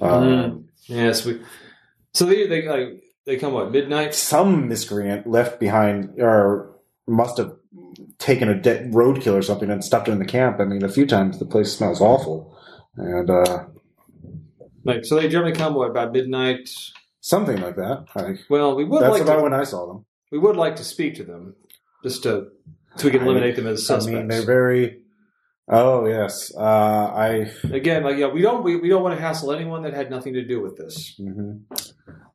[SPEAKER 3] Mm.
[SPEAKER 1] Um,
[SPEAKER 3] Yes. We. So they they like they come what midnight.
[SPEAKER 1] Some miscreant left behind or must have taken a de- roadkill or something and stuffed it in the camp. I mean, a few times the place smells awful, and uh,
[SPEAKER 3] Like so they generally come what about midnight.
[SPEAKER 1] something like that. Like,
[SPEAKER 3] Well, we would
[SPEAKER 1] that's
[SPEAKER 3] like
[SPEAKER 1] about
[SPEAKER 3] to,
[SPEAKER 1] when I saw them.
[SPEAKER 3] we would like to speak to them just to so we can
[SPEAKER 1] I-
[SPEAKER 3] eliminate them as
[SPEAKER 1] I mean,
[SPEAKER 3] suspects.
[SPEAKER 1] they're very. Oh yes, uh, I.
[SPEAKER 3] Again, like yeah, we don't we, we don't want to hassle anyone that had nothing to do with this.
[SPEAKER 1] hmm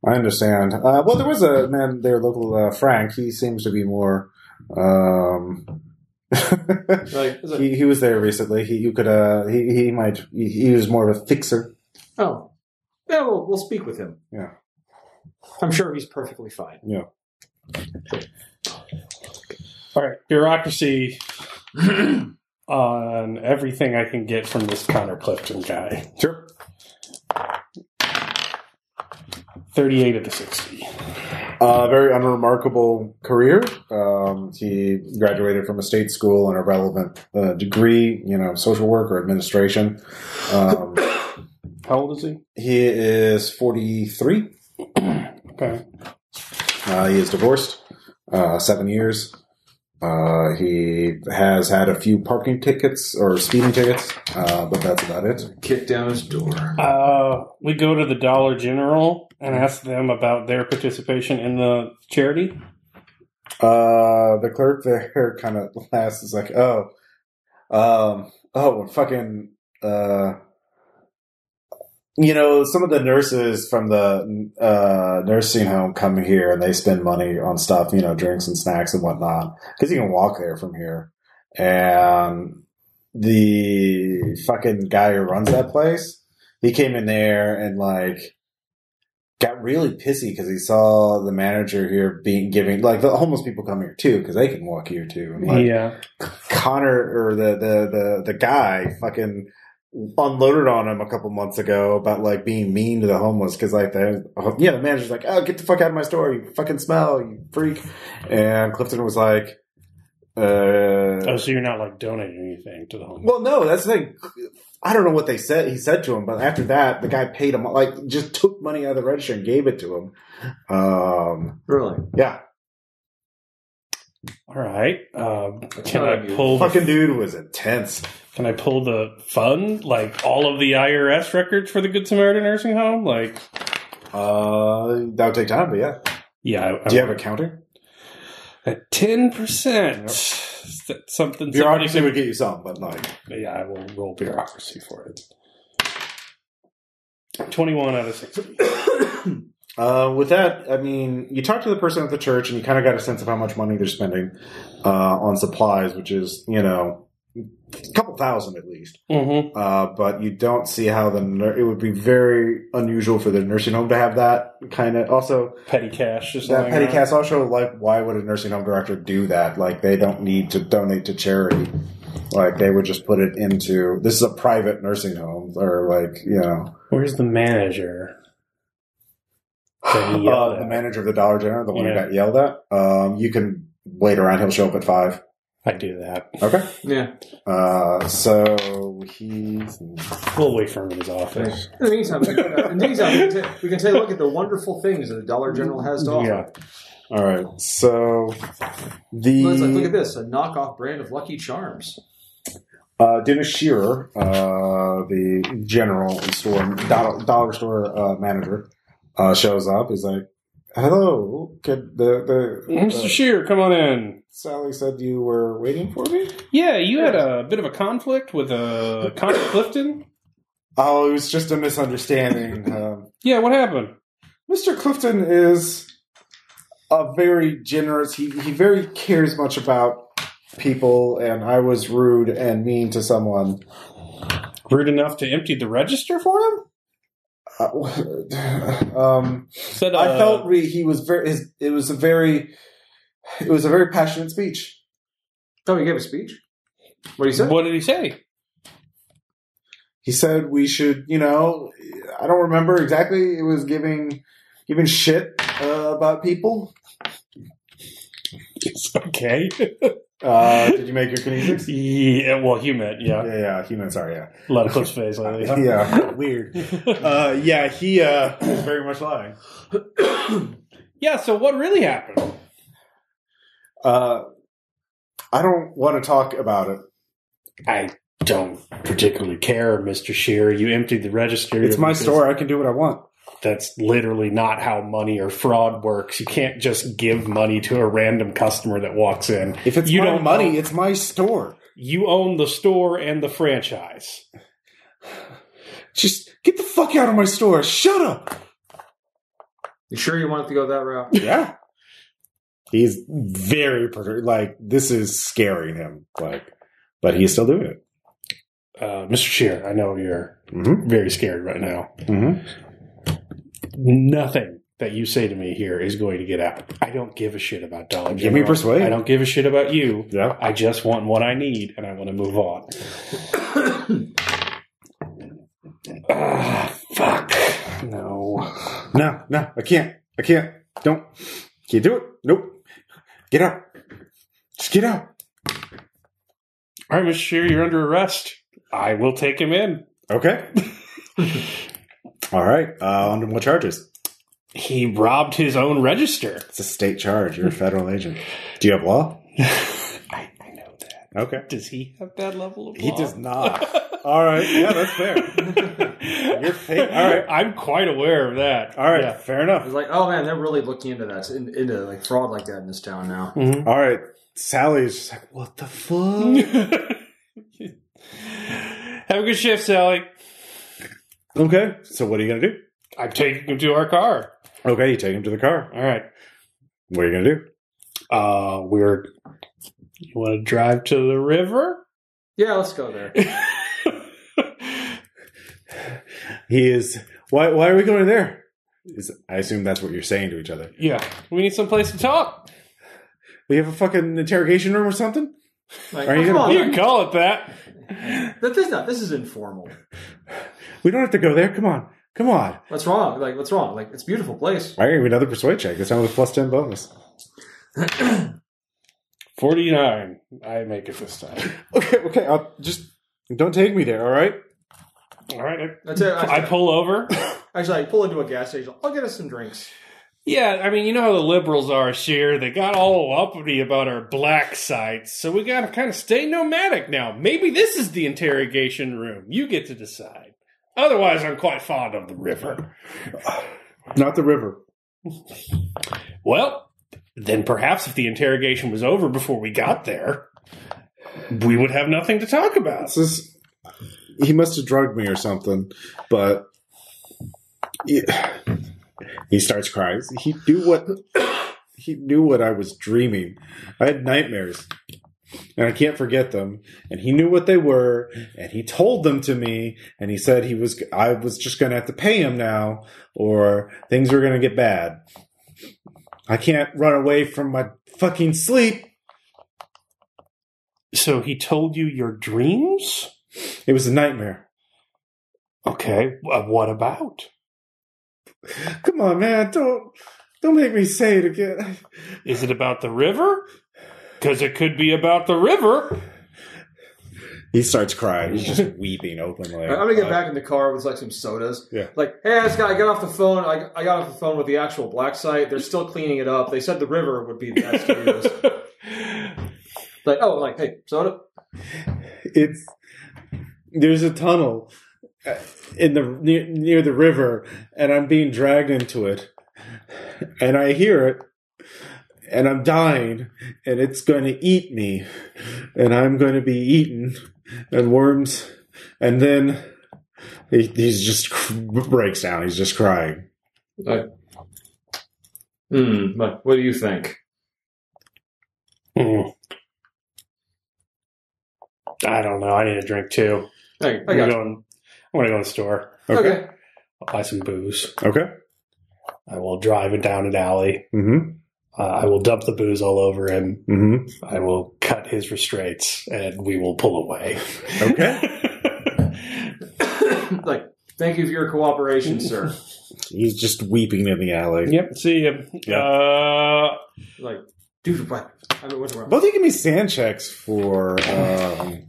[SPEAKER 1] I understand. Uh, well, there was a man there, local uh, Frank. He seems to be more. Um, [laughs]
[SPEAKER 3] Like is it-
[SPEAKER 1] he, he was there recently. He you could uh, he he might he, he was more of a fixer.
[SPEAKER 3] oh, yeah, we'll we'll speak with him.
[SPEAKER 1] Yeah.
[SPEAKER 3] I'm sure he's perfectly fine.
[SPEAKER 2] All right. Bureaucracy [clears throat] on everything I can get from this Connor Clifton guy.
[SPEAKER 1] Sure.
[SPEAKER 2] Thirty-eight of the sixty.
[SPEAKER 1] Uh, very unremarkable career. Um, he graduated from a state school and a relevant uh, degree, you know, social work or administration. Um,
[SPEAKER 2] How old is he?
[SPEAKER 1] he is forty three.
[SPEAKER 2] Okay.
[SPEAKER 1] Uh, he is divorced, uh, seven years. Uh, he has had a few parking tickets or speeding tickets, uh, but that's about it.
[SPEAKER 3] Kick down his door.
[SPEAKER 2] Uh, we go to the Dollar General and ask them about their participation in the charity.
[SPEAKER 1] Uh, the clerk there [laughs] kind of laughs. Is like, oh, um, oh, when fucking, uh, you know, some of the nurses from the uh, nursing home come here and they spend money on stuff, you know, drinks and snacks and whatnot, because you can walk there from here. And the fucking guy who runs that place, he came in there and like got really pissy because he saw the manager here being giving like the homeless people come here too because they can walk here too. And like
[SPEAKER 2] Yeah.
[SPEAKER 1] Connor or the, the the the guy fucking unloaded on him a couple months ago about like being mean to the homeless because like the yeah the manager's like oh get the fuck out of my store you fucking smell you freak and Clifton was like uh
[SPEAKER 2] Oh, so you're not like donating anything to the homeless?
[SPEAKER 1] well, no, that's the thing. I don't know what they said. He said to him, but after that, the guy paid him like just took money out of the register and gave it to him. Um,
[SPEAKER 3] Really?
[SPEAKER 1] yeah,
[SPEAKER 2] All right. Um, can
[SPEAKER 3] not
[SPEAKER 2] I
[SPEAKER 3] you.
[SPEAKER 2] pull? The,
[SPEAKER 1] fucking dude was intense.
[SPEAKER 2] can I pull the fund? Like all of the IRS records for the Good Samaritan nursing home? Like,
[SPEAKER 1] Uh, that would take time, but yeah.
[SPEAKER 2] yeah.
[SPEAKER 1] Do you have a counter?
[SPEAKER 2] ten percent? Something. somebody
[SPEAKER 1] Bureaucracy would get you some, but like
[SPEAKER 2] could- yeah, I will roll bureaucracy for it. Twenty-one out of sixty.
[SPEAKER 1] [coughs] Uh, with that, I mean, you talk to the person at the church, and you kind of got a sense of how much money they're spending uh, on supplies, which is, you know, a couple thousand at least.
[SPEAKER 2] Mm-hmm.
[SPEAKER 1] Uh, but you don't see how the nur- it would be very unusual for the nursing home to have that kind of. Also,
[SPEAKER 2] Petty cash. Just
[SPEAKER 1] that
[SPEAKER 2] lying
[SPEAKER 1] petty
[SPEAKER 2] around.
[SPEAKER 1] cash. Also, like, why would a nursing home director do that? Like, they don't need to donate to charity. Like, they would just put it into this is a private nursing home, or like you know,
[SPEAKER 2] Where's the manager?
[SPEAKER 1] [sighs]
[SPEAKER 2] That he yelled
[SPEAKER 1] uh, the
[SPEAKER 2] at.
[SPEAKER 1] manager of the Dollar General, the one who
[SPEAKER 2] Yeah.
[SPEAKER 1] got yelled at. Um, you can wait around; he'll show up at five.
[SPEAKER 2] I do that.
[SPEAKER 1] Okay.
[SPEAKER 3] Yeah.
[SPEAKER 1] Uh, so he's
[SPEAKER 2] We'll wait for him in his office.
[SPEAKER 3] In the meantime, we can, uh, in the meantime, we can, ta- we can take a look at the wonderful things that the Dollar General has to offer.
[SPEAKER 1] yeah. All right. So the
[SPEAKER 3] Let's, like, look at this a knockoff brand of Lucky Charms.
[SPEAKER 1] Uh, Dennis Shearer, uh, the general store dollar, dollar store uh, manager, uh, shows up. He's like, "Hello, could the the
[SPEAKER 2] Mr.
[SPEAKER 1] uh,
[SPEAKER 2] Shear, come on in.
[SPEAKER 1] Sally said you were waiting for me."
[SPEAKER 2] Yeah, you had a bit of a conflict with uh, Connor Clifton.
[SPEAKER 1] Oh, it was just a misunderstanding. um,
[SPEAKER 2] Yeah, what happened?
[SPEAKER 1] Mr. Clifton is a very generous. He he very cares much about people, and I was rude and mean to someone.
[SPEAKER 2] Rude enough to empty the register for him?
[SPEAKER 1] Uh, [laughs] um.
[SPEAKER 2] Said,
[SPEAKER 1] I
[SPEAKER 2] uh,
[SPEAKER 1] felt re- he was very. His, it was a very, it was a very passionate speech.
[SPEAKER 3] Oh, he gave a speech? What he said?
[SPEAKER 2] What did he say?
[SPEAKER 1] He said we should, you know, I don't remember exactly. It was giving, giving shit uh, about people.
[SPEAKER 2] It's okay.
[SPEAKER 1] [laughs] Uh, did you make your kinesics?
[SPEAKER 2] yeah, well, he meant, yeah.
[SPEAKER 1] Yeah, yeah, human. Sorry, yeah,
[SPEAKER 2] A lot of clips face lately. huh? [laughs]
[SPEAKER 1] yeah, weird. Uh, yeah, he [clears throat] uh, was very much lying.
[SPEAKER 2] Yeah, so what really happened?
[SPEAKER 1] Uh, I don't want to talk about it.
[SPEAKER 2] I don't particularly care, Mr. Shear. You emptied the register.
[SPEAKER 1] It's my
[SPEAKER 2] because
[SPEAKER 1] store. I can do what I want.
[SPEAKER 2] That's literally not how money or fraud works. You can't just give money to a random customer that walks in.
[SPEAKER 1] If it's
[SPEAKER 2] You
[SPEAKER 1] my
[SPEAKER 2] don't
[SPEAKER 1] money,
[SPEAKER 2] own-
[SPEAKER 1] it's my store.
[SPEAKER 2] You own the store and the franchise.
[SPEAKER 1] Just get the fuck out of my store. Shut up.
[SPEAKER 3] You sure you wanted to go that route?
[SPEAKER 1] Yeah. [laughs] He's very per- like this is scaring him like but he's still doing it.
[SPEAKER 2] Uh, Mr. Shear, I know you're
[SPEAKER 1] Mhm.
[SPEAKER 2] very scared right now.
[SPEAKER 1] Mhm.
[SPEAKER 2] nothing that you say to me here is going to get out. I don't give a shit about Dollar
[SPEAKER 1] Give
[SPEAKER 2] General.
[SPEAKER 1] me persuade.
[SPEAKER 2] I don't give a shit about you.
[SPEAKER 1] Yeah.
[SPEAKER 2] I just want what I need, and I want to move on. [coughs] Ah, fuck. No.
[SPEAKER 1] No, no, I can't. I can't. Don't. Can't do it. Nope. Get out. Just get out.
[SPEAKER 2] All right, Mr. Shear, you're under arrest. I will take him in.
[SPEAKER 1] Okay. [laughs] All right. Uh on what charges?
[SPEAKER 2] He robbed his own register.
[SPEAKER 1] It's a state charge. [laughs] You're a federal agent. Do you have law?
[SPEAKER 2] [laughs] I, I know that.
[SPEAKER 1] Okay.
[SPEAKER 2] Does he have that level of
[SPEAKER 1] He
[SPEAKER 2] law? [laughs]
[SPEAKER 1] does not. [laughs] All right. Yeah, that's fair.
[SPEAKER 2] You're [laughs]
[SPEAKER 1] fake- all right.
[SPEAKER 2] I'm quite aware of that.
[SPEAKER 1] All right.
[SPEAKER 2] Yeah.
[SPEAKER 1] Fair
[SPEAKER 3] I
[SPEAKER 1] enough.
[SPEAKER 3] was like, oh man, they're really looking into that, in- into like fraud like that in this town now.
[SPEAKER 2] Mhm.
[SPEAKER 1] All right. Sally's just like, "What the
[SPEAKER 2] [laughs]
[SPEAKER 1] fuck?"
[SPEAKER 2] Have a good shift, Sally.
[SPEAKER 1] [laughs] Okay. So what are you going to do?
[SPEAKER 2] I'm taking him to our car.
[SPEAKER 1] Okay, you take him to the car.
[SPEAKER 2] All right.
[SPEAKER 1] What are you going to do?
[SPEAKER 2] Uh, we're. You want to drive to the river?
[SPEAKER 3] Yeah, let's
[SPEAKER 1] [laughs]
[SPEAKER 3] go there.
[SPEAKER 1] He is. Why? Why are we going there? Is, I assume that's what you're saying to each other.
[SPEAKER 2] [laughs] yeah. We need some place to talk.
[SPEAKER 1] We have a fucking interrogation room or something.
[SPEAKER 3] Like,
[SPEAKER 1] Are you
[SPEAKER 3] come
[SPEAKER 1] gonna-
[SPEAKER 3] on,
[SPEAKER 2] You can call it that.
[SPEAKER 3] [laughs] This is not. This is informal.
[SPEAKER 1] We don't have to go there. Come on, come on.
[SPEAKER 3] What's wrong? Like, what's wrong? Like, it's a beautiful place.
[SPEAKER 1] All right, we have another persuade check. This time with plus ten bonus.
[SPEAKER 2] 49. I make it this time.
[SPEAKER 1] Okay, okay. I'll just don't take me there. All right.
[SPEAKER 2] All right.
[SPEAKER 3] That's it.
[SPEAKER 2] I, I
[SPEAKER 3] Actually,
[SPEAKER 2] pull over.
[SPEAKER 3] actually, I pull into a gas station. I'll get us some drinks.
[SPEAKER 2] Yeah, I mean, you know how the liberals are, Sheer. They got all uppity about our black sites, so we got to kind of stay nomadic now. Maybe this is the interrogation room. You get to decide. Otherwise, I'm quite fond of the river.
[SPEAKER 1] Not the river.
[SPEAKER 2] Well, then perhaps if the interrogation was over before we got there, we would have nothing to talk about.
[SPEAKER 1] This is. He must have drugged me or something, but. Yeah. He starts crying. He knew what. He knew what I was dreaming. I had nightmares. and I can't forget them. And he knew what they were, and he told them to me, and he said he was I was just going to have to pay him now, or things were going to get bad. I can't run away from my fucking sleep.
[SPEAKER 2] So he told you your dreams?
[SPEAKER 1] It was a nightmare.
[SPEAKER 2] Okay, uh, what about?
[SPEAKER 1] Come on, man, don't don't make me say it again.
[SPEAKER 2] Is it about the river? Because it could be about the river. [laughs]
[SPEAKER 1] He starts crying. He's [laughs] just weeping openly.
[SPEAKER 3] I'm gonna get back in the car with like some sodas.
[SPEAKER 1] Yeah.
[SPEAKER 3] Like, hey, I just got I got off the phone. I, I got off the phone with the actual black site. They're still cleaning it up. They said the river would be the next to do [laughs] this. Like, oh, like, hey, soda.
[SPEAKER 1] it's there's a tunnel uh, in the near, near the river and i'm being dragged into it and i hear it and i'm dying and it's going to eat me and i'm going to be eaten and worms and then he, he's just cr- breaks down he's just crying
[SPEAKER 3] Hmm. Like, what do you think?
[SPEAKER 2] Hmm. I don't know. I need a drink too.
[SPEAKER 3] Hey, I
[SPEAKER 2] I'm
[SPEAKER 3] got
[SPEAKER 2] gonna
[SPEAKER 3] you.
[SPEAKER 2] go. in- I'm gonna go to the store.
[SPEAKER 1] okay
[SPEAKER 3] okay.
[SPEAKER 2] I'll buy some booze.
[SPEAKER 1] okay
[SPEAKER 2] I will drive it down an alley.
[SPEAKER 1] mm-hmm
[SPEAKER 2] Uh, I will dump the booze all over him.
[SPEAKER 1] mm-hmm
[SPEAKER 2] I will cut his restraints, and we will pull away.
[SPEAKER 1] okay
[SPEAKER 3] [coughs] like, thank you for your [laughs] cooperation, sir.
[SPEAKER 1] he's just weeping in the alley
[SPEAKER 2] yep. See ya.
[SPEAKER 1] Yeah.
[SPEAKER 2] Uh,
[SPEAKER 3] Like, dude, what? I mean, what's wrong?
[SPEAKER 1] Both of you give me sand checks for um,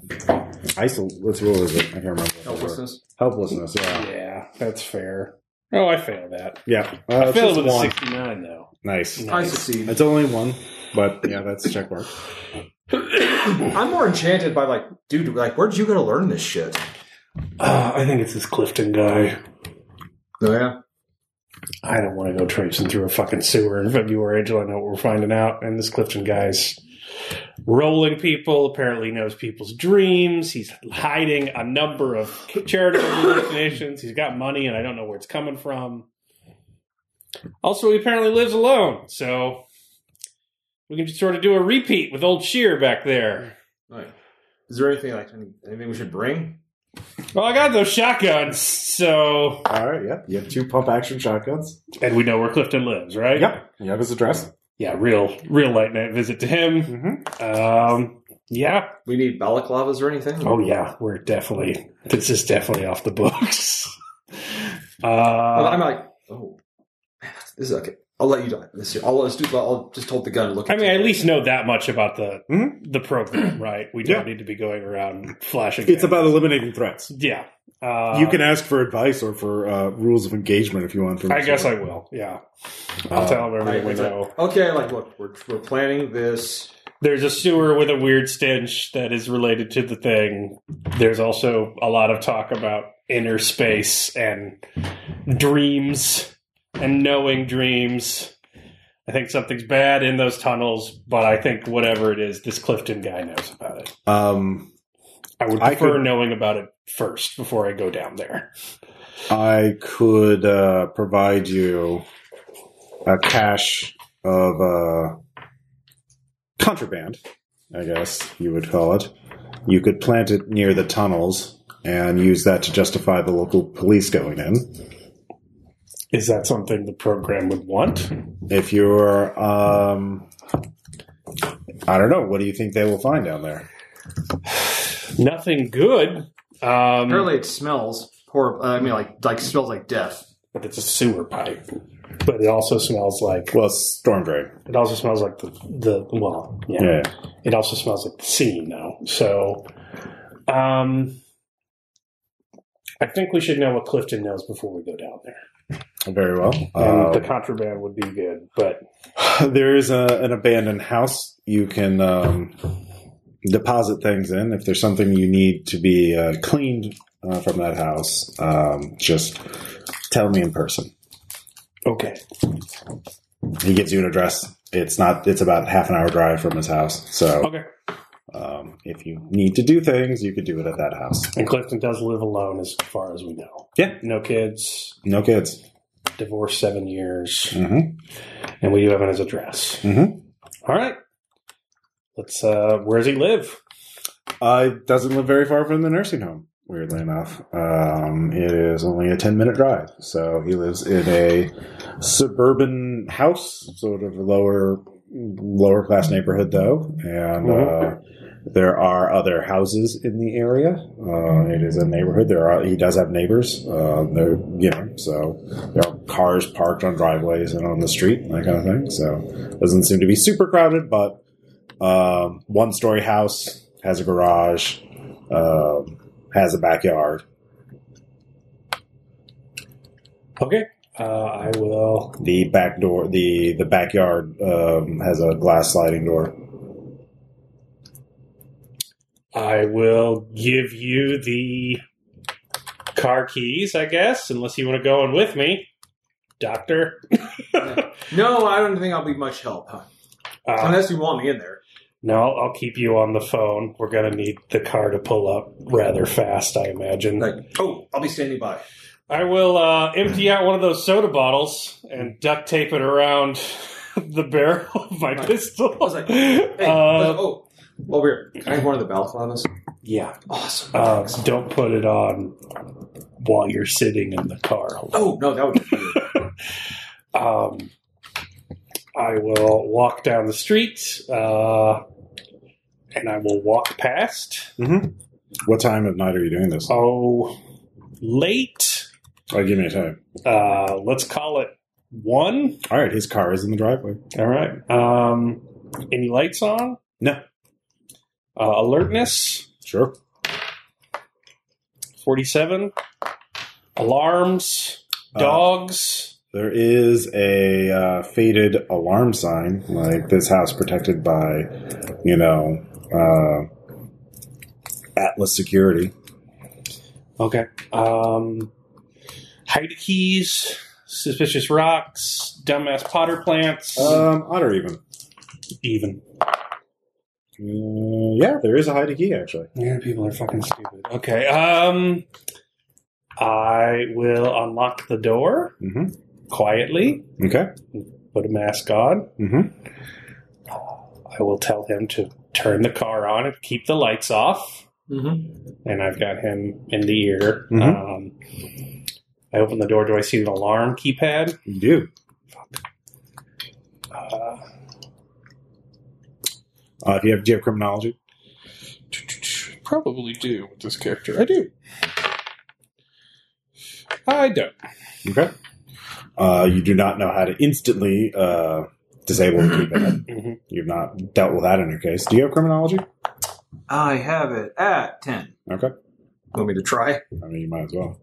[SPEAKER 1] isol. What's what was it? I can't remember.
[SPEAKER 3] Helplessness.
[SPEAKER 1] Helplessness. Yeah.
[SPEAKER 2] yeah, that's fair. Oh, I failed that.
[SPEAKER 1] Yeah. Uh,
[SPEAKER 2] I
[SPEAKER 1] it's
[SPEAKER 2] failed
[SPEAKER 1] just
[SPEAKER 2] with a
[SPEAKER 1] one.
[SPEAKER 2] 69 though.
[SPEAKER 1] Nice.
[SPEAKER 3] I succeed.
[SPEAKER 1] It's only one, but yeah, that's check mark.
[SPEAKER 3] I'm more enchanted by like, dude, like, where did you go to learn this shit?
[SPEAKER 2] Uh, [coughs] I think it's this Clifton guy.
[SPEAKER 3] Oh yeah,
[SPEAKER 2] I don't want to go traipsing through a fucking sewer in February until I know what we're finding out. And this Clifton guy's rolling people, apparently knows people's dreams. He's hiding a number of charitable donations. He's got money, and I don't know where it's coming from. Also, he apparently lives alone, so we can just sort of do a repeat with old Sheer back there.
[SPEAKER 3] Like, is there anything like any- anything we should bring?
[SPEAKER 2] Well, I got those shotguns, so
[SPEAKER 1] All right. Yep. You have two pump action shotguns.
[SPEAKER 2] and we know where Clifton lives, right?
[SPEAKER 1] Yep. You have his address.
[SPEAKER 2] Yeah, real, real late night visit to him.
[SPEAKER 1] Mm-hmm.
[SPEAKER 2] Um, yeah.
[SPEAKER 3] We need balaclavas or anything?
[SPEAKER 2] Oh, yeah. We're definitely, this is definitely off the books. [laughs]
[SPEAKER 3] Well,
[SPEAKER 2] Uh,
[SPEAKER 3] I'm like, oh, man, that's- this is okay. I'll let you die this year. I'll, just do, I'll just hold the gun. And look.
[SPEAKER 2] I mean,
[SPEAKER 3] it.
[SPEAKER 2] I at least know that much about the
[SPEAKER 1] Mhm. [clears throat]
[SPEAKER 2] the program, right? We don't
[SPEAKER 1] Yeah.
[SPEAKER 2] need to be going around flashing.
[SPEAKER 1] It's about eliminating threats.
[SPEAKER 2] yeah. Uh,
[SPEAKER 1] you can ask for advice or for uh, rules of engagement if you want. From
[SPEAKER 2] Uh, I guess I will. Yeah, I'll
[SPEAKER 1] Uh,
[SPEAKER 2] tell him
[SPEAKER 3] Right,
[SPEAKER 2] everything we
[SPEAKER 3] it's like,
[SPEAKER 2] know.
[SPEAKER 3] okay, like, look, we're we're planning this.
[SPEAKER 2] There's a sewer with a weird stench that is related to the thing. There's also a lot of talk about inner space and dreams and knowing dreams. I think something's bad in those tunnels, but I think whatever it is, this Clifton guy knows about it.
[SPEAKER 1] Um,
[SPEAKER 2] I would
[SPEAKER 1] I
[SPEAKER 2] prefer
[SPEAKER 1] could-
[SPEAKER 2] knowing about it first before I go down there.
[SPEAKER 1] I could uh, provide you a cache of uh, contraband, I guess you would call it. You could plant it near the tunnels and use that to justify the local police going in.
[SPEAKER 2] Is that something the program would want?
[SPEAKER 1] If you're, um, I don't know, what do you think they will find down there?
[SPEAKER 2] Nothing good. Um,
[SPEAKER 3] Apparently, it smells horrible. I mean, like, like smells like death.
[SPEAKER 2] but it's a sewer pipe. But it also smells like
[SPEAKER 1] Well, it's storm drain.
[SPEAKER 2] It also smells like the, the well, yeah.
[SPEAKER 1] Yeah.
[SPEAKER 2] It also smells like the scene though. So um I think we should know what Clifton knows before we go down there.
[SPEAKER 1] Very well.
[SPEAKER 2] And
[SPEAKER 1] Um,
[SPEAKER 2] the contraband would be good, but
[SPEAKER 1] [sighs] there is a, an abandoned house you can um, deposit things in if there's something you need to be uh, cleaned uh, from that house um, just tell me in person
[SPEAKER 2] okay.
[SPEAKER 1] he gives you an address it's not it's about half an hour drive from his house so
[SPEAKER 2] Okay.
[SPEAKER 1] um, if you need to do things you could do it at that house
[SPEAKER 2] And Clifton does live alone as far as we know.
[SPEAKER 1] Yeah.
[SPEAKER 2] No kids,
[SPEAKER 1] no kids
[SPEAKER 2] divorced seven years,
[SPEAKER 1] hmm
[SPEAKER 2] and we do have his address.
[SPEAKER 1] Mhm.
[SPEAKER 2] All right. Let's. Uh, where does he live?
[SPEAKER 1] Uh, it doesn't live very far from the nursing home, weirdly enough. Um, it is only a 10 minute drive. So he lives in a suburban house, sort of lower lower class neighborhood, though. And uh, there are other houses in the area. Uh, it is a neighborhood. There are He does have neighbors. Uh, there, you know, so there are cars parked on driveways and on the street, and that kind of thing. So doesn't seem to be super crowded, but um, one story house has a garage um, has a backyard
[SPEAKER 2] Okay. Uh, I will.
[SPEAKER 1] the back door the the backyard um, has a glass sliding door
[SPEAKER 2] I will give you the car keys, I guess, unless you want to go in with me, Doctor.
[SPEAKER 3] No, I don't think I'll be much help, huh?
[SPEAKER 2] Uh,
[SPEAKER 3] unless you want me in there.
[SPEAKER 2] no, I'll- I'll keep you on the phone. We're gonna need the car to pull up rather fast, I imagine.
[SPEAKER 3] Like, oh, I'll be standing by.
[SPEAKER 2] I will uh, empty out one of those soda bottles and duct tape it around [laughs] the barrel of my
[SPEAKER 3] Right.
[SPEAKER 2] pistol.
[SPEAKER 3] was
[SPEAKER 2] [laughs]
[SPEAKER 3] like, Hey,
[SPEAKER 2] Uh,
[SPEAKER 3] oh, well, we're. Can I have one of the balaclavas?
[SPEAKER 2] yeah.
[SPEAKER 3] Awesome.
[SPEAKER 2] Uh, don't put it on while you're sitting in the car.
[SPEAKER 3] oh
[SPEAKER 2] [laughs]
[SPEAKER 3] no, that would be weird.
[SPEAKER 2] Um, I will walk down the street, uh, and I will walk past.
[SPEAKER 1] what time of night are you doing this
[SPEAKER 2] Oh, late.
[SPEAKER 1] oh give me a time
[SPEAKER 2] Uh, let's call it one.
[SPEAKER 1] all right his car is in the driveway
[SPEAKER 2] All right. Um, any lights on?
[SPEAKER 1] no
[SPEAKER 2] Uh, alertness
[SPEAKER 1] sure
[SPEAKER 2] forty-seven. Alarms.
[SPEAKER 1] Uh,
[SPEAKER 2] Dogs.
[SPEAKER 1] there is a uh, faded alarm sign like this house protected by you know uh, atlas security
[SPEAKER 2] okay. Um, hide keys. Suspicious rocks. Dumbass Potter plants.
[SPEAKER 1] um odd or even
[SPEAKER 2] even.
[SPEAKER 1] Mm, yeah there is a hide key actually
[SPEAKER 2] Yeah, people are fucking stupid. Okay. Um I will unlock the door
[SPEAKER 1] hmm
[SPEAKER 2] quietly,
[SPEAKER 1] okay
[SPEAKER 2] put a mask on.
[SPEAKER 1] hmm
[SPEAKER 2] I will tell him to turn the car on and keep the lights off.
[SPEAKER 3] Mm-hmm.
[SPEAKER 2] And I've got him in the ear.
[SPEAKER 1] Mhm.
[SPEAKER 2] Um, I open the door. Do I see an alarm keypad?
[SPEAKER 1] you do
[SPEAKER 2] Uh,
[SPEAKER 1] Uh, do you have do you have criminology?
[SPEAKER 2] probably do with this character. I do. I don't.
[SPEAKER 1] Okay. Uh, you do not know how to instantly uh, disable the keypad.
[SPEAKER 2] Mhm.
[SPEAKER 1] You've not dealt with that in your case. Do you have criminology?
[SPEAKER 3] I have it at ten.
[SPEAKER 1] Okay.
[SPEAKER 3] Want me to try?
[SPEAKER 1] I mean, you might as well.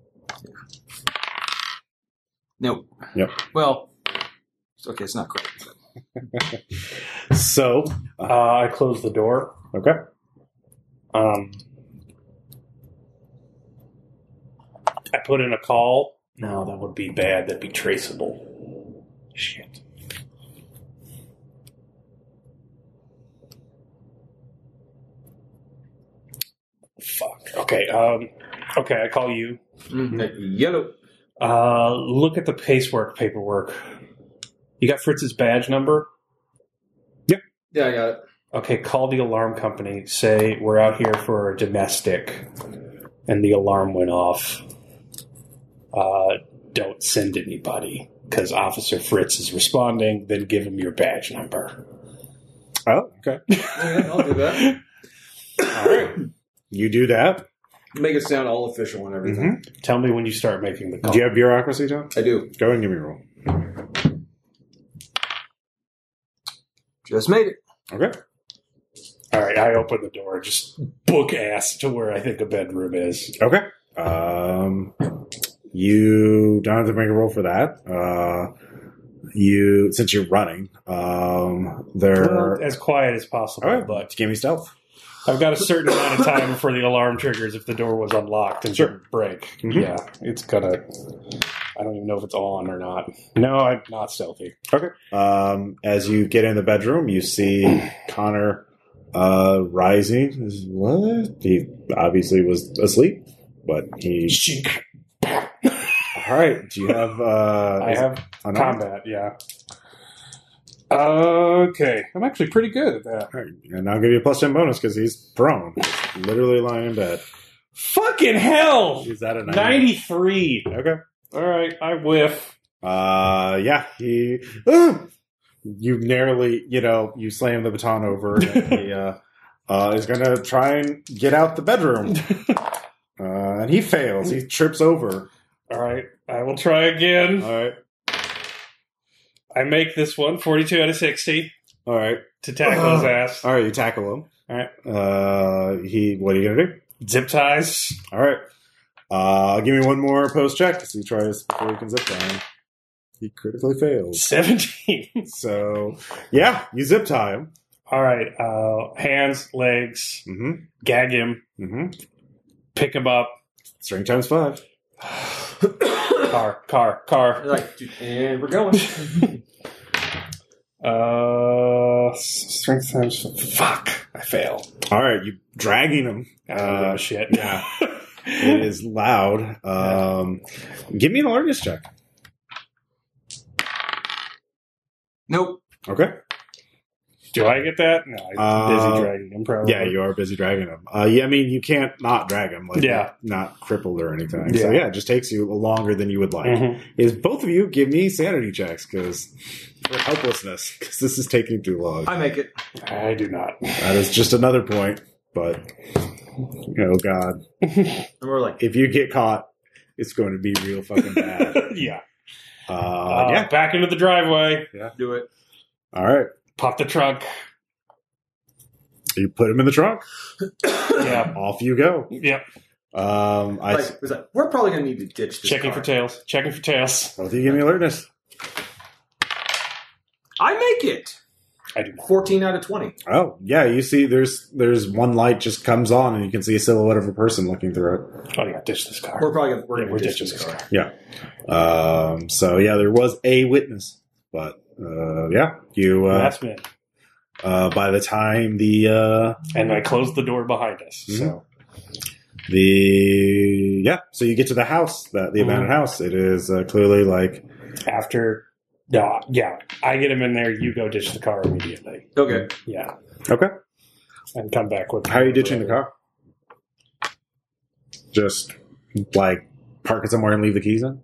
[SPEAKER 3] Nope.
[SPEAKER 1] Yep.
[SPEAKER 3] Well, it's okay, it's not great.
[SPEAKER 1] So,
[SPEAKER 2] Uh, I close the door.
[SPEAKER 1] okay.
[SPEAKER 2] Um, I put in a call.
[SPEAKER 4] No, that would be bad. That'd be traceable. Shit.
[SPEAKER 2] Fuck. Okay. Um, okay. I call you.
[SPEAKER 3] Okay, Yellow.
[SPEAKER 2] Uh, look at the pacework paperwork. You got Fritz's badge number.
[SPEAKER 3] Yeah, I got it.
[SPEAKER 2] Okay. Call the alarm company. Say we're out here for a domestic, and the alarm went off. Uh, don't send anybody because Officer Fritz is responding. Then give him your badge number.
[SPEAKER 1] Oh, okay.
[SPEAKER 3] Yeah, I'll do that. [laughs]
[SPEAKER 2] All right.
[SPEAKER 1] You do that.
[SPEAKER 3] Make it sound all official and everything.
[SPEAKER 1] Mhm.
[SPEAKER 2] Tell me when you start making the call.
[SPEAKER 1] Do you have bureaucracy, Tom?
[SPEAKER 2] Mm-hmm.
[SPEAKER 3] I do.
[SPEAKER 1] Go ahead and give me a roll.
[SPEAKER 3] Just made it.
[SPEAKER 1] Okay.
[SPEAKER 2] All right, I open the door, just book ass to where I think a bedroom is.
[SPEAKER 1] Okay. Um, you don't have to make a roll for that. Uh, you since you're running, um, there.
[SPEAKER 2] As quiet as possible,
[SPEAKER 1] All right,
[SPEAKER 2] but
[SPEAKER 1] give me stealth.
[SPEAKER 2] I've got a certain amount of time before the alarm triggers if the door was unlocked and
[SPEAKER 1] Sure.
[SPEAKER 2] didn't break.
[SPEAKER 1] Mhm.
[SPEAKER 2] Yeah, it's gonna. I don't even know if it's on or not. No, I'm not stealthy.
[SPEAKER 1] Okay. Um, as you get in the bedroom, you see Connor uh, rising. Is- What? He obviously was asleep, but he. All right. Do you have? Uh,
[SPEAKER 2] [laughs] I have
[SPEAKER 1] unarmed?
[SPEAKER 2] combat. Yeah. Okay, I'm actually pretty good at that. [gasps]
[SPEAKER 1] All right, and I'll give you a plus ten bonus because he's prone, literally lying in bed.
[SPEAKER 2] Fucking hell!
[SPEAKER 1] He's at a 90.
[SPEAKER 2] 93.
[SPEAKER 1] Okay.
[SPEAKER 2] All right, I whiff.
[SPEAKER 1] Uh, yeah, he. [gasps] Ah! you narrowly, you know, you slam the baton over, and he uh, uh, is going to try and get out the bedroom. Uh, and he fails. He trips over.
[SPEAKER 2] All right, I will try again.
[SPEAKER 1] All right.
[SPEAKER 2] I make this one 42 out of 60
[SPEAKER 1] All right.
[SPEAKER 2] to tackle his ass.
[SPEAKER 1] All right. You tackle him.
[SPEAKER 2] All right,
[SPEAKER 1] Uh, he. What are you going to do?
[SPEAKER 2] zip ties.
[SPEAKER 1] All right. Uh, give me one more post check to see tries before he can zip down. He critically
[SPEAKER 2] [laughs]
[SPEAKER 1] fails.
[SPEAKER 2] 17.
[SPEAKER 1] So, yeah, you zip tie him.
[SPEAKER 2] All right, uh, hands, legs,
[SPEAKER 1] Mm-hmm.
[SPEAKER 2] gag him,
[SPEAKER 1] Mm-hmm.
[SPEAKER 2] pick him up. [sighs]
[SPEAKER 1] String times five.
[SPEAKER 2] Car, car, car.
[SPEAKER 3] Like, and we're going.
[SPEAKER 2] Uh, strength times. Fuck, I fail.
[SPEAKER 1] All right. You dragging him.
[SPEAKER 2] I don't give
[SPEAKER 1] Uh,
[SPEAKER 2] a shit.
[SPEAKER 1] yeah. It is loud. Um, give me an alertness check.
[SPEAKER 3] nope.
[SPEAKER 1] Okay.
[SPEAKER 2] [laughs] Do I get that? No, I'm
[SPEAKER 1] Uh,
[SPEAKER 2] busy dragging him. Probably.
[SPEAKER 1] Yeah, you are busy dragging him. Uh, yeah, I mean, you can't not drag him. Like,
[SPEAKER 2] Yeah.
[SPEAKER 1] Not crippled or anything. So,
[SPEAKER 2] Yeah.
[SPEAKER 1] yeah, it just takes you longer than you would like.
[SPEAKER 2] Mhm.
[SPEAKER 1] Is both of you give me sanity checks because for helplessness, because this is taking too long.
[SPEAKER 3] [laughs] I make it.
[SPEAKER 2] I do not.
[SPEAKER 1] That is just another point. But, oh, God.
[SPEAKER 3] And we're like,
[SPEAKER 1] If you get caught, it's going to be real fucking bad.
[SPEAKER 2] [laughs] yeah.
[SPEAKER 1] Uh,
[SPEAKER 2] Uh,
[SPEAKER 1] yeah.
[SPEAKER 2] Back into the driveway.
[SPEAKER 3] do it.
[SPEAKER 1] All right.
[SPEAKER 2] Pop the trunk.
[SPEAKER 1] You put him in the trunk.
[SPEAKER 2] [coughs]
[SPEAKER 1] [laughs]
[SPEAKER 2] Yeah.
[SPEAKER 1] Off you go.
[SPEAKER 2] Yep.
[SPEAKER 1] Um, I,
[SPEAKER 3] Like, it was like, we're probably going to need to ditch this.
[SPEAKER 2] Checking
[SPEAKER 3] car.
[SPEAKER 2] for tails. Checking for tails.
[SPEAKER 1] both of you give me alertness.
[SPEAKER 3] I make it.
[SPEAKER 2] I do not.
[SPEAKER 3] 14 out of 20.
[SPEAKER 1] Oh yeah, you see, there's there's one light just comes on, and you can see a silhouette of a person looking through
[SPEAKER 2] Oh yeah, ditch this car.
[SPEAKER 3] We're probably going we're
[SPEAKER 2] Yeah,
[SPEAKER 3] gonna
[SPEAKER 2] we're
[SPEAKER 3] ditch
[SPEAKER 2] ditching
[SPEAKER 3] this car.
[SPEAKER 1] it. Um, so yeah, there was a witness, but uh, yeah, you uh,
[SPEAKER 2] That's me.
[SPEAKER 1] uh, by the time the uh,
[SPEAKER 2] And I closed the door behind us. So
[SPEAKER 1] the yeah, so you get to the house that the
[SPEAKER 2] Mhm.
[SPEAKER 1] abandoned house. It is uh, clearly like
[SPEAKER 2] after, yeah, yeah, I get him in there. You go ditch the car immediately.
[SPEAKER 3] Okay.
[SPEAKER 2] Yeah.
[SPEAKER 1] okay.
[SPEAKER 2] And come back with.
[SPEAKER 1] How are you ditching the car? Just like park it somewhere and leave the keys in.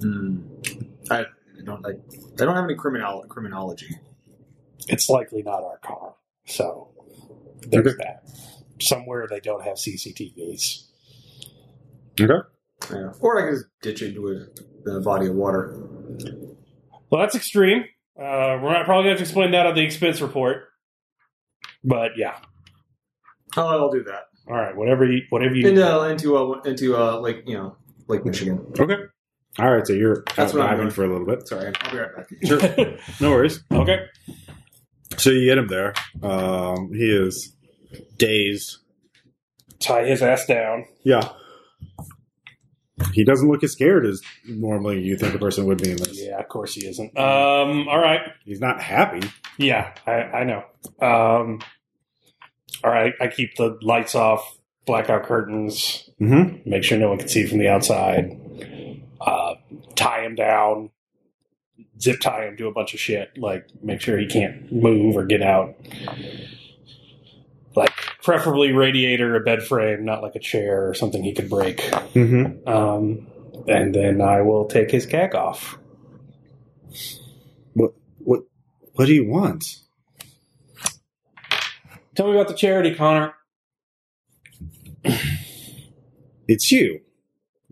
[SPEAKER 3] Hmm. I don't like. I don't have any criminal criminology.
[SPEAKER 2] It's likely not our car. So there's
[SPEAKER 1] Okay.
[SPEAKER 2] that. Somewhere they don't have CCTVs.
[SPEAKER 1] Okay.
[SPEAKER 3] Yeah. Or I can just ditch it into a, a body of water.
[SPEAKER 2] Well, that's extreme. Uh, we're not probably going to have to explain that on the expense report. But yeah.
[SPEAKER 3] Oh, I'll do that.
[SPEAKER 2] All right. Whatever you. Whatever you.
[SPEAKER 3] And uh, into uh, into uh, Lake, you know, Lake Michigan.
[SPEAKER 1] Okay. All right. So you're out
[SPEAKER 3] That's what I'm
[SPEAKER 1] driving
[SPEAKER 3] doing.
[SPEAKER 1] for a little bit.
[SPEAKER 3] Sorry, I'll be right back.
[SPEAKER 1] Sure.
[SPEAKER 2] uh,
[SPEAKER 1] no worries.
[SPEAKER 2] [laughs] okay.
[SPEAKER 1] So you get him there. Um, he is dazed.
[SPEAKER 2] Tie his ass down.
[SPEAKER 1] Yeah. He doesn't look as scared as normally you think a person would be in this.
[SPEAKER 2] Yeah. Of course he isn't. Um. All right.
[SPEAKER 1] He's not happy.
[SPEAKER 2] Yeah, I, I know. Um, all right, I keep the lights off, blackout curtains,
[SPEAKER 1] Mm-hmm.
[SPEAKER 2] make sure no one can see from the outside. Uh, tie him down, zip tie him, do a bunch of shit, like make sure he can't move or get out. Like preferably radiator, a bed frame, not like a chair or something he could break.
[SPEAKER 1] Mm-hmm.
[SPEAKER 2] Um, and then I will take his gag off.
[SPEAKER 1] What? What do you want?
[SPEAKER 2] Tell me about the charity, Connor.
[SPEAKER 1] It's you.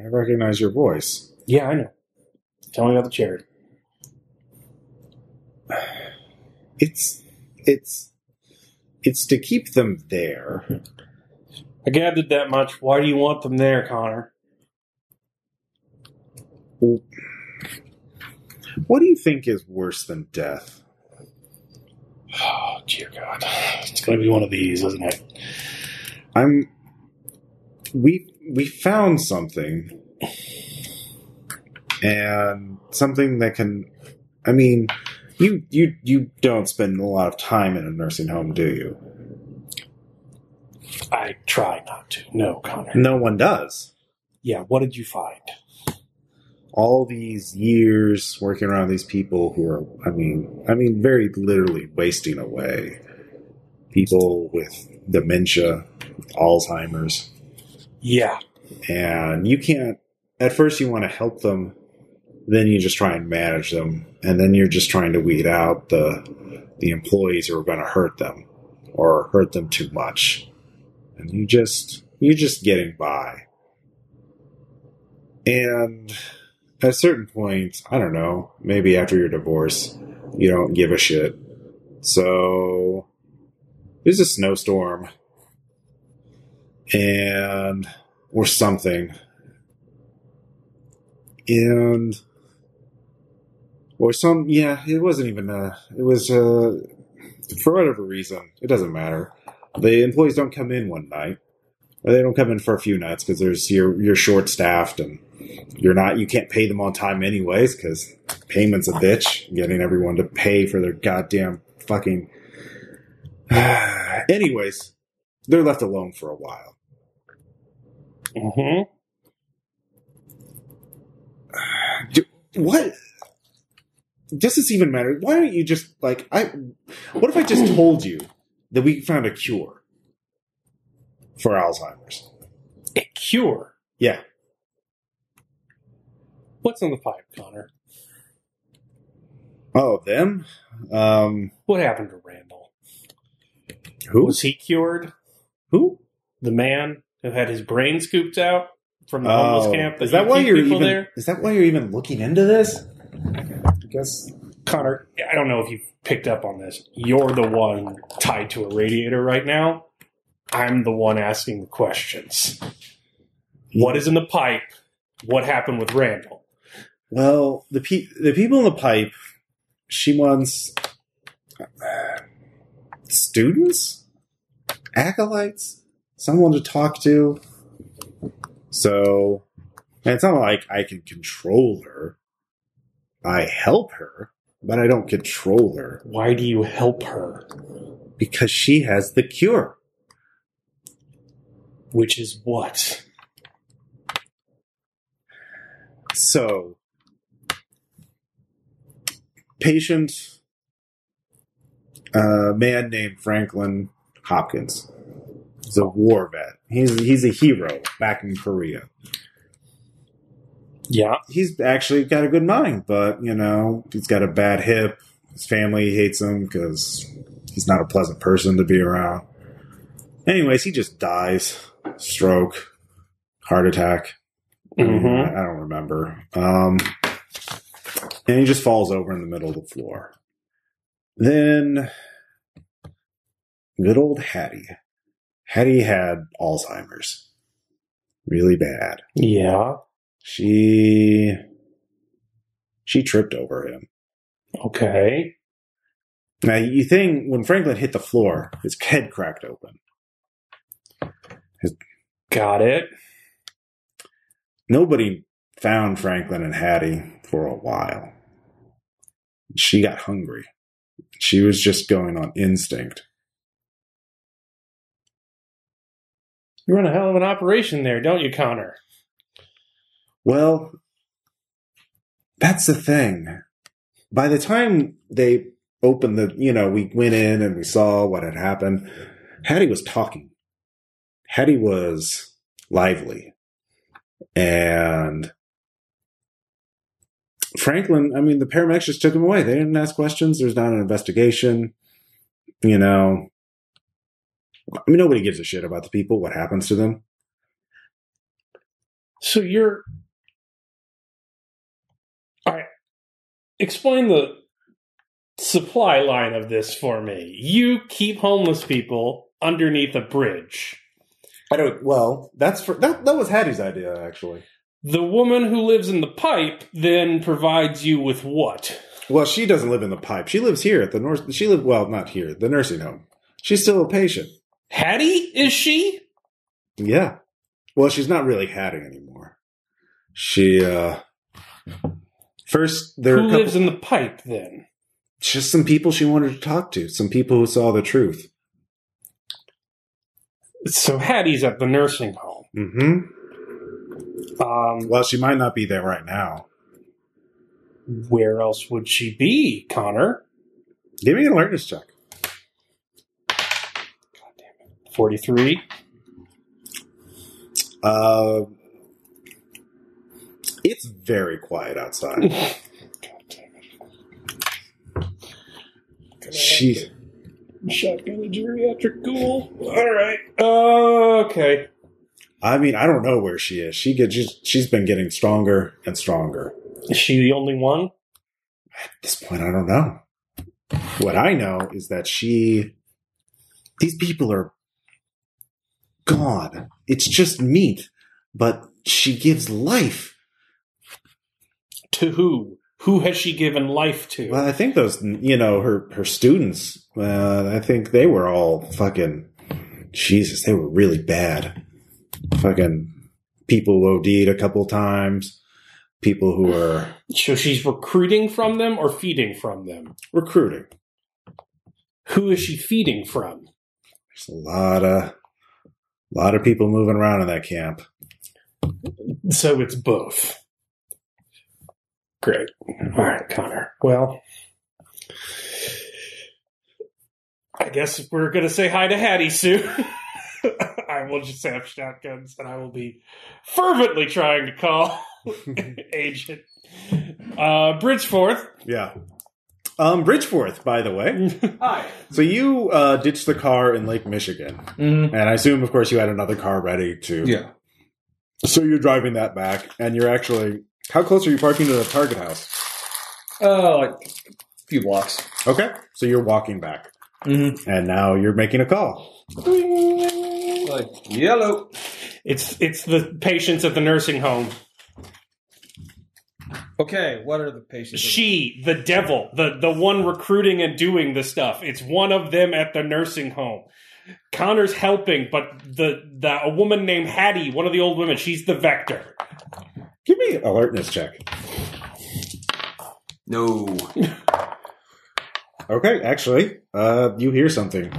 [SPEAKER 1] I recognize your voice.
[SPEAKER 2] Yeah, I know. Tell me about the charity.
[SPEAKER 1] It's. It's. It's to keep them there.
[SPEAKER 2] I gathered that much. Why do you want them there, Connor?
[SPEAKER 1] What do you think is worse than death?
[SPEAKER 2] [sighs] Oh, dear God. It's going to be one of these, isn't it?
[SPEAKER 1] I'm. We we found something, and something that can. I mean, you you you don't spend a lot of time in a nursing home, do you?
[SPEAKER 2] I
[SPEAKER 1] Mm.
[SPEAKER 2] try not to. No, Connor.
[SPEAKER 1] No one does.
[SPEAKER 2] Yeah, what did you find?
[SPEAKER 1] all these years working around these people who are, I mean, I mean, very literally wasting away. People with dementia, Alzheimer's,
[SPEAKER 2] Yeah.
[SPEAKER 1] and you can't. At first, you want to help them, then you just try and manage them, and then you're just trying to weed out the the employees who are going to hurt them or hurt them too much, and you just you're just getting by. And at a certain point, I don't know, maybe after your divorce, you don't give a shit. So there's a snowstorm. And or something. And or some yeah, it wasn't even a it was uh for whatever reason, it doesn't matter. The employees don't come in one night. Or they don't come in for a few nights because there's you're you're short staffed and you're not you can't pay them on time anyways because payment's a bitch. Getting everyone to pay for their goddamn fucking. [sighs] anyways, they're left alone for a while. Mm-hmm.
[SPEAKER 2] hmm
[SPEAKER 1] what does this even matter why don't you just like i what if i just told you that we found a cure for alzheimer's
[SPEAKER 2] A cure.
[SPEAKER 1] yeah
[SPEAKER 2] What's in the pipe, Connor?
[SPEAKER 1] oh them um
[SPEAKER 2] What happened to Randall?
[SPEAKER 1] who
[SPEAKER 2] Was he cured?
[SPEAKER 1] who
[SPEAKER 2] The man who had his brain scooped out from the
[SPEAKER 1] Oh,
[SPEAKER 2] homeless camp.
[SPEAKER 1] is that why
[SPEAKER 2] keep
[SPEAKER 1] you're
[SPEAKER 2] people
[SPEAKER 1] even
[SPEAKER 2] there?
[SPEAKER 1] is that why you're even looking into this i guess
[SPEAKER 2] Connor, I don't know if you've picked up on this. You're the one tied to a radiator right now. I'm the one asking the questions. What is in the pipe? What happened with Randall?
[SPEAKER 1] Well, the pe- the people in the pipe, she wants uh, students, acolytes, someone to talk to. So, and it's not like I can control her. I help her, but I don't control her
[SPEAKER 2] Why do you help her?
[SPEAKER 1] because she has the cure.
[SPEAKER 2] Which is what?
[SPEAKER 1] So, patient, a man named Franklin Hopkins. He's a war vet. He's he's a hero back in Korea.
[SPEAKER 2] Yeah.
[SPEAKER 1] He's actually got a good mind, but you know he's got a bad hip. His family hates him because he's not a pleasant person to be around. Anyways, he just dies, stroke, heart attack. I mean,
[SPEAKER 2] hmm
[SPEAKER 1] I, I don't remember. Um, and he just falls over in the middle of the floor. Then, good old Hattie. Hattie had Alzheimer's. Really bad.
[SPEAKER 2] Yeah.
[SPEAKER 1] She she tripped over him.
[SPEAKER 2] Okay.
[SPEAKER 1] Now you think when Franklin hit the floor, his [laughs] head cracked open.
[SPEAKER 2] Got it.
[SPEAKER 1] Nobody found Franklin and Hattie for a while. She got hungry. She was just going on instinct.
[SPEAKER 2] You run a hell of an operation there, don't you, Connor?
[SPEAKER 1] Well, that's the thing. By the time they opened the, you know, we went in and we saw what had happened, Hattie was talking. Hattie was lively. And Franklin, I mean, the paramedics just took him away. They didn't ask questions. There's not an investigation. You know, I mean, nobody gives a shit about the people, what happens to them.
[SPEAKER 2] So you're. All right. Explain the supply line of this for me. You keep homeless people underneath a bridge.
[SPEAKER 1] I don't. Well, that's for that. That was Hattie's idea, actually.
[SPEAKER 2] The woman who lives in the pipe then provides you with what?
[SPEAKER 1] Well, she doesn't live in the pipe. She lives here at the north. She lived well, not here, the nursing home. She's still a patient.
[SPEAKER 2] Hattie, is she?
[SPEAKER 1] Yeah. Well, she's not really Hattie anymore. She uh first there
[SPEAKER 2] who
[SPEAKER 1] were a couple,
[SPEAKER 2] lives in the pipe then?
[SPEAKER 1] just some people she wanted to talk to, some people who saw the truth.
[SPEAKER 2] So Hattie's at the nursing home.
[SPEAKER 1] Mm-hmm.
[SPEAKER 2] Um,
[SPEAKER 1] Well, she might not be there right now.
[SPEAKER 2] Where else would she be, Connor?
[SPEAKER 1] Give me an alertness check.
[SPEAKER 2] 43.
[SPEAKER 1] Uh, it's very quiet outside. She's
[SPEAKER 2] Shotgun a geriatric ghoul. All right. Uh, okay.
[SPEAKER 1] I mean, I don't know where she is. She gets she's, she's been getting stronger and stronger.
[SPEAKER 2] Is she the only one?
[SPEAKER 1] At this point, I don't know. What I know is that she these people are gone. It's just meat, but she gives life.
[SPEAKER 2] To who? Who has she given life to?
[SPEAKER 1] Well, I think those you know her her students. Uh, I think they were all fucking Jesus. They were really bad. Fucking people who OD'd a couple times. People who were
[SPEAKER 2] so she's recruiting from them or feeding from them?
[SPEAKER 1] recruiting.
[SPEAKER 2] Who is she feeding from?
[SPEAKER 1] There's a lot of lot of people moving around in that camp.
[SPEAKER 2] So it's both. Great. All right, Connor. Well, I guess we're going to say hi to Hattie soon. [laughs] I will just have shotguns and I will be fervently trying to call [laughs] Agent uh, [laughs] Bridgeforth.
[SPEAKER 1] Yeah. Um, Bridgeforth, by the way.
[SPEAKER 3] Hi.
[SPEAKER 1] So you uh, ditched the car in Lake Michigan, and I assume, of course, you had another car ready to
[SPEAKER 3] Yeah.
[SPEAKER 1] So you're driving that back, and you're actually how close are you parking to the target house?
[SPEAKER 3] Uh, like a few blocks.
[SPEAKER 1] Okay, so you're walking back, and now you're making a call.
[SPEAKER 3] Like yellow.
[SPEAKER 2] It's it's the patients at the nursing home.
[SPEAKER 3] Okay, what are the patients?
[SPEAKER 2] She, the devil, the the one recruiting and doing the stuff. It's one of them at the nursing home. Connor's helping, but the the a woman named Hattie, one of the old women, she's the vector.
[SPEAKER 1] Give me an alertness check.
[SPEAKER 3] No.
[SPEAKER 1] Okay, actually, uh, you hear something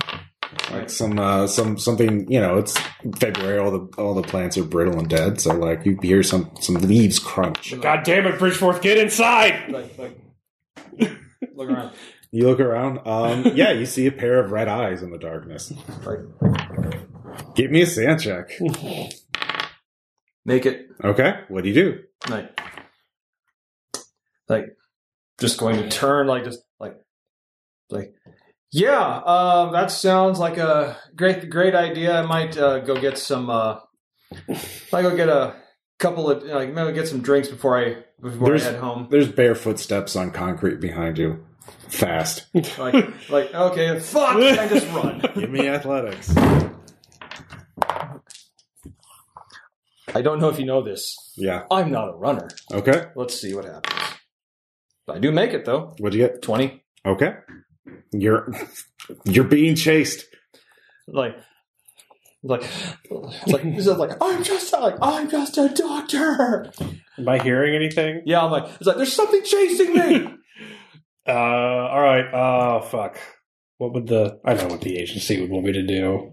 [SPEAKER 1] like some uh, some something. You know, it's February. All the all the plants are brittle and dead, so like you hear some some leaves crunch.
[SPEAKER 2] God damn it, Bridgeforth, get inside!
[SPEAKER 3] Like, like, look around.
[SPEAKER 1] You look around. Um, [laughs] yeah, you see a pair of red eyes in the darkness.
[SPEAKER 3] Like,
[SPEAKER 1] Give me a sand check.
[SPEAKER 3] make it.
[SPEAKER 1] Okay, what do you do?
[SPEAKER 3] Like, like, just going to turn. Like, just like, like. Yeah, uh, that sounds like a great, great idea. I might uh, go get some. Uh, I go get a couple of like maybe get some drinks before I before
[SPEAKER 1] There's-
[SPEAKER 3] I head [laughs] home.
[SPEAKER 1] There's bare footsteps on concrete behind you. Fast.
[SPEAKER 3] Like, like okay, fuck, I just run.
[SPEAKER 1] Give me athletics.
[SPEAKER 3] [laughs] I don't know if you know this.
[SPEAKER 1] Yeah.
[SPEAKER 3] I'm not a runner.
[SPEAKER 1] Okay.
[SPEAKER 3] Let's see what happens. I do make it though.
[SPEAKER 1] What'd you get?
[SPEAKER 3] Twenty.
[SPEAKER 1] Okay. You're you're being chased.
[SPEAKER 3] Like, like, like, this is like, I'm just like, I'm just a doctor.
[SPEAKER 2] Am I hearing anything?
[SPEAKER 3] Yeah, I'm like, it's like, there's something chasing me.
[SPEAKER 2] Uh, all right. Oh fuck. What would the I know what the agency would want me to do.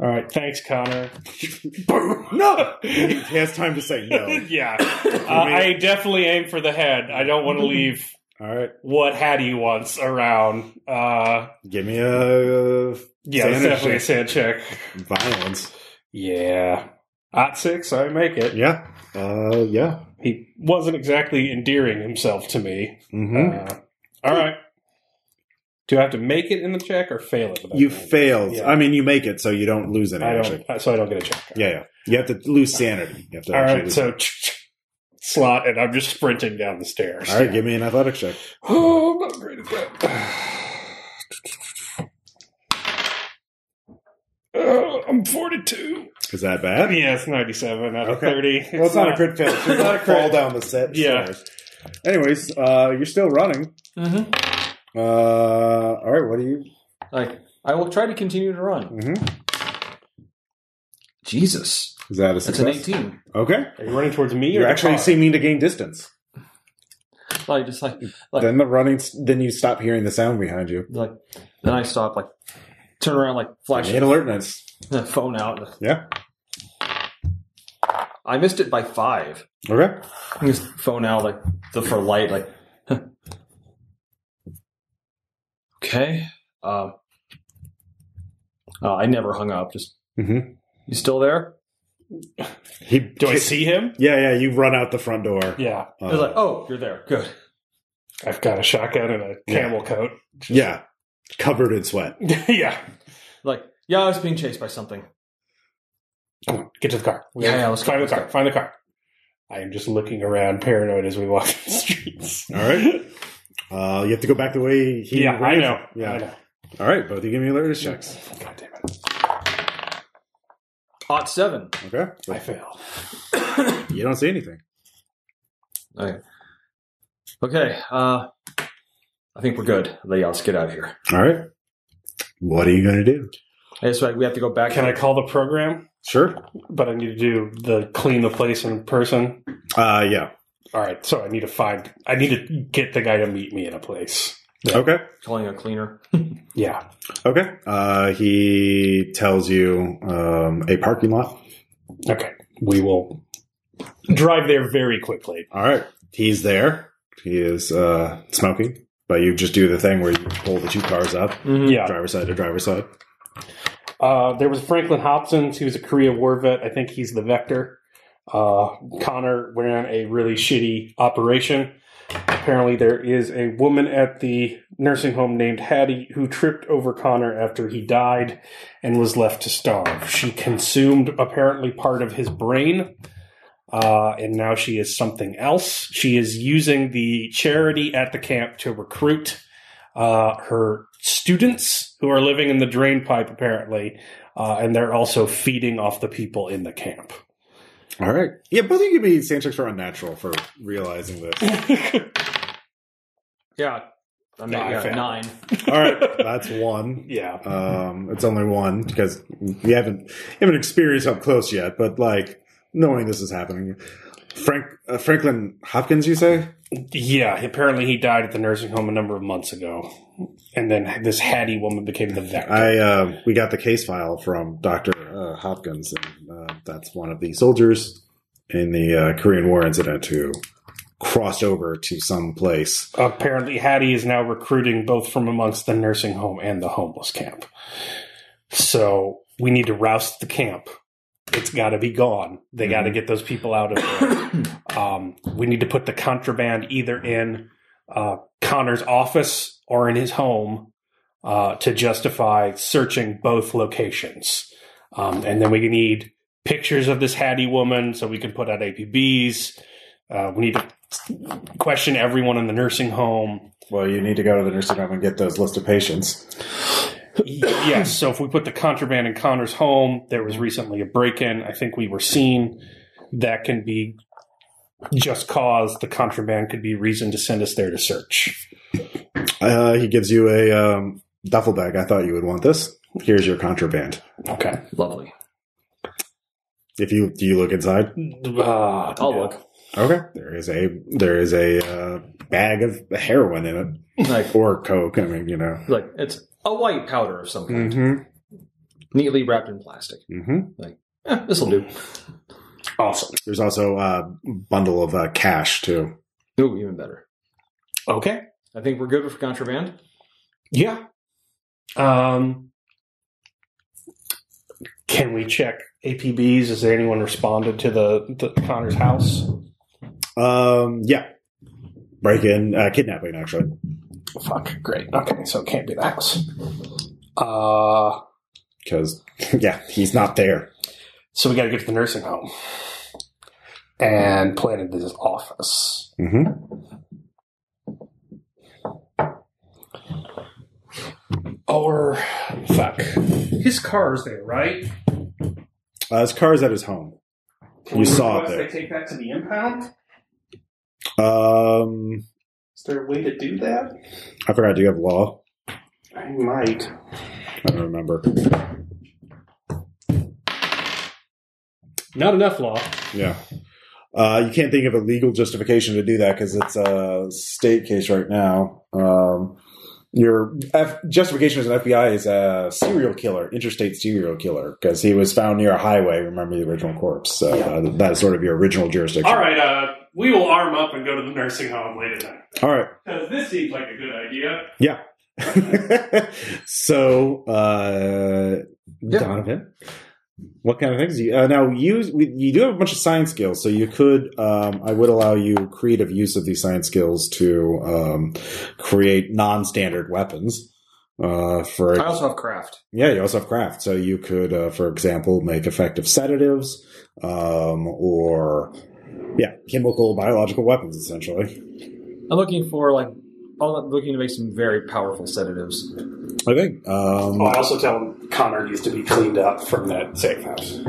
[SPEAKER 2] All right, thanks, [laughs] Connor.
[SPEAKER 1] He has time to say no.
[SPEAKER 2] [laughs] [coughs] yeah, uh, I definitely aim for the head. I don't [laughs] want to leave
[SPEAKER 1] All right.
[SPEAKER 2] what Hattie wants around. Uh,
[SPEAKER 1] Give me a uh,
[SPEAKER 2] yeah, it's
[SPEAKER 1] Sand
[SPEAKER 2] definitely a
[SPEAKER 1] check.
[SPEAKER 2] sand check.
[SPEAKER 1] violence.
[SPEAKER 2] Yeah. At six, I make it.
[SPEAKER 1] Yeah. Uh yeah.
[SPEAKER 2] He wasn't exactly endearing himself to me.
[SPEAKER 1] Mm-hmm.
[SPEAKER 2] Uh, all right. Do I have to make it in the check or fail it?
[SPEAKER 1] you failed.
[SPEAKER 2] Yeah.
[SPEAKER 1] I mean you make it so you don't lose any
[SPEAKER 2] I
[SPEAKER 1] actually.
[SPEAKER 2] don't, so I don't get a check.
[SPEAKER 1] Yeah, yeah. You have to lose sanity. You have to
[SPEAKER 2] All
[SPEAKER 1] actually
[SPEAKER 2] right.
[SPEAKER 1] lose-
[SPEAKER 2] So [laughs] slot, and I'm just sprinting down the stairs.
[SPEAKER 1] all right, give me an athletics check.
[SPEAKER 2] Oh, I'm not great at that. Oh, I'm 42.
[SPEAKER 1] Is that bad?
[SPEAKER 2] Yeah, it's 97 out of
[SPEAKER 1] Okay.
[SPEAKER 2] 30.
[SPEAKER 1] Well, it's not a crit fail.
[SPEAKER 2] [laughs] It's not a crit.
[SPEAKER 1] fall down the set.
[SPEAKER 2] Yeah.
[SPEAKER 1] stairs. Anyways, uh, you're still running.
[SPEAKER 3] [laughs] mm-hmm.
[SPEAKER 1] Uh, all right. What do you?
[SPEAKER 3] Like, I will try to continue to run.
[SPEAKER 1] mhm.
[SPEAKER 3] Jesus,
[SPEAKER 1] Is that a
[SPEAKER 3] that's
[SPEAKER 1] success?
[SPEAKER 3] an eighteen.
[SPEAKER 1] Okay.
[SPEAKER 2] Are you running towards me?
[SPEAKER 1] You're
[SPEAKER 2] or the
[SPEAKER 1] actually
[SPEAKER 2] car?
[SPEAKER 1] seeming to gain distance.
[SPEAKER 3] Like, just like, Like-
[SPEAKER 1] Then the running. s- Then you stop hearing the sound behind you.
[SPEAKER 3] like, then I stop. Like, turn around. Like, flash
[SPEAKER 1] Gain alertness.
[SPEAKER 3] the phone out.
[SPEAKER 1] Yeah.
[SPEAKER 3] I missed it by five.
[SPEAKER 1] Okay.
[SPEAKER 3] I just phone out like the for light like. [laughs] huh. okay. Um, uh, I never hung up. Just
[SPEAKER 1] Mhm.
[SPEAKER 3] you still there?
[SPEAKER 1] He.
[SPEAKER 2] Do I see him?
[SPEAKER 1] Yeah, yeah. You run out the front door.
[SPEAKER 2] Yeah.
[SPEAKER 3] I
[SPEAKER 1] Uh,
[SPEAKER 3] was like, oh, you're there. Good.
[SPEAKER 2] I've got a shotgun and a
[SPEAKER 1] Yeah.
[SPEAKER 2] camel coat. [laughs]
[SPEAKER 3] oh,
[SPEAKER 1] yeah. Covered in sweat.
[SPEAKER 2] yeah.
[SPEAKER 3] Like, yeah, I was being chased by something.
[SPEAKER 2] Come on, get to the car. We
[SPEAKER 3] Yeah,
[SPEAKER 2] gotta-
[SPEAKER 3] yeah, let's go,
[SPEAKER 2] find
[SPEAKER 3] let's
[SPEAKER 2] the car.
[SPEAKER 3] go.
[SPEAKER 2] Find the car. I am just looking around, paranoid as we walk [laughs] the streets.
[SPEAKER 1] All right. Uh, you have to go back the way he.
[SPEAKER 2] [laughs] yeah, I
[SPEAKER 1] ran.
[SPEAKER 2] know.
[SPEAKER 1] Yeah.
[SPEAKER 2] I know.
[SPEAKER 1] All right. Both of you give me alertness checks.
[SPEAKER 2] God damn it!
[SPEAKER 3] Hot seven.
[SPEAKER 1] Okay.
[SPEAKER 2] I failed.
[SPEAKER 1] You don't see anything.
[SPEAKER 3] Okay. Okay. Uh, I think we're good. Like, yeah, let's get out of here.
[SPEAKER 1] All right. What are you going to do?
[SPEAKER 3] Hey, so like, we have to go back.
[SPEAKER 2] Can I call the program?
[SPEAKER 1] Sure.
[SPEAKER 2] But I need to do the clean the place in person.
[SPEAKER 1] Uh, yeah.
[SPEAKER 2] All right, so I need to find. I need to get the guy to meet me in a place.
[SPEAKER 1] Okay.
[SPEAKER 3] calling a cleaner?
[SPEAKER 2] Yeah.
[SPEAKER 1] Okay. Uh, he tells you um, a parking lot.
[SPEAKER 2] Okay. We will drive there very quickly.
[SPEAKER 1] All right. He's there. He is uh, smoking, but you just do the thing where you pull the two cars up,
[SPEAKER 3] Mm-hmm.
[SPEAKER 2] Yeah.
[SPEAKER 1] driver's side to driver's side.
[SPEAKER 2] Uh, there was Franklin Hobson's. He was a Korea War vet. I think he's the vector. Uh, Connor ran a really shitty operation. Apparently, there is a woman at the nursing home named Hattie who tripped over Connor after he died and was left to starve. She consumed apparently part of his brain, uh, and now she is something else. She is using the charity at the camp to recruit uh, her students who are living in the drain pipe apparently, uh, and they're also feeding off the people in the camp. [laughs]
[SPEAKER 1] All right. Yeah, both of you give me sand checks for unnatural for realizing this.
[SPEAKER 3] Yeah. I mean,
[SPEAKER 2] No, I
[SPEAKER 3] yeah,
[SPEAKER 2] failed.
[SPEAKER 3] nine.
[SPEAKER 1] All [laughs] right. That's one.
[SPEAKER 2] yeah,
[SPEAKER 1] Um, it's only one because you haven't you haven't experienced up close yet, but like knowing this is happening, Frank uh, Franklin Hopkins, you say?
[SPEAKER 2] yeah. Apparently, he died at the nursing home a number of months ago, and then this Hattie woman became the vector.
[SPEAKER 1] I uh, we got the case file from Doctor uh, Hopkins, and uh, that's one of the soldiers in the uh, Korean War incident who crossed over to some place.
[SPEAKER 2] apparently, Hattie is now recruiting both from amongst the nursing home and the homeless camp. So we need to roust the camp. It's got to be gone. They got to get those people out of there. Um, we need to put the contraband either in uh, Connor's office or in his home uh, to justify searching both locations. Um, and then we need pictures of this Hattie woman so we can put out APBs. Uh, we need to question everyone in the nursing home.
[SPEAKER 1] Well, you need to go to the nursing home and get those list of patients.
[SPEAKER 2] yes, so if we put the contraband in Connor's home, there was recently a break in. I think we were seen. That can be just cause. The contraband could be reason to send us there to search.
[SPEAKER 1] Uh, he gives you a um, duffel bag. I thought you would want this. Here's your contraband.
[SPEAKER 2] Okay.
[SPEAKER 3] Lovely.
[SPEAKER 1] If you do you look inside?
[SPEAKER 2] Uh,
[SPEAKER 3] I'll look.
[SPEAKER 1] Okay. There is a there is a uh, bag of heroin in it
[SPEAKER 3] Like,
[SPEAKER 1] or coke. I mean, you know.
[SPEAKER 3] like it's a white powder of some kind,
[SPEAKER 1] Mm-hmm.
[SPEAKER 3] neatly wrapped in plastic.
[SPEAKER 1] Mm-hmm.
[SPEAKER 3] Eh, this will do.
[SPEAKER 2] Awesome.
[SPEAKER 1] There's also a bundle of uh, cash too.
[SPEAKER 3] Ooh, even better.
[SPEAKER 2] Okay.
[SPEAKER 3] I think we're good with contraband.
[SPEAKER 2] Yeah. Um, can we check APBs? Has anyone responded to the, the Connor's house?
[SPEAKER 1] Um, yeah, break in uh, kidnapping actually.
[SPEAKER 2] Fuck. Great. Okay, so it can't be the house. Uh,
[SPEAKER 1] Because [laughs] yeah, he's not there.
[SPEAKER 2] so we got to get to the nursing home and plan into his office.
[SPEAKER 1] Mm-hmm.
[SPEAKER 2] Or fuck. His car's there, right?
[SPEAKER 1] Uh, his car is at his home.
[SPEAKER 2] Can
[SPEAKER 1] You
[SPEAKER 2] we
[SPEAKER 1] saw it
[SPEAKER 2] request
[SPEAKER 1] there.
[SPEAKER 2] They take that to the impound.
[SPEAKER 1] Um,
[SPEAKER 2] Is there a way to do that?
[SPEAKER 1] I forgot. Do you have law?
[SPEAKER 2] I might.
[SPEAKER 1] I don't remember.
[SPEAKER 2] Not enough law.
[SPEAKER 1] Yeah. Uh, you can't think of a legal justification to do that because it's a state case right now. Um, your F- justification as an FBI is a serial killer, interstate serial killer, because he was found near a highway. Remember the original corpse. So uh, that is sort of your original jurisdiction.
[SPEAKER 2] All right, uh, we will arm up and go to the nursing home later then.
[SPEAKER 1] All right.
[SPEAKER 2] Because this seems like a good idea.
[SPEAKER 1] [laughs] so, uh,
[SPEAKER 3] Yeah.
[SPEAKER 1] Donovan, what kind of things? Do you, uh, now, you we, you do have a bunch of science skills, so you could. Um, I would allow you creative use of these science skills to um, create non-standard weapons. Uh, for
[SPEAKER 3] I also have craft.
[SPEAKER 1] yeah, you also have craft, so you could, uh, for example, make effective sedatives, um, or yeah, chemical biological weapons, essentially.
[SPEAKER 3] I'm looking for like I'm looking to make some very powerful sedatives.
[SPEAKER 1] I think. Um,
[SPEAKER 4] Oh, I also tell him Connor needs to be cleaned up from that safe house.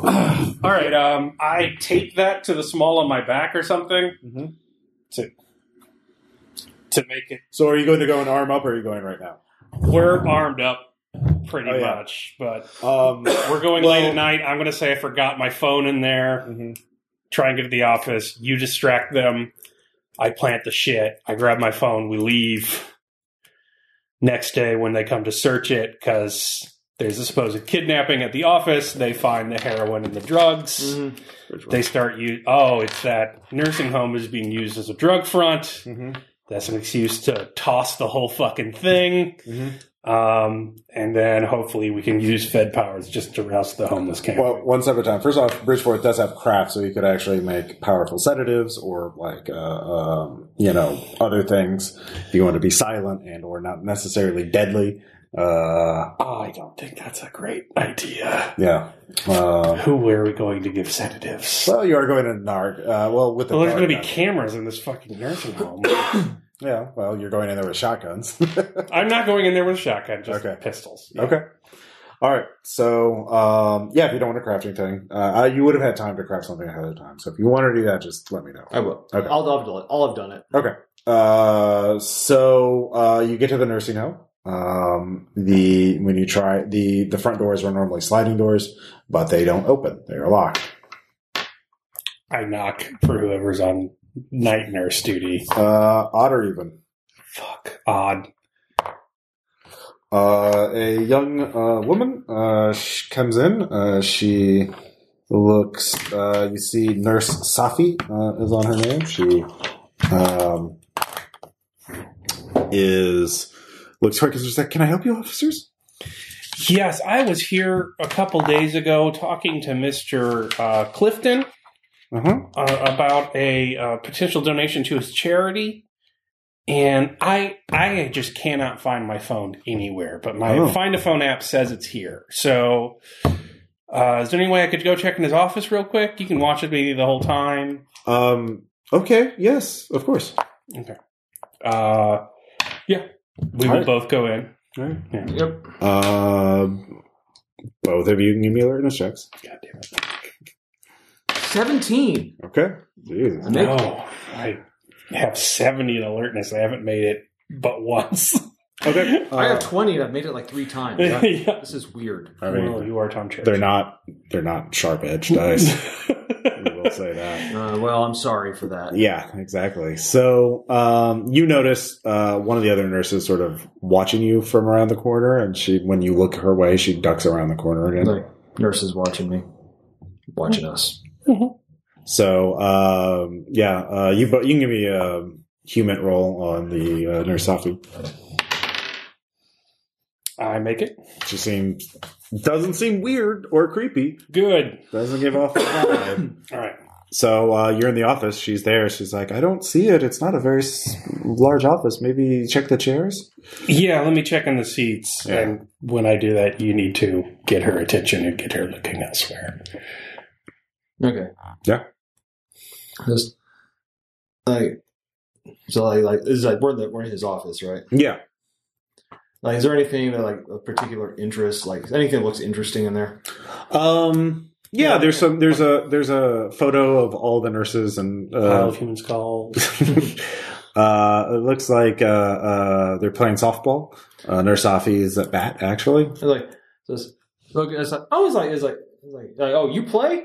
[SPEAKER 2] All right, um, I tape that to the small of my back or something
[SPEAKER 1] Mhm.
[SPEAKER 2] to to make it.
[SPEAKER 1] So, are you going to go and arm up, or are you going right now?
[SPEAKER 2] We're armed up pretty
[SPEAKER 1] Oh, yeah.
[SPEAKER 2] much, but
[SPEAKER 1] Um,
[SPEAKER 2] we're going
[SPEAKER 1] Well- Mm-hmm.
[SPEAKER 2] late at night. I'm going to say I forgot my phone in there. Try and get to the office. You distract them. I plant the shit. I grab my phone. We leave. Next day, when they come to search it, because there's a supposed kidnapping at the office, they find the heroin and the drugs.
[SPEAKER 1] Mm-hmm.
[SPEAKER 5] Mm-hmm.
[SPEAKER 2] They start you. Oh, it's that nursing home is being used as a drug front. That's an excuse to toss the whole fucking thing.
[SPEAKER 1] Mm-hmm.
[SPEAKER 2] Um, and then hopefully we can use Fed powers just to roust the homeless camp.
[SPEAKER 1] Well, one step at a time. First off, Bridgeport does have craft, so you could actually make powerful sedatives or like uh, um, you know other things. If you want to be silent and or not necessarily deadly, uh,
[SPEAKER 4] I don't think that's a great idea.
[SPEAKER 1] yeah. Uh,
[SPEAKER 2] Who were we going to give sedatives?
[SPEAKER 1] well, you are going to Narg. Uh, well, with the
[SPEAKER 2] Well, there's going to be
[SPEAKER 1] Narg-
[SPEAKER 2] cameras in this
[SPEAKER 1] [laughs]
[SPEAKER 2] fucking nursing home.
[SPEAKER 1] yeah. Well, you're going in there with shotguns. [laughs]
[SPEAKER 2] I'm not going in there with a shotgun, just
[SPEAKER 1] Okay.
[SPEAKER 2] pistols.
[SPEAKER 1] okay. All right. So um, yeah, if you don't want to craft anything, uh, I- you would have had time to craft something ahead of time. So if you want to do that, just let me know.
[SPEAKER 3] I will.
[SPEAKER 1] Okay.
[SPEAKER 5] I'll, I'll do it. I'll have done it.
[SPEAKER 1] Uh, so uh, you get to the nursing home. Um, the when you try the the front doors are normally sliding doors, but they don't open. They are locked.
[SPEAKER 2] I knock for whoever's on night nurse duty.
[SPEAKER 1] Uh, odd or even.
[SPEAKER 2] Fuck. Odd.
[SPEAKER 1] Uh, a young uh, woman uh, sh- comes in. Uh, she looks. Uh, you see, Nurse Safi uh, is on her name. She um, is looks hurt because she's like, "Can I help you, officers?"
[SPEAKER 2] Yes, I was here a couple days ago talking to Mr. Uh, Clifton
[SPEAKER 1] Uh huh.
[SPEAKER 2] uh, about a uh, potential donation to his charity, and I I just cannot find my phone anywhere. But my
[SPEAKER 1] Oh.
[SPEAKER 2] Find a Phone app says it's here. So, uh, is there any way I could go check in his office real quick? You can watch it me the whole time.
[SPEAKER 1] Um. Okay. Yes. Of course.
[SPEAKER 2] Uh, yeah, we will
[SPEAKER 1] Alright.
[SPEAKER 2] both go in.
[SPEAKER 1] All right.
[SPEAKER 3] Yep.
[SPEAKER 1] Um. Both of you can give me alertness checks.
[SPEAKER 2] God damn it!
[SPEAKER 5] Seventeen.
[SPEAKER 1] Okay. Jesus.
[SPEAKER 5] Nick?
[SPEAKER 2] No, I have seventy in alertness. I haven't made it but once. [laughs]
[SPEAKER 1] Okay.
[SPEAKER 5] [laughs] I
[SPEAKER 1] Uh,
[SPEAKER 5] have twenty, and I've made it like three
[SPEAKER 3] [laughs]
[SPEAKER 5] times.
[SPEAKER 2] yeah.
[SPEAKER 5] This is weird.
[SPEAKER 1] I mean,
[SPEAKER 2] Well, you are Tom Church.
[SPEAKER 1] they're
[SPEAKER 2] [laughs]
[SPEAKER 1] not. They're not sharp edged
[SPEAKER 5] [laughs]
[SPEAKER 1] dice. we will say that.
[SPEAKER 5] Uh, well, I'm sorry for that.
[SPEAKER 1] Yeah, exactly. So um, you notice uh, one of the other nurses sort of watching you from around the corner, and she, when you look her way, she ducks around the corner again.
[SPEAKER 5] Like nurse is watching me, watching us.
[SPEAKER 1] So um, yeah, uh, you but you can give me a human roll on the uh, nurse Safi.
[SPEAKER 2] I make it
[SPEAKER 1] She seems doesn't seem weird or creepy.
[SPEAKER 2] good.
[SPEAKER 1] Doesn't give off a [coughs] vibe.
[SPEAKER 2] All right.
[SPEAKER 1] so uh, you're in the office. She's there. She's like, I don't see it. It's not a very s- large office. Maybe check the chairs.
[SPEAKER 2] Yeah, let me check in the seats.
[SPEAKER 1] Yeah.
[SPEAKER 2] And when I do that, you need to get her attention and get her looking elsewhere.
[SPEAKER 5] Okay.
[SPEAKER 1] Yeah.
[SPEAKER 5] Just like so, like, like this is like we're in the, we're in his office, right?
[SPEAKER 1] Yeah.
[SPEAKER 5] Like, is there anything that like a particular interest, like anything that looks interesting in there?
[SPEAKER 1] Um. Yeah. There's some. There's a. There's a photo of all the nurses and.
[SPEAKER 2] Pile
[SPEAKER 1] Uh,
[SPEAKER 2] of humans call.
[SPEAKER 1] [laughs] uh, it looks like uh, uh, they're playing softball. Uh, Nurse Afi is at bat, actually.
[SPEAKER 5] And like, just look, it's like oh, it's like it's like it's like, like oh, you play?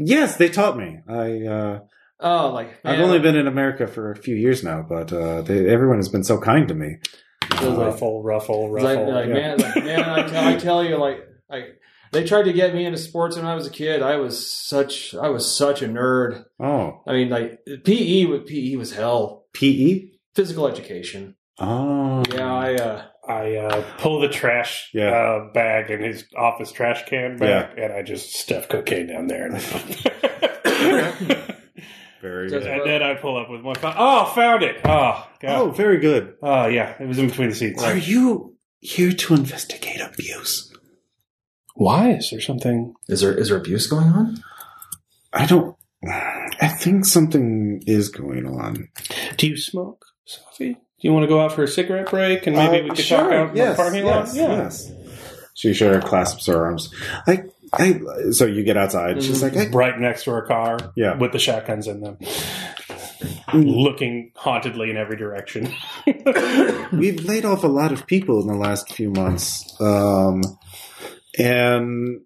[SPEAKER 1] Yes, they taught me. I uh,
[SPEAKER 3] Oh, like
[SPEAKER 1] I've
[SPEAKER 3] man,
[SPEAKER 1] only been in America for a few years now, but uh, they, everyone has been so kind to me. uh,
[SPEAKER 3] was like-
[SPEAKER 2] ruffle, ruffle,
[SPEAKER 3] It's Like,
[SPEAKER 2] ruffle.
[SPEAKER 3] like,
[SPEAKER 1] yeah.
[SPEAKER 3] man, like, man, I tell, I tell you, like, like they tried to get me into sports when I was a kid. I was such, I was such a nerd.
[SPEAKER 1] Oh, E?
[SPEAKER 3] I mean, like E PE, with PE was hell.
[SPEAKER 1] PE.
[SPEAKER 3] Physical education.
[SPEAKER 1] Oh,
[SPEAKER 3] Yeah, I, uh,
[SPEAKER 2] I uh, pull the trash
[SPEAKER 1] Yeah.
[SPEAKER 2] uh, bag in his office trash can back, and I just stuff cocaine
[SPEAKER 1] [laughs]
[SPEAKER 2] down there. [laughs] and
[SPEAKER 1] very
[SPEAKER 3] Just-
[SPEAKER 1] good.
[SPEAKER 2] then I pull up with my phone. Oh, found it! Oh,
[SPEAKER 1] Oh,
[SPEAKER 2] God.
[SPEAKER 1] very good.
[SPEAKER 2] Oh. yeah, it was in between the seats.
[SPEAKER 1] Are you here to investigate abuse?
[SPEAKER 2] Why is there something?
[SPEAKER 3] is there is there abuse going on?
[SPEAKER 1] I don't. I think something is going on.
[SPEAKER 2] Do you smoke, Sophie? Do you want to go out for a cigarette break and maybe
[SPEAKER 1] Uh,
[SPEAKER 2] we could
[SPEAKER 1] sure,
[SPEAKER 2] talk out in
[SPEAKER 1] yes,
[SPEAKER 2] the parking
[SPEAKER 1] yes,
[SPEAKER 2] lot? Yeah.
[SPEAKER 1] Yes. She sure clasps her arms. I, I. So you get outside. She's like, I,
[SPEAKER 2] Right next to her car
[SPEAKER 1] Yeah.
[SPEAKER 2] with the shotguns in them, Mm. looking hauntedly in every direction.
[SPEAKER 1] we've laid off a lot of people in the last few months. Um, and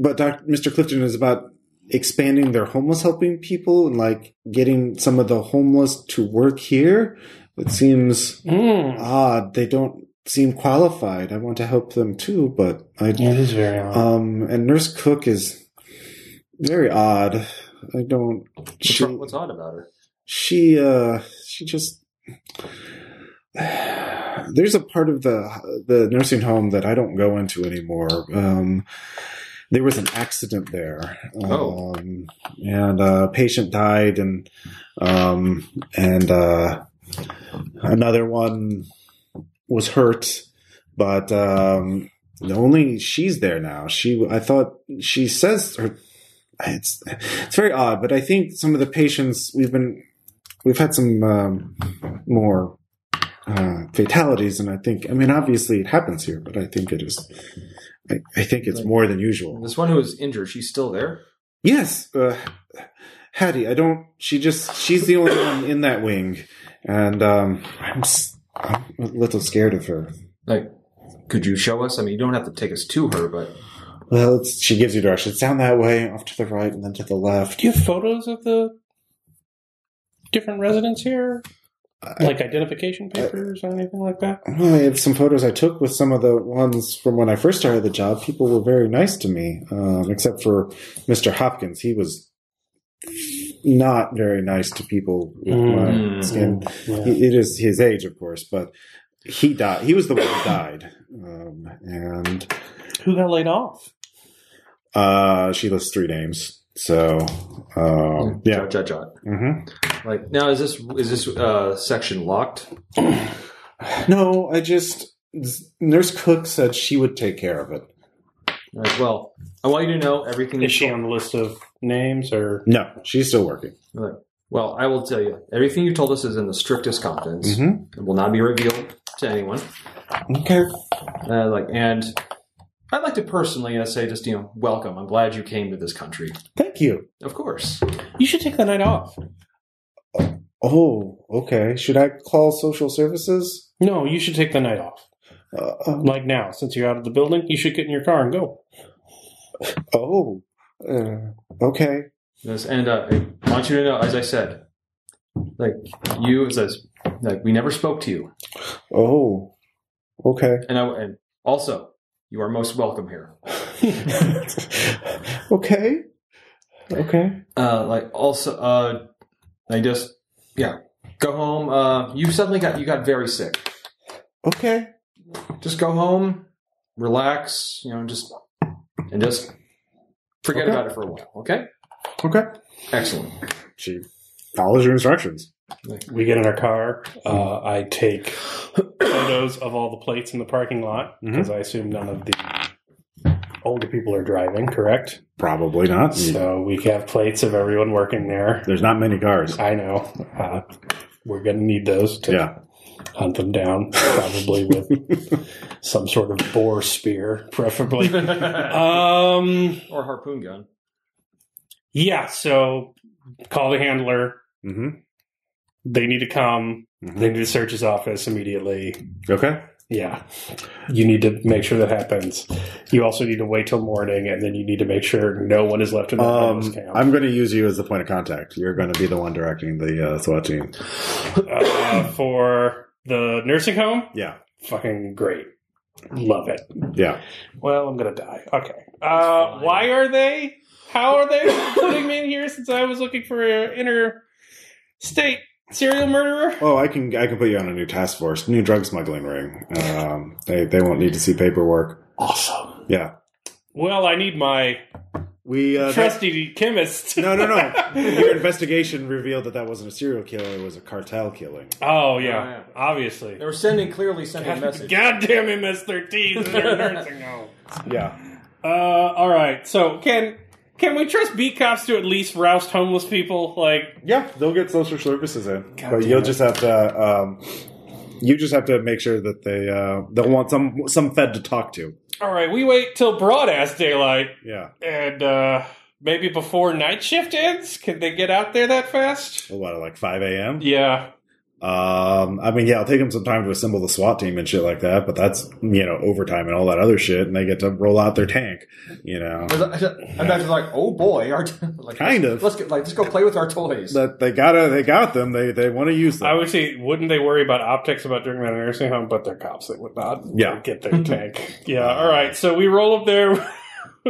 [SPEAKER 1] but Dr. Mr. Clifton is about expanding their homeless helping people and like getting some of the homeless to work here. It seems
[SPEAKER 2] Mm.
[SPEAKER 1] odd. They don't seem qualified. I want to help them too, but I
[SPEAKER 2] Yeah, it is very odd.
[SPEAKER 1] um and Nurse Cook is very odd. I don't
[SPEAKER 3] What's,
[SPEAKER 1] she-
[SPEAKER 3] wrong- what's odd about her?
[SPEAKER 1] she uh she just [sighs] there's a part of the the nursing home that I don't go into anymore. Um there was an accident there.
[SPEAKER 3] Oh.
[SPEAKER 1] Um, and a patient died and um and uh another one was hurt but um the only she's there now. She I thought she says her it's it's very odd, but I think some of the patients we've been we've had some um, more uh, fatalities, and I think I mean obviously it happens here, but I think it is I, I think it's more than usual.
[SPEAKER 3] This one who was injured, she's still there.
[SPEAKER 1] Yes, uh, Hattie, I don't. She just she's the only one in that wing, and um, I'm s- I'm a little scared of her.
[SPEAKER 3] Like, could you show us? I mean, you don't have to take us to her, but
[SPEAKER 1] Well, it's, she gives you directions down that way, off to the right, and then to the left.
[SPEAKER 2] Do you have photos of the different residents here? Like identification papers or anything like that?
[SPEAKER 1] Well, I had some photos I took with some of the ones from when I first started the job. People were very nice to me, um, except for Mr. Hopkins. He was not very nice to people with my
[SPEAKER 3] Mm.
[SPEAKER 1] skin. It- It is his age, of course, but he died. He was the one who died, um, and
[SPEAKER 2] Who got laid off?
[SPEAKER 1] uh, she lists three names. So, um, yeah.
[SPEAKER 3] jot, jot, jot.
[SPEAKER 1] hmm
[SPEAKER 3] Like, now is this is this uh, section locked?
[SPEAKER 1] No, I just Nurse Cook said she would take care of it.
[SPEAKER 3] Like, Uh, well, I want you to know everything.
[SPEAKER 2] Is
[SPEAKER 3] you
[SPEAKER 2] she
[SPEAKER 3] told-
[SPEAKER 2] on the list of names or?
[SPEAKER 1] No, she's still working.
[SPEAKER 3] Well, I will tell you everything you told us is in the strictest confidence.
[SPEAKER 1] hmm
[SPEAKER 3] It will not be revealed to anyone.
[SPEAKER 1] Okay.
[SPEAKER 3] Uh, like, and I'd like to personally uh, say, just you know, welcome. I'm glad you came to this country.
[SPEAKER 1] Thank you.
[SPEAKER 3] Of course.
[SPEAKER 2] You should take the night off.
[SPEAKER 1] Oh, okay. Should I call social services?
[SPEAKER 2] No, you should take the night off.
[SPEAKER 1] Uh, um,
[SPEAKER 2] Like now, since you're out of the building, you should get in your car and go.
[SPEAKER 1] oh, uh, okay.
[SPEAKER 3] Yes, and uh, I want you to know, as I said, like you, it says, like we never spoke to you,
[SPEAKER 1] Oh, [laughs] okay.
[SPEAKER 3] and I, and also you are most welcome here.
[SPEAKER 1] okay. Okay.
[SPEAKER 3] Uh, like also, uh, I just yeah, go home. Uh, you suddenly got you got very sick.
[SPEAKER 1] Okay.
[SPEAKER 3] Just go home, relax. You know, just and just forget
[SPEAKER 1] Okay.
[SPEAKER 3] about it for a while. Okay,
[SPEAKER 1] Okay.
[SPEAKER 3] excellent.
[SPEAKER 1] She follows your instructions.
[SPEAKER 2] We get in our car. Uh, I take photos of all the plates in the parking lot because I assume none of the older people are driving. Correct.
[SPEAKER 1] Probably not.
[SPEAKER 2] So we have plates of everyone working there.
[SPEAKER 1] There's not many cars.
[SPEAKER 2] I know. Uh, we're going to need those to
[SPEAKER 1] Yeah.
[SPEAKER 2] hunt them down, probably with some sort of boar spear,
[SPEAKER 5] [laughs]
[SPEAKER 2] preferably. Um,
[SPEAKER 3] or harpoon gun.
[SPEAKER 2] yeah, so call the handler.
[SPEAKER 1] Mm-hmm.
[SPEAKER 2] They need to come. They need to search his office immediately.
[SPEAKER 1] Okay.
[SPEAKER 2] Yeah. You need to make sure that happens. You also need to wait till morning, and then you need to make sure no one is left in the homeless
[SPEAKER 1] Um,
[SPEAKER 2] camp.
[SPEAKER 1] I'm going to use you as the point of contact. You're going to be the one directing the uh, SWAT team.
[SPEAKER 2] Uh, for the nursing home,
[SPEAKER 1] Yeah,
[SPEAKER 2] fucking great. Love it.
[SPEAKER 1] yeah.
[SPEAKER 2] Well, I'm going to die. Okay. Uh, why are they? How are they putting me in here since I was looking for an inner state serial murderer?
[SPEAKER 1] Oh, I can I can put you on a new task force, new drug smuggling ring. Um, they they won't need to see paperwork.
[SPEAKER 2] Awesome.
[SPEAKER 1] Yeah,
[SPEAKER 2] Well, I need my
[SPEAKER 1] we uh, that-
[SPEAKER 2] trusty chemist.
[SPEAKER 1] no no no. Your investigation revealed that that wasn't a serial killer; it was a cartel killing.
[SPEAKER 2] oh,
[SPEAKER 5] Oh,
[SPEAKER 2] yeah.
[SPEAKER 5] yeah.
[SPEAKER 2] Obviously.
[SPEAKER 5] They were sending clearly sending a message.
[SPEAKER 2] Goddamn [laughs] MS-13 is their nursing home.
[SPEAKER 1] Yeah,
[SPEAKER 2] Uh, all right. So can can we trust B cops to at least roust homeless people? Like,
[SPEAKER 1] yeah. They'll get social services in, but
[SPEAKER 2] damn
[SPEAKER 1] you'll
[SPEAKER 2] it.
[SPEAKER 1] just have to. Um, you just have to make sure that they uh, they'll want some some fed to talk to.
[SPEAKER 2] all right, we wait till broad ass daylight,
[SPEAKER 1] Yeah,
[SPEAKER 2] and uh, maybe before night shift ends. Can they get out there that fast?
[SPEAKER 1] what like five a.m.
[SPEAKER 2] Yeah.
[SPEAKER 1] Um, I mean, yeah, it'll take them some time to assemble the SWAT team and shit like that, but that's you know overtime and all that other shit, and they get to roll out their tank, you know.
[SPEAKER 5] I'm not just like, oh boy, our [laughs] like,
[SPEAKER 1] Kind of.
[SPEAKER 5] Let's get like let's go play with our toys.
[SPEAKER 1] That they gotta, they got them. They they want to use them.
[SPEAKER 2] I would say, wouldn't they worry about optics about during that nursing home? But they're cops; they would not.
[SPEAKER 1] Yeah.
[SPEAKER 2] They'd get their tank. [laughs] yeah. All right. So we roll up there. [laughs]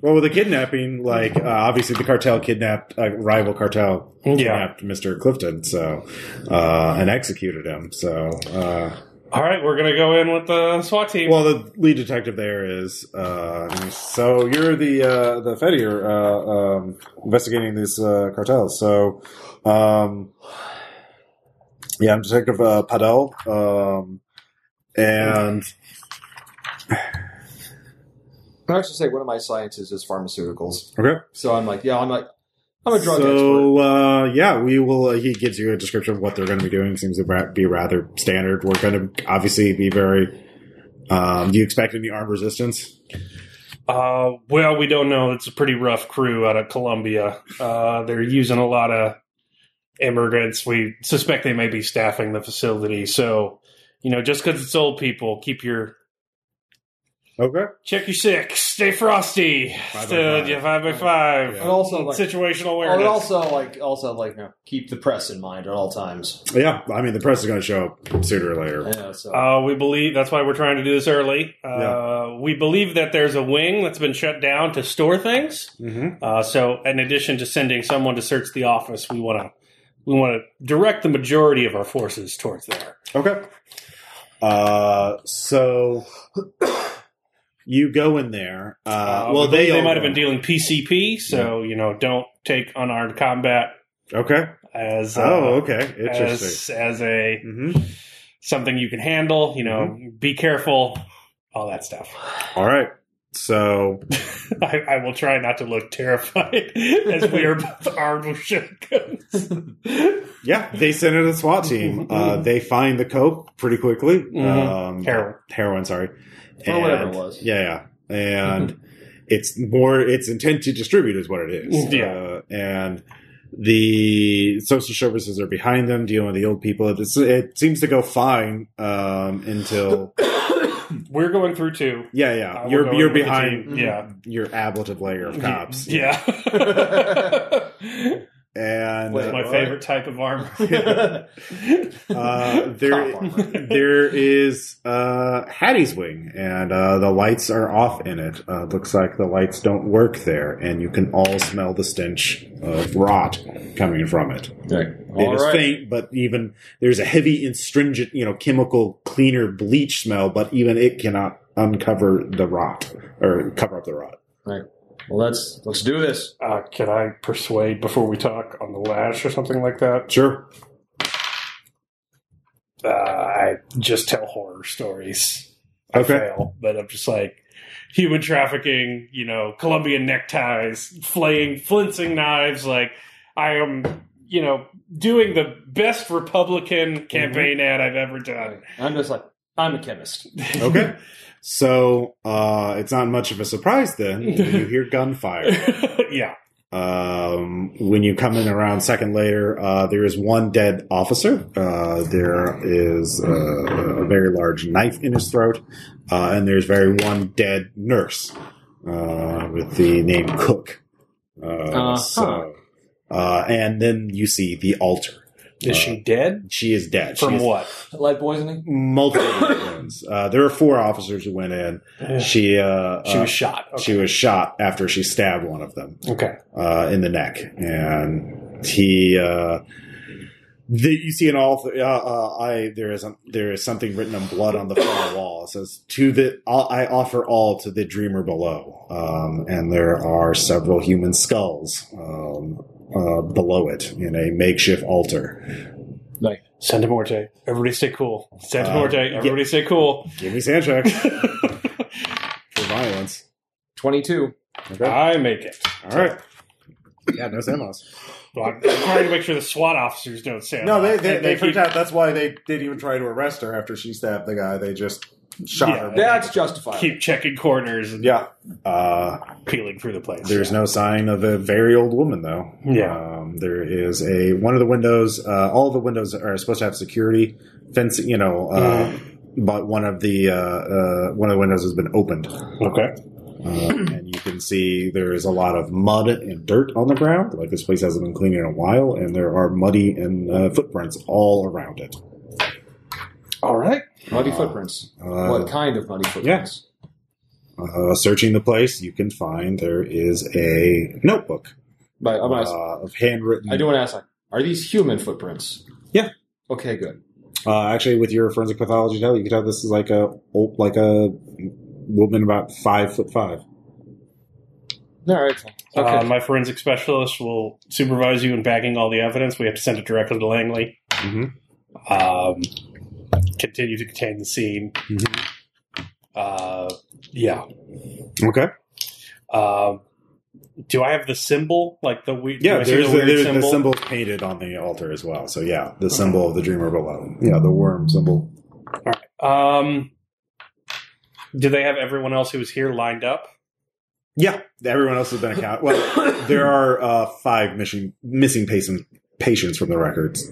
[SPEAKER 1] well, with the kidnapping, like uh, obviously the cartel kidnapped uh, rival cartel kidnapped Mr. Clifton, so uh, and executed him. So, uh,
[SPEAKER 2] All right. We're gonna go in with the SWAT team.
[SPEAKER 1] well, the lead detective there is. Uh, so you're the uh, the Fettier uh, um, investigating these uh, cartels. So. Um, Yeah, I'm Detective uh, Padel, um, and
[SPEAKER 5] I actually say one of my sciences is pharmaceuticals,
[SPEAKER 1] okay.
[SPEAKER 5] so I'm like, yeah, I'm like, I'm a drug expert.
[SPEAKER 1] so uh, yeah, we will. Uh, he gives you a description of what they're going to be doing. Seems to ra- be rather standard. We're going to obviously be very. Um, do you expect any armed resistance?
[SPEAKER 2] Uh, well, we don't know. It's a pretty rough crew out of Colombia. Uh, they're using a lot of immigrants. We suspect they may be staffing the facility. So, you know, just because it's old people, keep your
[SPEAKER 1] Okay.
[SPEAKER 2] check your six, stay frosty,
[SPEAKER 1] by
[SPEAKER 2] still
[SPEAKER 1] five.
[SPEAKER 2] yeah, five by five.
[SPEAKER 5] And also like,
[SPEAKER 2] Situational
[SPEAKER 5] oh, and
[SPEAKER 2] awareness.
[SPEAKER 5] also like, also like, you know, keep the press in mind at all times.
[SPEAKER 1] Yeah, I mean the press is going to show up sooner or later.
[SPEAKER 5] Yeah, so
[SPEAKER 2] Uh, we believe that's why we're trying to do this early. Uh, We believe that there's a wing that's been shut down to store things.
[SPEAKER 1] Mm-hmm.
[SPEAKER 2] Uh, so, in addition to sending someone to search the office, we want to we want to direct the majority of our forces towards there.
[SPEAKER 1] Okay. Uh, so [coughs] you go in there. Uh,
[SPEAKER 2] Uh,
[SPEAKER 1] well,
[SPEAKER 2] we believe
[SPEAKER 1] they
[SPEAKER 2] they
[SPEAKER 1] all
[SPEAKER 2] might have
[SPEAKER 1] go.
[SPEAKER 2] been dealing PCP, so you know, don't take unarmed combat
[SPEAKER 1] Okay.
[SPEAKER 2] as uh,
[SPEAKER 1] Oh, okay. Interesting.
[SPEAKER 2] as as a
[SPEAKER 1] hmm
[SPEAKER 2] something you can handle. You know,
[SPEAKER 1] Mm-hmm.
[SPEAKER 2] be careful, all that stuff. [laughs]
[SPEAKER 1] All right. So
[SPEAKER 2] I, I will try not to look terrified [laughs] as we are both [laughs] armed with
[SPEAKER 1] [laughs]
[SPEAKER 2] shotguns.
[SPEAKER 1] yeah, they send in a SWAT
[SPEAKER 2] [laughs]
[SPEAKER 1] team. Uh, they find the coke pretty quickly.
[SPEAKER 2] Mhm.
[SPEAKER 1] Um,
[SPEAKER 2] Heroin.
[SPEAKER 1] heroin, sorry,
[SPEAKER 5] Or whatever
[SPEAKER 1] And-
[SPEAKER 5] it [laughs] was.
[SPEAKER 1] Yeah, yeah,
[SPEAKER 2] [laughs]
[SPEAKER 1] and it's more its intent to distribute is what it is.
[SPEAKER 2] Mm-hmm. Yeah.
[SPEAKER 1] Uh, and the social services are behind them, dealing with the old people. It's, it seems to go fine um,
[SPEAKER 2] [laughs]
[SPEAKER 1] until
[SPEAKER 2] We're going through two.
[SPEAKER 1] yeah,
[SPEAKER 2] Uh,
[SPEAKER 1] yeah.
[SPEAKER 2] we're
[SPEAKER 1] you're
[SPEAKER 2] going
[SPEAKER 1] you're
[SPEAKER 2] with the
[SPEAKER 1] behind Mm-hmm.
[SPEAKER 2] team. Yeah.
[SPEAKER 1] your ablative layer
[SPEAKER 2] [laughs]
[SPEAKER 1] of cops.
[SPEAKER 2] Yeah.
[SPEAKER 1] [laughs]
[SPEAKER 2] [laughs]
[SPEAKER 1] and
[SPEAKER 5] Wait,
[SPEAKER 1] uh,
[SPEAKER 2] My favorite type of armor.
[SPEAKER 1] Uh, there,
[SPEAKER 5] Cop armor.
[SPEAKER 1] there is uh, Hattie's wing, and uh, the lights are off in it. Uh, looks like the lights don't work there, and you can all smell the stench of rot coming from it.
[SPEAKER 5] All
[SPEAKER 1] it is
[SPEAKER 5] right.
[SPEAKER 1] faint, but even there's a heavy, astringent, you know, chemical cleaner bleach smell, but even it cannot uncover the rot or cover up the rot.
[SPEAKER 5] Well, let's let's do this.
[SPEAKER 2] [laughs] Uh, can I persuade before we talk on the lash or something like that?
[SPEAKER 1] Sure.
[SPEAKER 2] Uh, I just tell horror stories. I
[SPEAKER 1] Okay.
[SPEAKER 2] fail, but I'm just like human trafficking, you know, Colombian neckties, flaying, flincing knives. Like I am, you know, doing the best Republican campaign ad I've ever done.
[SPEAKER 5] I'm just like, I'm a chemist.
[SPEAKER 1] [laughs] Okay. So uh, it's not much of a surprise then. when you hear gunfire.
[SPEAKER 2] [laughs] yeah.
[SPEAKER 1] Um, when you come in around second later, uh, there is one dead officer. Uh, there is uh, a very large knife in his throat, uh, and there's very one dead nurse uh, with the name Cook. Uh,
[SPEAKER 5] Uh-huh.
[SPEAKER 1] So, uh, and then you see the altar.
[SPEAKER 2] Is she dead?
[SPEAKER 1] She is dead. she
[SPEAKER 2] Uh, From
[SPEAKER 1] is
[SPEAKER 2] what?
[SPEAKER 5] Lead poisoning?
[SPEAKER 1] Multiple wounds. Uh, there are four officers who went in. She uh,
[SPEAKER 2] She
[SPEAKER 1] uh,
[SPEAKER 2] was shot. Okay.
[SPEAKER 1] she was shot after she stabbed one of them
[SPEAKER 2] okay.
[SPEAKER 1] uh, in the neck, and he. Uh, the, you see an all. Uh, uh, I there is a, there is something written in blood on the [coughs] far wall. It says to the all, I offer all to the dreamer below, um, and there are several human skulls um, uh, below it in a makeshift altar.
[SPEAKER 2] Santa Morte. Everybody stay cool. Santa
[SPEAKER 1] Uh,
[SPEAKER 2] Morte.
[SPEAKER 1] yeah.
[SPEAKER 2] Everybody stay [laughs] cool.
[SPEAKER 1] Give me sand [laughs] check for violence.
[SPEAKER 5] 22.
[SPEAKER 1] Okay.
[SPEAKER 2] I make it.
[SPEAKER 1] all right. Ah, Yeah, no Samos.
[SPEAKER 2] Well, I'm trying to make sure the SWAT officers don't say
[SPEAKER 1] [laughs] No, they they, they,
[SPEAKER 2] keep-
[SPEAKER 1] freaked out. That's why they didn't even try to arrest her after she stabbed the guy. They just shot
[SPEAKER 2] Yeah.
[SPEAKER 1] her.
[SPEAKER 5] That's justifiable.
[SPEAKER 2] keep checking corners and
[SPEAKER 1] Yeah. Uh,
[SPEAKER 2] peeling through the place.
[SPEAKER 1] there's no sign of a very old woman though.
[SPEAKER 2] Yeah.
[SPEAKER 1] Um, there is a one of the windows. Uh, all the windows are supposed to have security fence. You know, uh, but one of the uh, uh, one of the windows has been opened,
[SPEAKER 2] Okay.
[SPEAKER 1] uh, and you can see there is a lot of mud and dirt on the ground. Like this place hasn't been cleaned in a while, and there are muddy and uh, footprints all around it.
[SPEAKER 2] All right.
[SPEAKER 5] Muddy footprints.
[SPEAKER 1] Uh,
[SPEAKER 5] what kind of muddy footprints?
[SPEAKER 1] uh, searching the place, you can find there is a notebook
[SPEAKER 5] But I'm gonna ask-
[SPEAKER 1] uh, of handwritten.
[SPEAKER 5] I do want to ask, like, are these human footprints?
[SPEAKER 1] Yeah.
[SPEAKER 5] Okay, good.
[SPEAKER 1] Uh, actually, with your forensic pathology tell, you can tell this is like a old, like a woman about five foot five.
[SPEAKER 5] All right. fine. Okay.
[SPEAKER 2] Uh, my forensic specialist will supervise you in bagging all the evidence. We have to send it directly to Langley.
[SPEAKER 1] Mm-hmm.
[SPEAKER 2] Um, continue to contain the scene.
[SPEAKER 1] Mhm.
[SPEAKER 2] Uh, yeah.
[SPEAKER 1] Okay.
[SPEAKER 2] Um, do I have the symbol? Like the weird?
[SPEAKER 1] Yeah,
[SPEAKER 2] do I see
[SPEAKER 1] there's,
[SPEAKER 2] the
[SPEAKER 1] the,
[SPEAKER 2] weird
[SPEAKER 1] there's
[SPEAKER 2] symbol?
[SPEAKER 1] the symbol painted on the altar as well. So yeah, the symbol of the dreamer below. Yeah, the worm symbol.
[SPEAKER 2] Um, do they have everyone else who was here lined up?
[SPEAKER 1] Yeah, everyone else has been account. Well, [coughs] there are uh, five missing missing patient, patients from the records.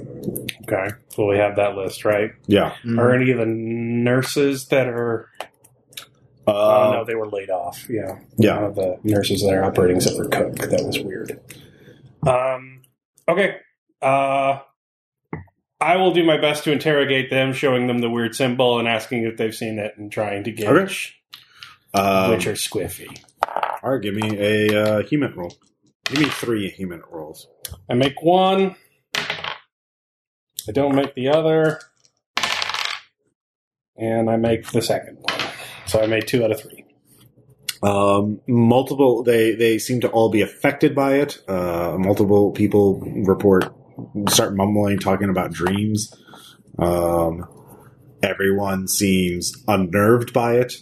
[SPEAKER 2] Okay, so we have that list, right?
[SPEAKER 1] Yeah.
[SPEAKER 2] Are any of the nurses that are?
[SPEAKER 1] Uh,
[SPEAKER 2] oh no, they were laid off. Yeah,
[SPEAKER 1] Yeah.
[SPEAKER 2] None of the nurses that are operating except for Cook. That was weird. Um. Okay. Uh. I will do my best to interrogate them, showing them the weird symbol and asking if they've seen it and trying to gauge
[SPEAKER 1] Um,
[SPEAKER 2] which are squiffy.
[SPEAKER 1] All right, give me a uh, human roll. Give me three human rolls.
[SPEAKER 2] I make one. I don't make the other. And I make the second one. So I made two out of three.
[SPEAKER 1] Um, multiple. They they seem to all be affected by it. Uh, multiple people report start mumbling, talking about dreams. Um, everyone seems unnerved by it.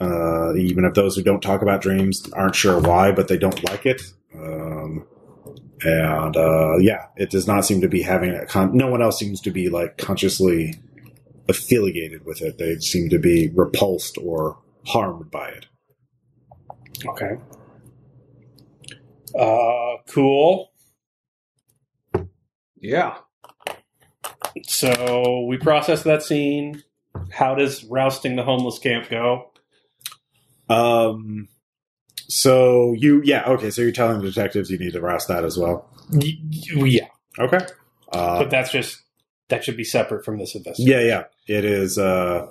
[SPEAKER 1] Uh, even if those who don't talk about dreams aren't sure why, but they don't like it. Um, and uh, yeah, it does not seem to be having a con. No one else seems to be like consciously affiliated with it. They seem to be repulsed or harmed by it.
[SPEAKER 2] Okay. Uh, cool.
[SPEAKER 5] Yeah.
[SPEAKER 2] So we process that scene. How does rousting the homeless camp go?
[SPEAKER 1] Um. So you, yeah, okay. So you're telling the detectives you need to rouse that as well.
[SPEAKER 2] Y- y- yeah,
[SPEAKER 1] Okay. Uh,
[SPEAKER 2] but that's just that should be separate from this investigation.
[SPEAKER 1] yeah, yeah. It is. Uh,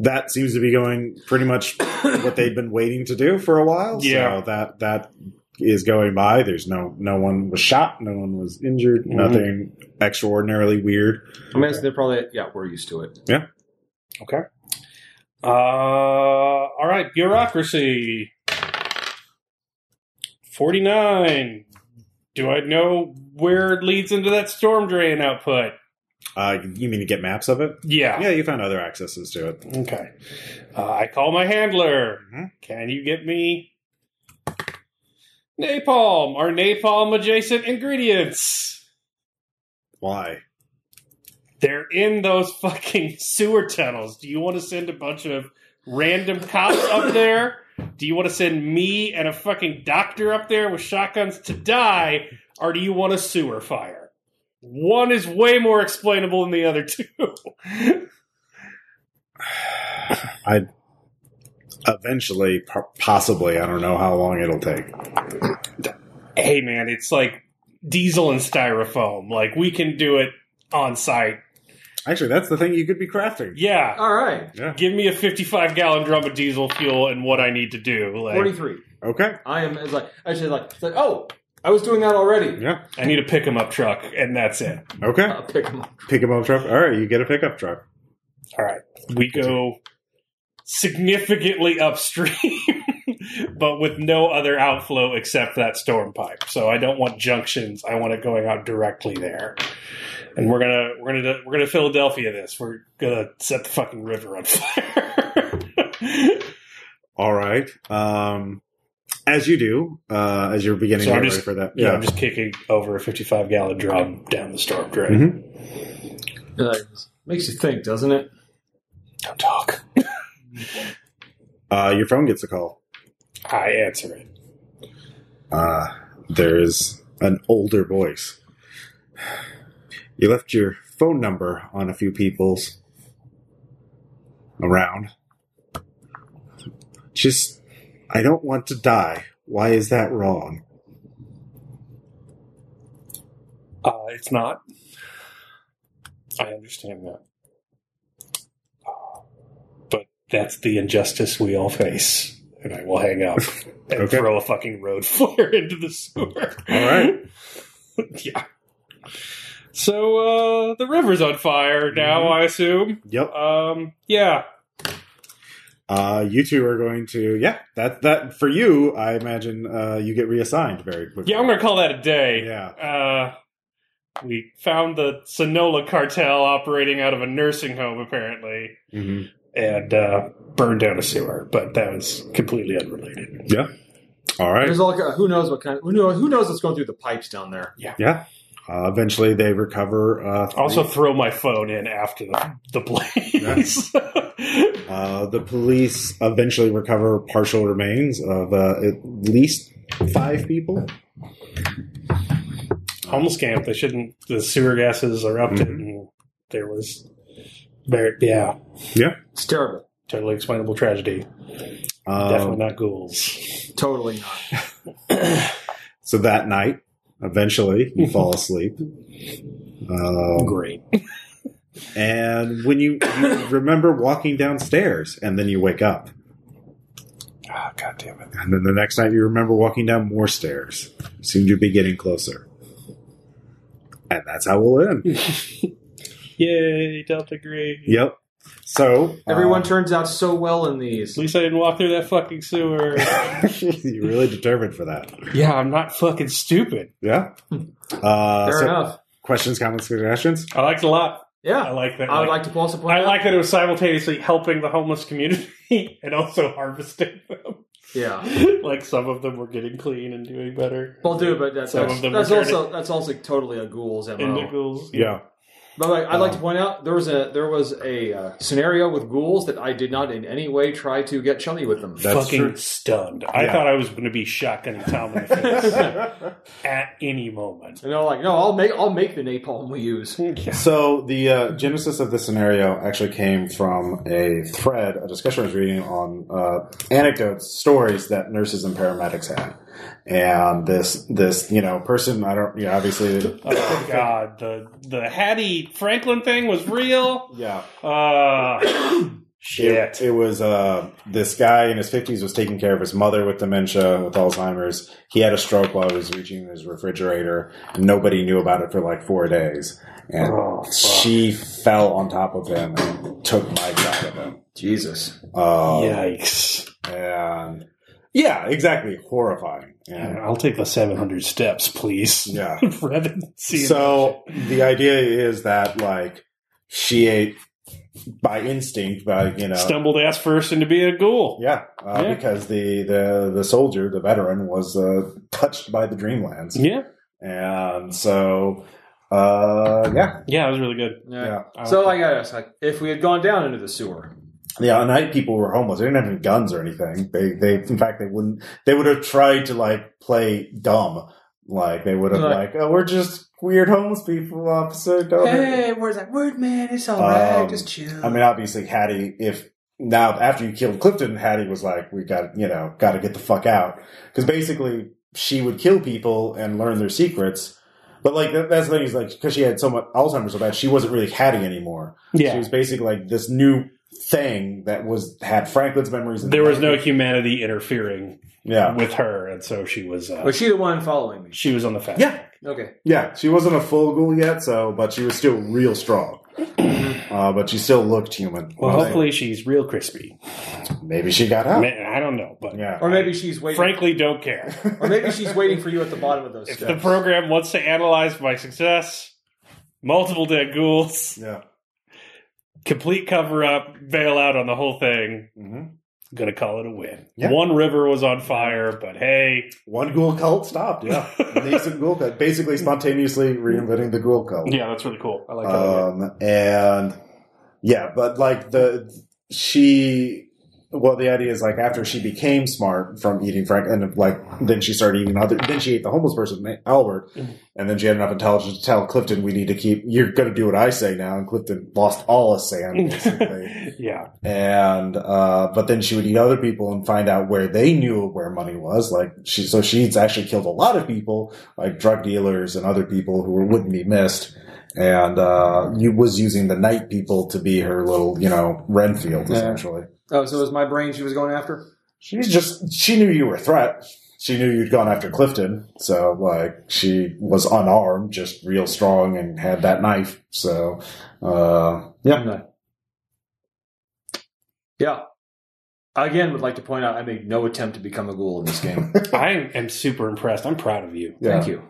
[SPEAKER 1] that seems to be going pretty much what they've been waiting to do for a while.
[SPEAKER 2] Yeah.
[SPEAKER 1] So that that is going by. There's no no one was shot. No one was injured.
[SPEAKER 2] Mhm.
[SPEAKER 1] Nothing extraordinarily weird.
[SPEAKER 5] I mean, they're probably, yeah, we're used to it.
[SPEAKER 2] Uh, all right, bureaucracy. Forty nine. Do I know where it leads into that storm drain output?
[SPEAKER 1] Uh, you mean to get maps of it?
[SPEAKER 2] Yeah.
[SPEAKER 1] Yeah, you found other accesses to it.
[SPEAKER 2] Okay. Uh, I call my handler.
[SPEAKER 1] Mhm.
[SPEAKER 2] Can you get me napalm or napalm adjacent ingredients?
[SPEAKER 1] Why? [sighs]
[SPEAKER 2] They're in those [laughs] fucking sewer tunnels. Do you want to send a bunch of random cops up there Do you want to send me and a fucking doctor up there with shotguns to die, or do you want a sewer fire? One is way more explainable than the other [laughs] two.
[SPEAKER 1] I eventually, po- possibly, I don't know how long it'll take.
[SPEAKER 2] hey, man, it's like diesel and styrofoam. Like, we can do it on site.
[SPEAKER 1] Actually, that's the thing you could be crafting.
[SPEAKER 2] Yeah.
[SPEAKER 5] All right.
[SPEAKER 2] Give me a 55 gallon drum of diesel fuel and what I need to do. Like,
[SPEAKER 5] 43.
[SPEAKER 1] Okay.
[SPEAKER 5] I am it's like actually like it's like oh I was doing that already.
[SPEAKER 1] Yeah.
[SPEAKER 2] I need a pick 'em up truck, and that's it.
[SPEAKER 1] Okay.
[SPEAKER 5] I'll pick 'em up.
[SPEAKER 1] Pick 'em up truck. All right, you get a pickup truck.
[SPEAKER 2] All right, we go significantly upstream, [laughs] but with no other outflow except that storm pipe. So I don't want junctions. I want it going out directly there. And we're gonna we're gonna we're gonna Philadelphia this. We're gonna set the fucking river on fire. [laughs]
[SPEAKER 1] All right. Um, as you do, uh, as you're beginning
[SPEAKER 2] So
[SPEAKER 1] to
[SPEAKER 2] I'm
[SPEAKER 1] get
[SPEAKER 2] just-
[SPEAKER 1] ready for that.
[SPEAKER 2] yeah, I'm just kicking over a 55 gallon drum down the storm drain.
[SPEAKER 1] Mhm.
[SPEAKER 5] Uh, makes you think, doesn't it?
[SPEAKER 2] Don't talk.
[SPEAKER 1] Uh, your phone gets a call.
[SPEAKER 2] I answer it.
[SPEAKER 1] Uh, there is an older voice. You left your phone number on a few people's around. Just, I don't want to die. Why is that wrong?
[SPEAKER 2] Uh, it's not. I understand that. But that's the injustice we all face. And I will
[SPEAKER 1] [laughs]
[SPEAKER 2] hang up and
[SPEAKER 1] Okay.
[SPEAKER 2] throw a fucking road [laughs] flare into the sewer.
[SPEAKER 1] All right.
[SPEAKER 2] [laughs] yeah. So uh, the river's on fire now,
[SPEAKER 1] Mm-hmm.
[SPEAKER 2] I assume.
[SPEAKER 1] Yep.
[SPEAKER 2] Um, yeah.
[SPEAKER 1] Uh, you two are going to, yeah, that, that, for you, I imagine, uh, you get reassigned very quickly.
[SPEAKER 2] Yeah, I'm going to call that a day.
[SPEAKER 1] Yeah.
[SPEAKER 2] Uh, we found the Sonola cartel operating out of a nursing home, apparently.
[SPEAKER 1] hmm
[SPEAKER 2] and uh, burned down a sewer, but that was completely unrelated.
[SPEAKER 1] All right.
[SPEAKER 5] There's all who knows what kind who knows who knows what's going through the pipes down there.
[SPEAKER 1] Yeah. Uh, eventually, they recover. Uh, three-
[SPEAKER 2] Also, throw my phone in after the, the blaze.
[SPEAKER 1] uh, the police eventually recover partial remains of uh, at least five people.
[SPEAKER 2] [laughs] Homeless camp. They shouldn't. The sewer gases erupted, and there was. There, yeah,
[SPEAKER 5] It's terrible.
[SPEAKER 2] totally explainable tragedy. Definitely
[SPEAKER 1] Um,
[SPEAKER 2] not ghouls.
[SPEAKER 5] Totally not.
[SPEAKER 2] Uh,
[SPEAKER 1] so that night, eventually, you fall asleep. Um,
[SPEAKER 2] Great.
[SPEAKER 1] and when you, you remember walking downstairs, and then you wake up,
[SPEAKER 2] Ah, God damn it.
[SPEAKER 1] and then the next night you remember walking down more stairs. You seem to be getting closer, and that's how we'll end.
[SPEAKER 2] Yay, Delta Green.
[SPEAKER 1] yep. So uh,
[SPEAKER 5] Everyone turns out so well in these.
[SPEAKER 2] At least I didn't walk through that fucking [laughs] sewer.
[SPEAKER 1] uh, [laughs] You're really determined for that.
[SPEAKER 2] yeah, I'm not fucking stupid.
[SPEAKER 1] Yeah. Uh,
[SPEAKER 5] Fair
[SPEAKER 1] so
[SPEAKER 5] enough.
[SPEAKER 1] questions, comments, suggestions?
[SPEAKER 2] I liked it a lot. I
[SPEAKER 5] Yeah.
[SPEAKER 2] like that.
[SPEAKER 5] I would
[SPEAKER 2] like-
[SPEAKER 5] like to also point
[SPEAKER 2] I
[SPEAKER 5] out-
[SPEAKER 2] like that it was simultaneously helping the homeless community [laughs] and also harvesting them. [laughs]
[SPEAKER 5] Yeah.
[SPEAKER 2] like some of them were getting clean and doing better.
[SPEAKER 5] Well, do but that's,
[SPEAKER 2] Some
[SPEAKER 5] that's,
[SPEAKER 2] of them
[SPEAKER 5] that's
[SPEAKER 2] were
[SPEAKER 5] also that's also totally a ghouls MO.
[SPEAKER 2] Indigles.
[SPEAKER 1] [laughs] Yeah.
[SPEAKER 5] By the way, I'd like
[SPEAKER 2] Oh.
[SPEAKER 5] to
[SPEAKER 1] Um,
[SPEAKER 5] point out there was a there was a uh, scenario with ghouls that I did not in any way try to get chummy with them.
[SPEAKER 1] That's
[SPEAKER 2] fucking
[SPEAKER 1] true.
[SPEAKER 2] stunned. I
[SPEAKER 1] Yeah.
[SPEAKER 2] thought I was going to be shotgun and Tom in the
[SPEAKER 5] [laughs]
[SPEAKER 2] face at any moment.
[SPEAKER 5] And they're like, no, I'll make I'll make the napalm we use.
[SPEAKER 1] so the uh, genesis of this scenario actually came from a thread, a discussion I was reading on uh, anecdotes, stories that nurses and paramedics had, and this this you know person I don't yeah
[SPEAKER 2] [laughs]
[SPEAKER 1] obviously
[SPEAKER 2] Oh God, the the Hattie Franklin thing was real.
[SPEAKER 1] yeah [coughs]
[SPEAKER 2] Uh,
[SPEAKER 1] It,
[SPEAKER 2] shit.
[SPEAKER 1] it was uh, this guy in his 50s was taking care of his mother with dementia, with Alzheimer's. He had a stroke while he was reaching his refrigerator. Nobody knew about it for like four days. And
[SPEAKER 2] Oh, fuck.
[SPEAKER 1] she fell on top of him and took life out of him.
[SPEAKER 5] Jesus.
[SPEAKER 1] Uh,
[SPEAKER 2] Yikes!
[SPEAKER 1] And yeah, exactly. Horrifying. And,
[SPEAKER 2] I'll take the seven hundred steps, please. [laughs]
[SPEAKER 1] yeah.
[SPEAKER 2] Rather than seeing
[SPEAKER 1] So the idea is that like she ate by instinct, by, you know.
[SPEAKER 2] stumbled ass first into being a ghoul.
[SPEAKER 1] Yeah, uh,
[SPEAKER 2] Yeah.
[SPEAKER 1] because the, the the soldier, the veteran, was uh, touched by the Dreamlands,
[SPEAKER 2] Yeah,
[SPEAKER 1] and so uh, yeah,
[SPEAKER 2] yeah, it was really good. Uh,
[SPEAKER 5] Yeah.
[SPEAKER 2] I
[SPEAKER 5] So like I asked, like if we had gone down into the sewer,
[SPEAKER 1] the out night people were homeless. They didn't have any guns or anything. They, they, in fact, they wouldn't, they would have tried to like play dumb. Like they would have like,
[SPEAKER 5] Like-
[SPEAKER 1] oh, we're just weird homeless people, officer. Don't hurt us."
[SPEAKER 5] where's that word, man? It's all
[SPEAKER 1] right, Um, just
[SPEAKER 5] chill.
[SPEAKER 1] I mean, obviously, Hattie, if now after you killed Clifton, Hattie was like, we got, you know, got to get the fuck out. Because basically, she would kill people and learn their secrets. But like, that, that's the thing is like, because she had so much Alzheimer's so bad, she wasn't really Hattie anymore. She
[SPEAKER 2] Yeah.
[SPEAKER 1] was basically like this new thing that was had Franklin's memories. and-
[SPEAKER 2] There was no humanity interfering
[SPEAKER 1] Yeah.
[SPEAKER 2] with her, and so she was uh,
[SPEAKER 5] was she the one following me?
[SPEAKER 2] she was on the fast.
[SPEAKER 1] Yeah.
[SPEAKER 5] Okay.
[SPEAKER 1] Yeah. She wasn't a full ghoul yet, so, but she was still real strong. uh, but she still looked human.
[SPEAKER 2] Well, hopefully she's real crispy.
[SPEAKER 1] Maybe she got out.
[SPEAKER 2] Ma- I don't know, but
[SPEAKER 1] Yeah.
[SPEAKER 5] Or maybe she's waiting.
[SPEAKER 2] frankly, don't [laughs] care.
[SPEAKER 5] Or maybe she's waiting for you at the bottom of those
[SPEAKER 2] if
[SPEAKER 5] steps.
[SPEAKER 2] the program wants to analyze my success, multiple dead ghouls,
[SPEAKER 1] Yeah.
[SPEAKER 2] complete cover up, bail out on the whole thing,
[SPEAKER 1] hmm
[SPEAKER 2] gonna call it a win.
[SPEAKER 1] Yeah.
[SPEAKER 2] One river was on fire, but hey,
[SPEAKER 1] One ghoul cult stopped.
[SPEAKER 2] [laughs]
[SPEAKER 1] Yeah, nascent ghoul cult, basically spontaneously reinventing the ghoul cult.
[SPEAKER 2] yeah, that's really cool. I like that. idea.
[SPEAKER 1] um, and yeah, but like the she, well, the idea is like after she became smart from eating Frank, and like then she started eating other. Then she ate the homeless person Na- Albert, and then she had enough intelligence to tell Clifton, "We need to keep. You're going to do what I say now." And Clifton lost all his
[SPEAKER 2] [laughs]
[SPEAKER 1] sand basically.
[SPEAKER 2] yeah,
[SPEAKER 1] and uh, but then she would eat other people and find out where they knew where money was. Like she, so she's actually killed a lot of people, like drug dealers and other people who wouldn't be missed. And uh, you was using the night people to be her little, you know, Renfield
[SPEAKER 5] Yeah.
[SPEAKER 1] essentially.
[SPEAKER 5] oh, so it was my brain she was going after?
[SPEAKER 1] She's just she knew you were a threat. She knew you'd gone after Clifton, so like she was unarmed, just real strong, and had that knife. So uh, yeah,
[SPEAKER 5] No. Yeah. I again would like to point out I made no attempt to become a ghoul in this game.
[SPEAKER 2] I am super impressed. I'm proud of you.
[SPEAKER 1] [laughs] yeah.
[SPEAKER 5] Thank you.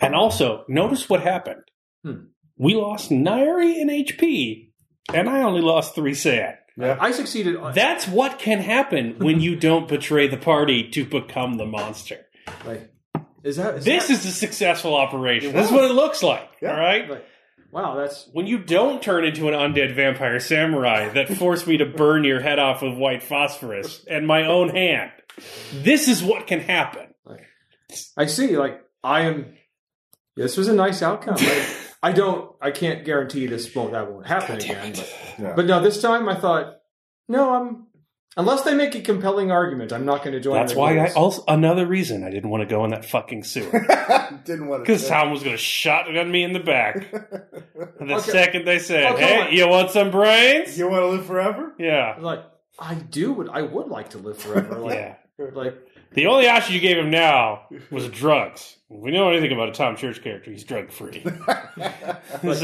[SPEAKER 2] And also, notice what happened.
[SPEAKER 5] Hmm.
[SPEAKER 2] We lost Nairi and HP, and I only lost three sand.
[SPEAKER 5] I succeeded on
[SPEAKER 2] That's what can happen
[SPEAKER 5] [laughs]
[SPEAKER 2] when you don't betray the party to become the monster.
[SPEAKER 5] like is that is
[SPEAKER 2] This
[SPEAKER 5] that-
[SPEAKER 2] is a successful operation.
[SPEAKER 5] It
[SPEAKER 2] This is
[SPEAKER 5] was.
[SPEAKER 2] what it looks like.
[SPEAKER 1] Yeah.
[SPEAKER 2] All right.
[SPEAKER 5] like, wow, that's
[SPEAKER 2] When you don't turn into an undead vampire samurai
[SPEAKER 5] [laughs]
[SPEAKER 2] that forced me to burn your head off with white phosphorus and my own hand, this is what can happen.
[SPEAKER 5] I see, like I am this was a nice outcome. Like, I don't I can't guarantee this won't that won't happen again. But,
[SPEAKER 1] Yeah.
[SPEAKER 5] but no, this time I thought, no, I'm unless they make a compelling argument, I'm not gonna join
[SPEAKER 2] That's
[SPEAKER 5] their
[SPEAKER 2] why I
[SPEAKER 5] ghouls.
[SPEAKER 2] also another reason I didn't want to go in that fucking sewer
[SPEAKER 1] [laughs] Didn't want to [laughs]
[SPEAKER 2] because Tom was going to shotgun me in the back the
[SPEAKER 5] Okay.
[SPEAKER 2] second they said,
[SPEAKER 5] Oh, come
[SPEAKER 2] "Hey,
[SPEAKER 5] on.
[SPEAKER 2] you want some brains?"
[SPEAKER 1] You want to live [laughs] forever?
[SPEAKER 2] Yeah,
[SPEAKER 5] like I do would I would like to live forever. Like,
[SPEAKER 2] [laughs] yeah.
[SPEAKER 5] like
[SPEAKER 2] The only option you gave him now was drugs. If we know anything about a Tom Church character, he's drug
[SPEAKER 1] [laughs]
[SPEAKER 2] free. [laughs] so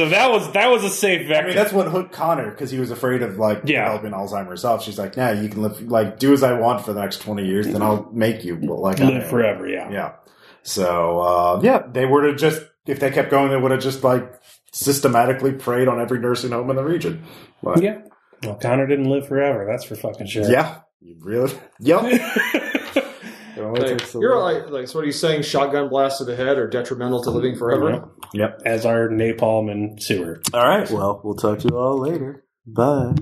[SPEAKER 2] that was that was a safe
[SPEAKER 1] I
[SPEAKER 2] vector.
[SPEAKER 1] mean, that's what hooked Connor because he was afraid of like
[SPEAKER 2] Yeah.
[SPEAKER 1] developing Alzheimer's herself. She's like, "Nah, you can live like do as I want for the next twenty years, then I'll make you but, like I
[SPEAKER 2] live
[SPEAKER 1] am."
[SPEAKER 2] forever. Yeah.
[SPEAKER 1] Yeah. So uh, yeah, they would have just if they kept going, they would have just like systematically preyed on every nursing home in the region. But,
[SPEAKER 2] Yeah. Well, Connor didn't live forever. That's for fucking sure. [laughs]
[SPEAKER 1] yeah, you really, yep. It only
[SPEAKER 5] Like,
[SPEAKER 1] takes a
[SPEAKER 5] you're
[SPEAKER 1] little-
[SPEAKER 5] like, like, so what are you saying? Shotgun blast to the head are detrimental to living forever?
[SPEAKER 2] Yep.
[SPEAKER 1] Yep.
[SPEAKER 2] As our napalm and sewer.
[SPEAKER 1] All right. Well, we'll talk to you all later. Bye.